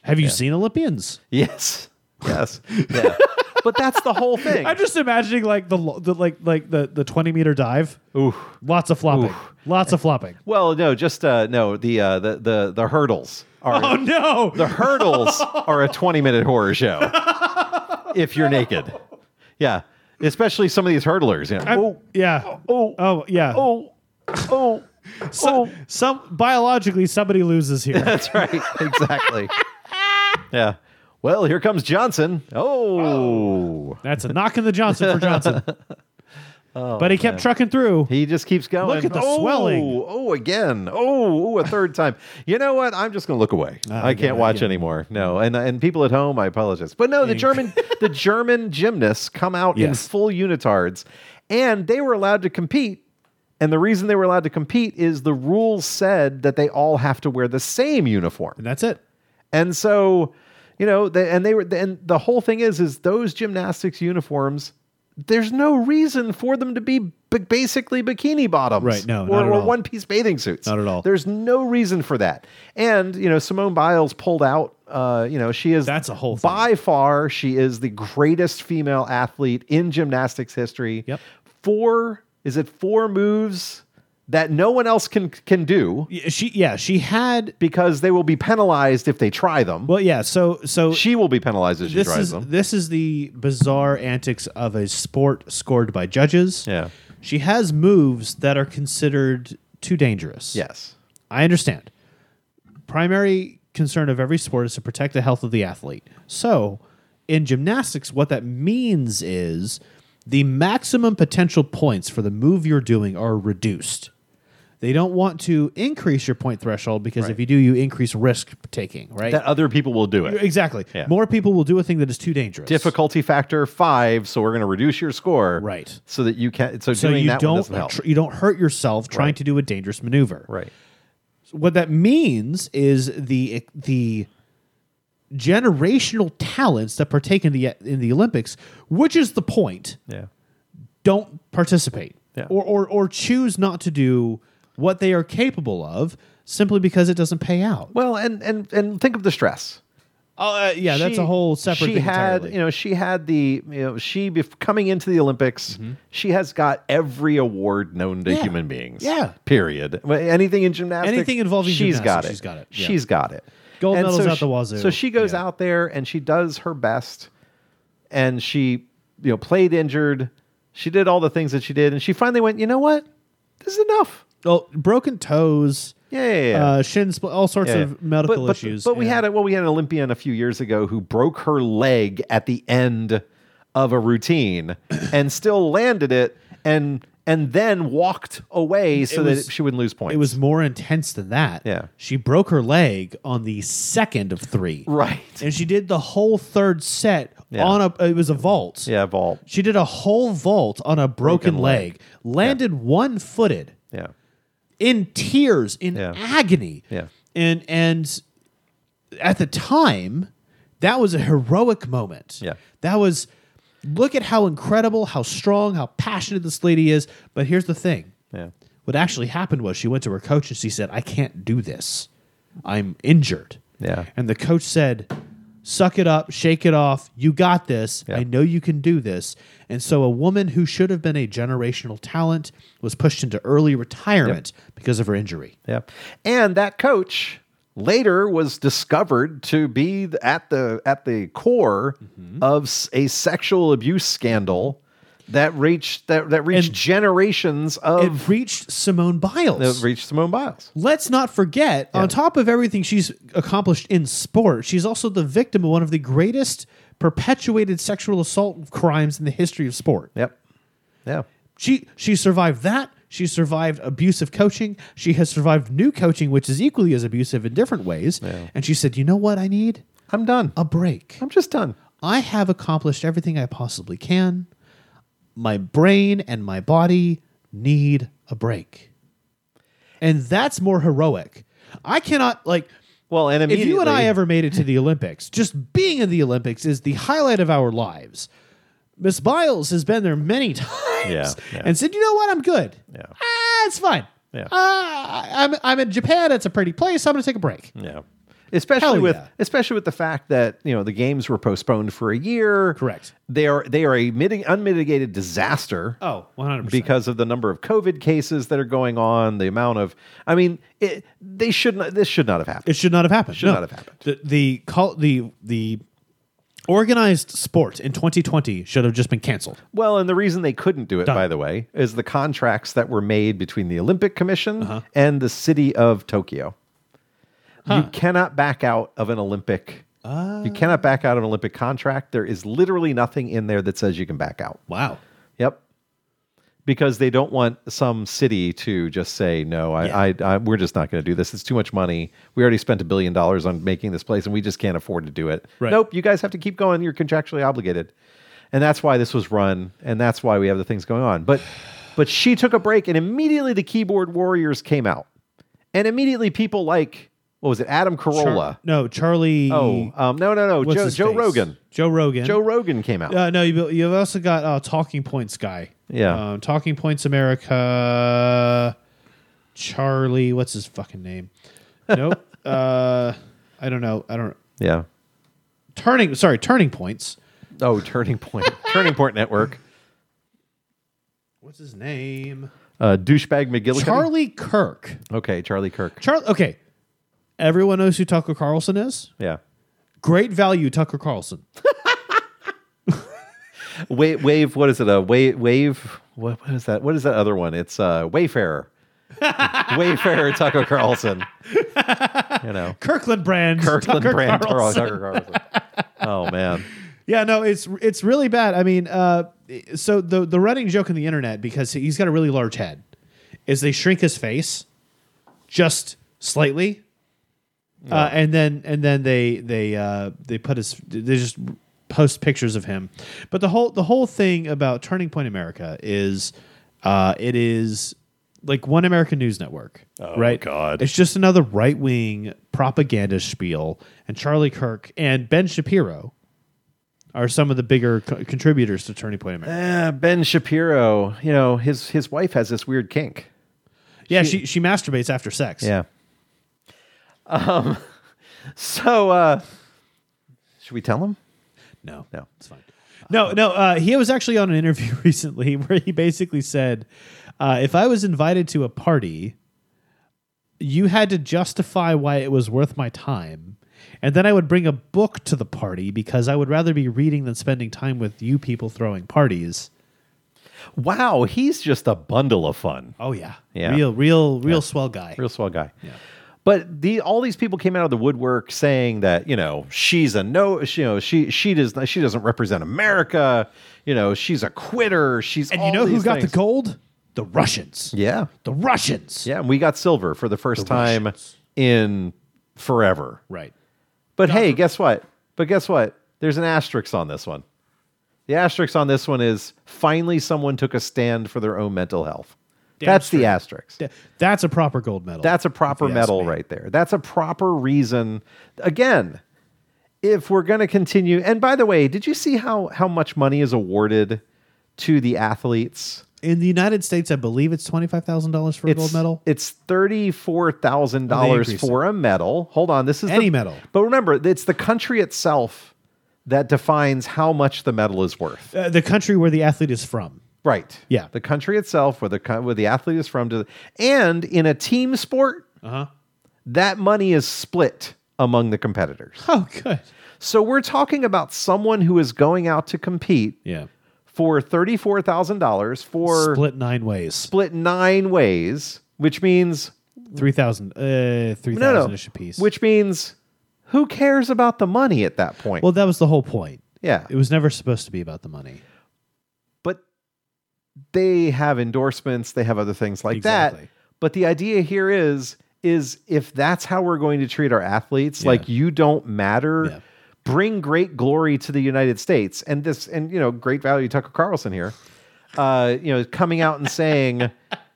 have you seen Olympians?
Yes. Yes. Yeah. but that's the whole thing.
I'm just imagining like the, lo- the like like the, the 20 meter dive. Ooh, lots of flopping. Lots of flopping.
well, no, just uh no, the uh the the, the hurdles are
Oh no!
the hurdles are a 20 minute horror show. if you're naked. Yeah. Especially some of these hurdlers, you know.
I'm- yeah. Oh. Oh yeah.
oh, oh.
So, Some biologically somebody loses here.
That's right. Exactly. yeah. Well, here comes Johnson. Oh.
That's a knock in the Johnson for Johnson. but he kept trucking through.
He just keeps going.
Look at the
oh,
swelling.
Oh, again. Oh, oh, a third time. You know what? I'm just going to look away.
Ah,
I can't watch anymore. No, and and people at home, I apologize. But no, the German the German gymnasts come out
Yes.
in full unitards, and they were allowed to compete. And the reason they were allowed to compete is the rules said that they all have to wear the same uniform.
and that's it.
And so, you know, they, and they were, and the whole thing is, is those gymnastics uniforms. There's no reason for them to be b- basically bikini bottoms,
Right, no,
or,
not at all.
one piece bathing suits,
Not at all.
There's no reason for that. And you know, Simone Biles pulled out. Uh, you know, she is
That's a whole thing.
by far. She is the greatest female athlete in gymnastics history.
Yep.
Four is it four moves that no one else can can do
Yeah, She yeah she had
because they will be penalized if they try them.
well yeah so so
She will be penalized as she
this
drives
is
them.
this is the bizarre antics of a sport scored by judges.
Yeah.
She has moves that are considered too dangerous.
Yes.
I understand. Primary concern of every sport is to protect the health of the athlete. So, in gymnastics, what that means is the maximum potential points for the move you're doing are reduced. They don't want to increase your point threshold because if you do, you increase risk taking, right?
That other people will do it.
Exactly.
Yeah.
More people will do a thing that is too dangerous.
Difficulty factor five, so we're going to reduce your score,
Right.
So that you can. So,
So
doing
you
that one
don't
doesn't help.
you don't hurt yourself trying
Right.
to do a dangerous maneuver.
right.
What that means is the the generational talents that partake in the in the Olympics, which is the point.
Yeah.
Don't participate
Yeah.
or, or or choose not to do what they are capable of simply because it doesn't pay out.
Well, and and and think of the stress.
Uh, yeah, that's
She-
a whole separate.
She
thing
had,
entirely.
you know, she had the, you know, she bef- coming into the Olympics, she has got every award known to
Mm-hmm. Yeah.
human beings.
Yeah.
period. Well, Anything in gymnastics,
Anything involving
she's
gymnastics,
got it.
she's got it. Yeah.
She's got it.
Gold medals out the
she-
wazoo.
So she goes
Yeah.
out there and she does her best, and she, you know, played injured. She did all the things that she did, and she finally went. You know what? This is enough.
well, broken toes,
Yeah, yeah, yeah.
uh, shin spl- all sorts
Yeah, yeah.
of medical
but, but,
issues.
But we
yeah.
had a, well, we had an Olympian a few years ago who broke her leg at the end of a routine and still landed it and and then walked away so
It was-
that she wouldn't lose points.
It was more intense than that.
Yeah.
She broke her leg on the second of three.
right.
And she did the whole third set
Yeah.
on a, it was a vault.
Yeah, vault.
She did a whole vault on a broken,
Broken
leg,
leg.
landed one footed
Yeah.
in tears, in
Yeah.
agony.
Yeah.
And, and at the time, that was a heroic moment.
Yeah.
That was, look at how incredible, how strong, how passionate this lady is. But here's the thing
Yeah.
what actually happened was she went to her coach and she said, I can't do this. I'm injured.
Yeah.
And the coach said, Suck it up, shake it off. You got this.
Yeah.
I know you can do this. And so a woman who should have been a generational talent was pushed into early retirement because of her injury.
Yeah. And that coach later was discovered to be th- at the at the core
Mm-hmm.
of s- a sexual abuse scandal that reached that that reached
And-
generations of
It reached Simone Biles.
that reached Simone Biles.
Let's not forget, on top of everything she's accomplished in sport, she's also the victim of one of the greatest perpetuated sexual assault crimes in the history of sport.
Yep. Yeah.
she she survived that. She survived abusive coaching. She has survived new coaching, which is equally as abusive in different ways. And she said, "You know what? I need
I'm done.
a break.
I'm just done.
I have accomplished everything I possibly can. My brain and my body need a break, and that's more heroic. I cannot like."
Well, and
if
immediately,
you and I ever made it to the Olympics, just being in the Olympics is the highlight of our lives. Miss Biles has been there many times
Yeah, yeah.
and said, "You know what? I'm good.
Yeah.
Ah, it's fine.
Yeah.
Ah, I'm I'm in Japan. It's a pretty place. I'm going to take a break.
yeah, especially
Hell
with
yeah.
especially with the fact that you know the games were postponed for a year.
Correct.
They are they are a miti- unmitigated disaster.
Oh, 100 percent.
Because of the number of COVID cases that are going on, the amount of, I mean, it, they should not. This should not have happened.
It should not have happened.
Should
No.
not have happened.
The the call, the the organized sport in 2020 should have just been canceled.
Well, and the reason they couldn't do it, by the way, is the contracts that were made between the Olympic Commission and the city of Tokyo. You cannot back out of an Olympic. you cannot back out of an Olympic contract. There is literally nothing in there that says you can back out.
Wow.
Yep. Because they don't want some city to just say no. I,
Yeah.
I, I we're just not going to do this. It's too much money. We already spent a billion dollars on making this place, and we just can't afford to do it.
Right.
Nope. You guys have to keep going. You're contractually obligated, and that's why this was run, and that's why we have the things going on. But, but she took a break, and immediately the keyboard warriors came out, and immediately people like what was it, Adam Carolla?
Char- no, Charlie.
oh, um, no, no, no,
what's
Joe,
his
Joe
face?
Rogan.
Joe Rogan.
Joe Rogan came out.
Uh, no, you, you've also got uh, Talking Points guy.
Yeah.
Um, Talking Points America. Charlie, what's his fucking name? Nope. uh, I don't know. I don't.
yeah.
Turning. Sorry, Turning Points.
Oh, Turning Point, Turning Point Network.
What's his name?
Uh, douchebag McGillicuddy.
Charlie Kirk.
Okay, Charlie Kirk.
Charlie. Okay. Everyone knows who Tucker Carlson is.
Yeah.
Great value, Tucker Carlson.
Wave, wave. What is it? A wave. Wave. What, what is that? What is that other one? It's uh, Wayfarer. Wayfarer Tucker Carlson. You know,
Kirkland brand.
Kirkland
Tucker
brand Carl-
Carlson.
Tucker Carlson. Oh man.
Yeah, no, it's it's really bad. I mean, uh, so the the running joke on the internet because he's got a really large head, is they shrink his face, just slightly, uh, and then and then they they uh, they put his they just post pictures of him. But the whole the whole thing about Turning Point America is, uh, it is like one American news network.
Oh,
right?
God.
It's just another right wing propaganda spiel. And Charlie Kirk and Ben Shapiro are some of the bigger co- contributors to Turning Point America.
Eh, ben Shapiro, you know, his his wife has this weird kink.
yeah, she she masturbates after sex.
Yeah. Um so uh should we tell him?
No.
No.
It's fine. No, no. Uh, he was actually on an interview recently where he basically said, uh, "If I was invited to a party, you had to justify why it was worth my time, and then I would bring a book to the party because I would rather be reading than spending time with you people throwing parties."
Wow, he's just a bundle of fun.
Oh yeah,
Yeah.
Real, real, real swell guy.
Real swell guy. But the all these people came out of the woodwork saying that, you know, she's a no she, you know, she she does she doesn't represent America, you know, she's a quitter, she's
and
all
you know who
these
got
things.
the gold? The Russians.
Yeah.
The Russians.
Yeah, and we got silver for the first time
Russians.
in forever.
Right.
But hey, guess what? But guess what? There's an asterisk on this one. The asterisk on this one is finally someone took a stand for their own mental health. That's the asterisk.
Th- That's a proper gold medal.
That's a proper
if you ask
medal
me.
right there. That's a proper reason. Again, if we're going to continue, and by the way, did you see how how much money is awarded to the athletes?
In the United States, I believe it's twenty five thousand dollars for a gold medal.
It's thirty four thousand
Well, they
dollars
increased
for a medal. Hold on, this is
Any
the,
medal.
But remember, it's the country itself that defines how much the medal is worth.
Uh, the country where the athlete is from.
Right.
Yeah.
The country itself, where the co- where the athlete is from, to, and in a team sport,
Uh-huh.
that money is split among the competitors.
Oh, good.
So we're talking about someone who is going out to compete
Yeah.
for thirty four thousand dollars for
Split nine ways.
split nine ways, which means
Three thousand. Uh, three
No,
thousand
no.
ish a piece.
Which means who cares about the money at that point?
well, that was the whole point.
yeah.
It was never supposed to be about the money.
But they have endorsements, they have other things like that.
Exactly.
But the idea here is is if that's how we're going to treat our athletes, like you don't matter,
Yeah.
bring great glory to the United States. And this and you know, great value Tucker Carlson here. Uh, you know, coming out and saying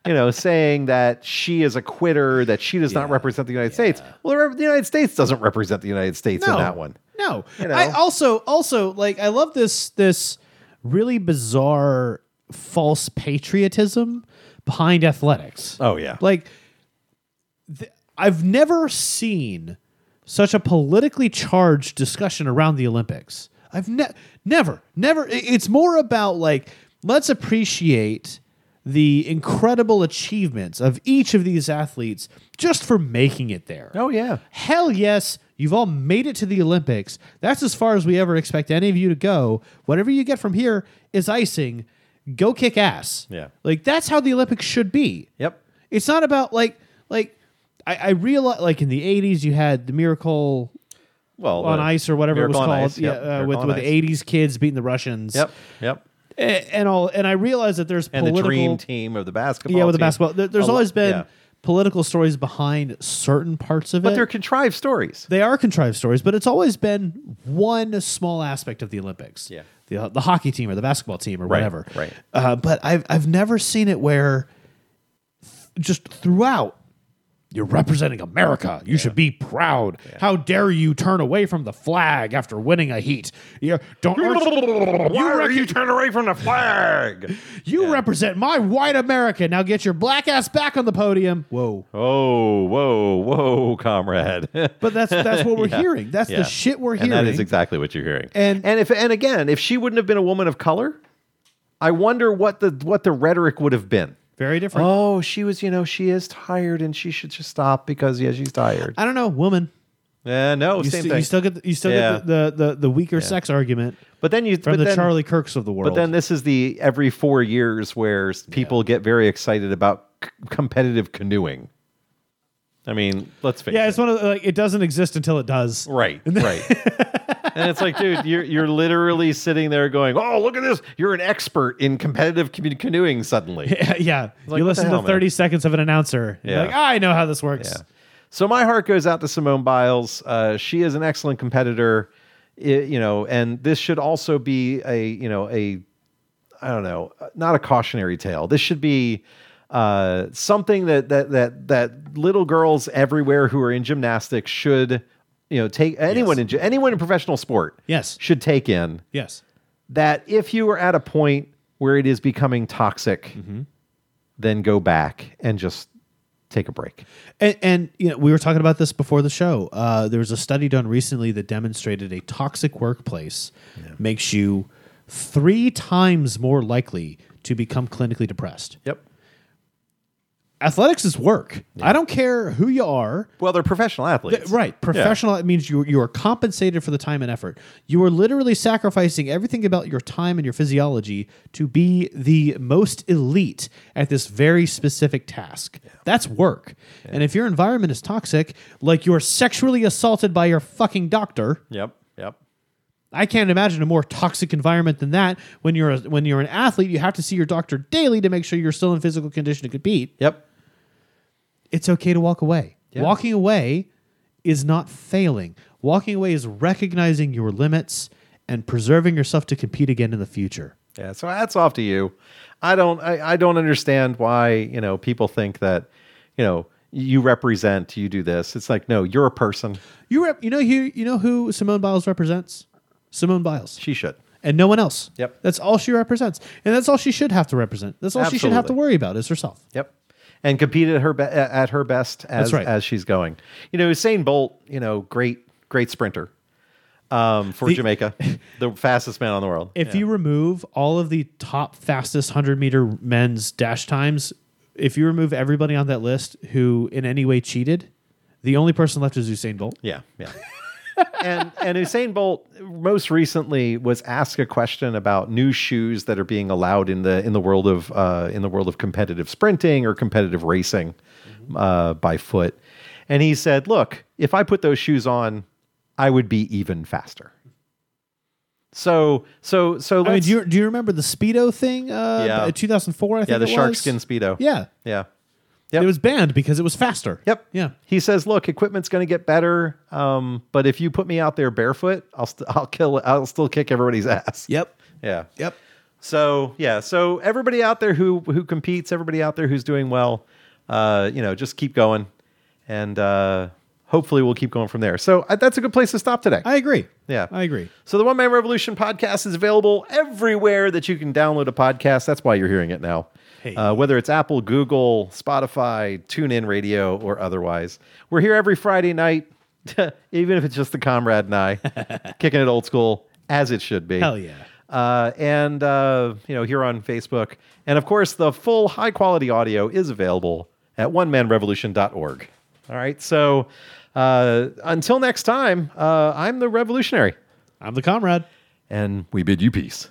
You know, saying that she is a quitter, that she does not represent the United States. Well, the United States doesn't represent the United States in that one.
No.
You know?
I also also like I love this this really bizarre false patriotism behind athletics.
Oh yeah.
Like, th- I've never seen such a politically charged discussion around the Olympics. I've ne- never, never. i- It's more about like, let's appreciate the incredible achievements of each of these athletes just for making it there.
Oh yeah.
Hell yes, you've all made it to the Olympics. That's as far as we ever expect any of you to go. Whatever you get from here is icing. Go kick ass.
Yeah.
Like that's how the Olympics should be.
Yep.
It's not about like like I, I realize like in the eighties you had the miracle
Well,
on
the
ice or whatever it was
Miracle on
called.
Ice, yep,
yeah, uh,
Miracle
with
on
with
Ice.
the eighties kids beating the Russians.
Yep. Yep.
A- And, all and I realize that there's
and
political
the dream team of the basketball.
Yeah, with the
team.
basketball. There, there's
A lo-
always been
yeah.
political stories behind certain parts of it.
but they're contrived stories.
they are contrived stories, but it's always been one small aspect of the Olympics.
Yeah.
The, the hockey team or the basketball team or
Right,
whatever.
right.
Uh, but I've, I've never seen it where th- just throughout you're representing America. You should be proud. How dare you turn away from the flag after winning a heat? You don't
Why are you turning away from the flag?
you represent my white America. Now get your black ass back on the podium. Whoa.
Oh, whoa, whoa, comrade!
But that's that's what we're hearing. That's
Yeah.
the shit we're
and
hearing.
that is exactly what you're hearing.
And-
and if and again, if she wouldn't have been a woman of color, I wonder what the what the rhetoric would have been.
Very different.
Oh, she was, you know, she is tired, and she should just stop because yeah, she's tired.
I don't know, woman.
Yeah, no,
you,
same
st-
thing.
you still get the, you still
Yeah.
get the, the, the, the weaker sex argument
but then you
from
but
the
then,
Charlie Kirks of the world.
But then this is the every four years where s- people get very excited about c- competitive canoeing. I mean, let's face
yeah,
it.
it's one of the, like it doesn't exist until it does.
Right, right. and it's like, dude, you're you're literally sitting there going, "Oh, look at this! You're an expert in competitive commu- canoeing." Suddenly,
yeah,
what
you
the
listen
hell,
to
man?
thirty seconds of an announcer. Yeah,
Yeah.
like "Ah, I know how this works.
Yeah. So my heart goes out to Simone Biles. Uh, she is an excellent competitor, i- you know, and this should also be a, you know, a, I don't know, not a cautionary tale. This should be uh, something that that that that little girls everywhere who are in gymnastics should you know take anyone in in anyone in professional sport
Yes.
should take in
Yes.
that if you are at a point where it is becoming toxic, then go back and just take a break.
And, and you know, we were talking about this before the show. Uh, there was a study done recently that demonstrated a toxic workplace makes you three times more likely to become clinically depressed.
Yep.
Athletics is work. I don't care who you are.
Well, they're professional athletes.
Th- right. Professional it means you you are compensated for the time and effort. You are literally sacrificing everything about your time and your physiology to be the most elite at this very specific task. That's work. And if your environment is toxic, like you're sexually assaulted by your fucking doctor,
Yep. Yep.
I can't imagine a more toxic environment than that. When you're a, when you're an athlete, you have to see your doctor daily to make sure you're still in physical condition to compete
Yep.
it's okay to walk away.
Yeah.
Walking away is not failing. Walking away is recognizing your limits and preserving yourself to compete again in the future.
Yeah. So hats off to you. I don't. I, I don't understand why you know people think that you know you represent you do this. It's like no, you're a person.
You rep, you know who you know who Simone Biles represents? Simone Biles
She should.
and no one else.
Yep.
That's all she represents, and that's all she should have to represent. That's all she should have to
Absolutely.
worry about is herself.
Yep. And compete at her be- at her best as
right.
as she's going. You know, Usain Bolt. You know, great great sprinter um, for Jamaica, the fastest man on the world.
If you remove all of the top fastest 100 meter men's dash times, if you remove everybody on that list who in any way cheated, the only person left is Usain Bolt.
Yeah, yeah. and and Usain Bolt most recently was asked a question about new shoes that are being allowed in the in the world of uh, in the world of competitive sprinting or competitive racing uh, by foot, and he said, "Look, if I put those shoes on, I would be even faster." So so so
I mean,
let's
do you, do you remember the Speedo thing? Uh,
Yeah.
b- 2004, I think.
yeah the
it
shark
was?
skin speedo
Yeah.
yeah Yep.
It was banned because it was faster.
Yep.
Yeah.
He says, "Look, equipment's going to get better, um, but if you put me out there barefoot, I'll st- I'll kill I'll still kick everybody's ass."
Yep.
Yeah.
Yep.
So yeah. So everybody out there who who competes, everybody out there who's doing well, uh, you know, just keep going, and uh, hopefully we'll keep going from there. So uh, that's a good place to stop today.
I agree.
Yeah.
I agree.
So the One Man Revolution podcast is available everywhere that you can download a podcast. That's why you're hearing it now.
Hey.
Uh, whether it's Apple, Google, Spotify, TuneIn Radio, or otherwise. We're here every Friday night, even if it's just the comrade and I, kicking it old school as it should be.
Hell yeah.
Uh, and, uh, you know, here on Facebook. And of course, the full high quality audio is available at onemanrevolution.org. All right. So uh, until next time, uh, I'm the revolutionary
I'm the comrade.
and we bid you peace.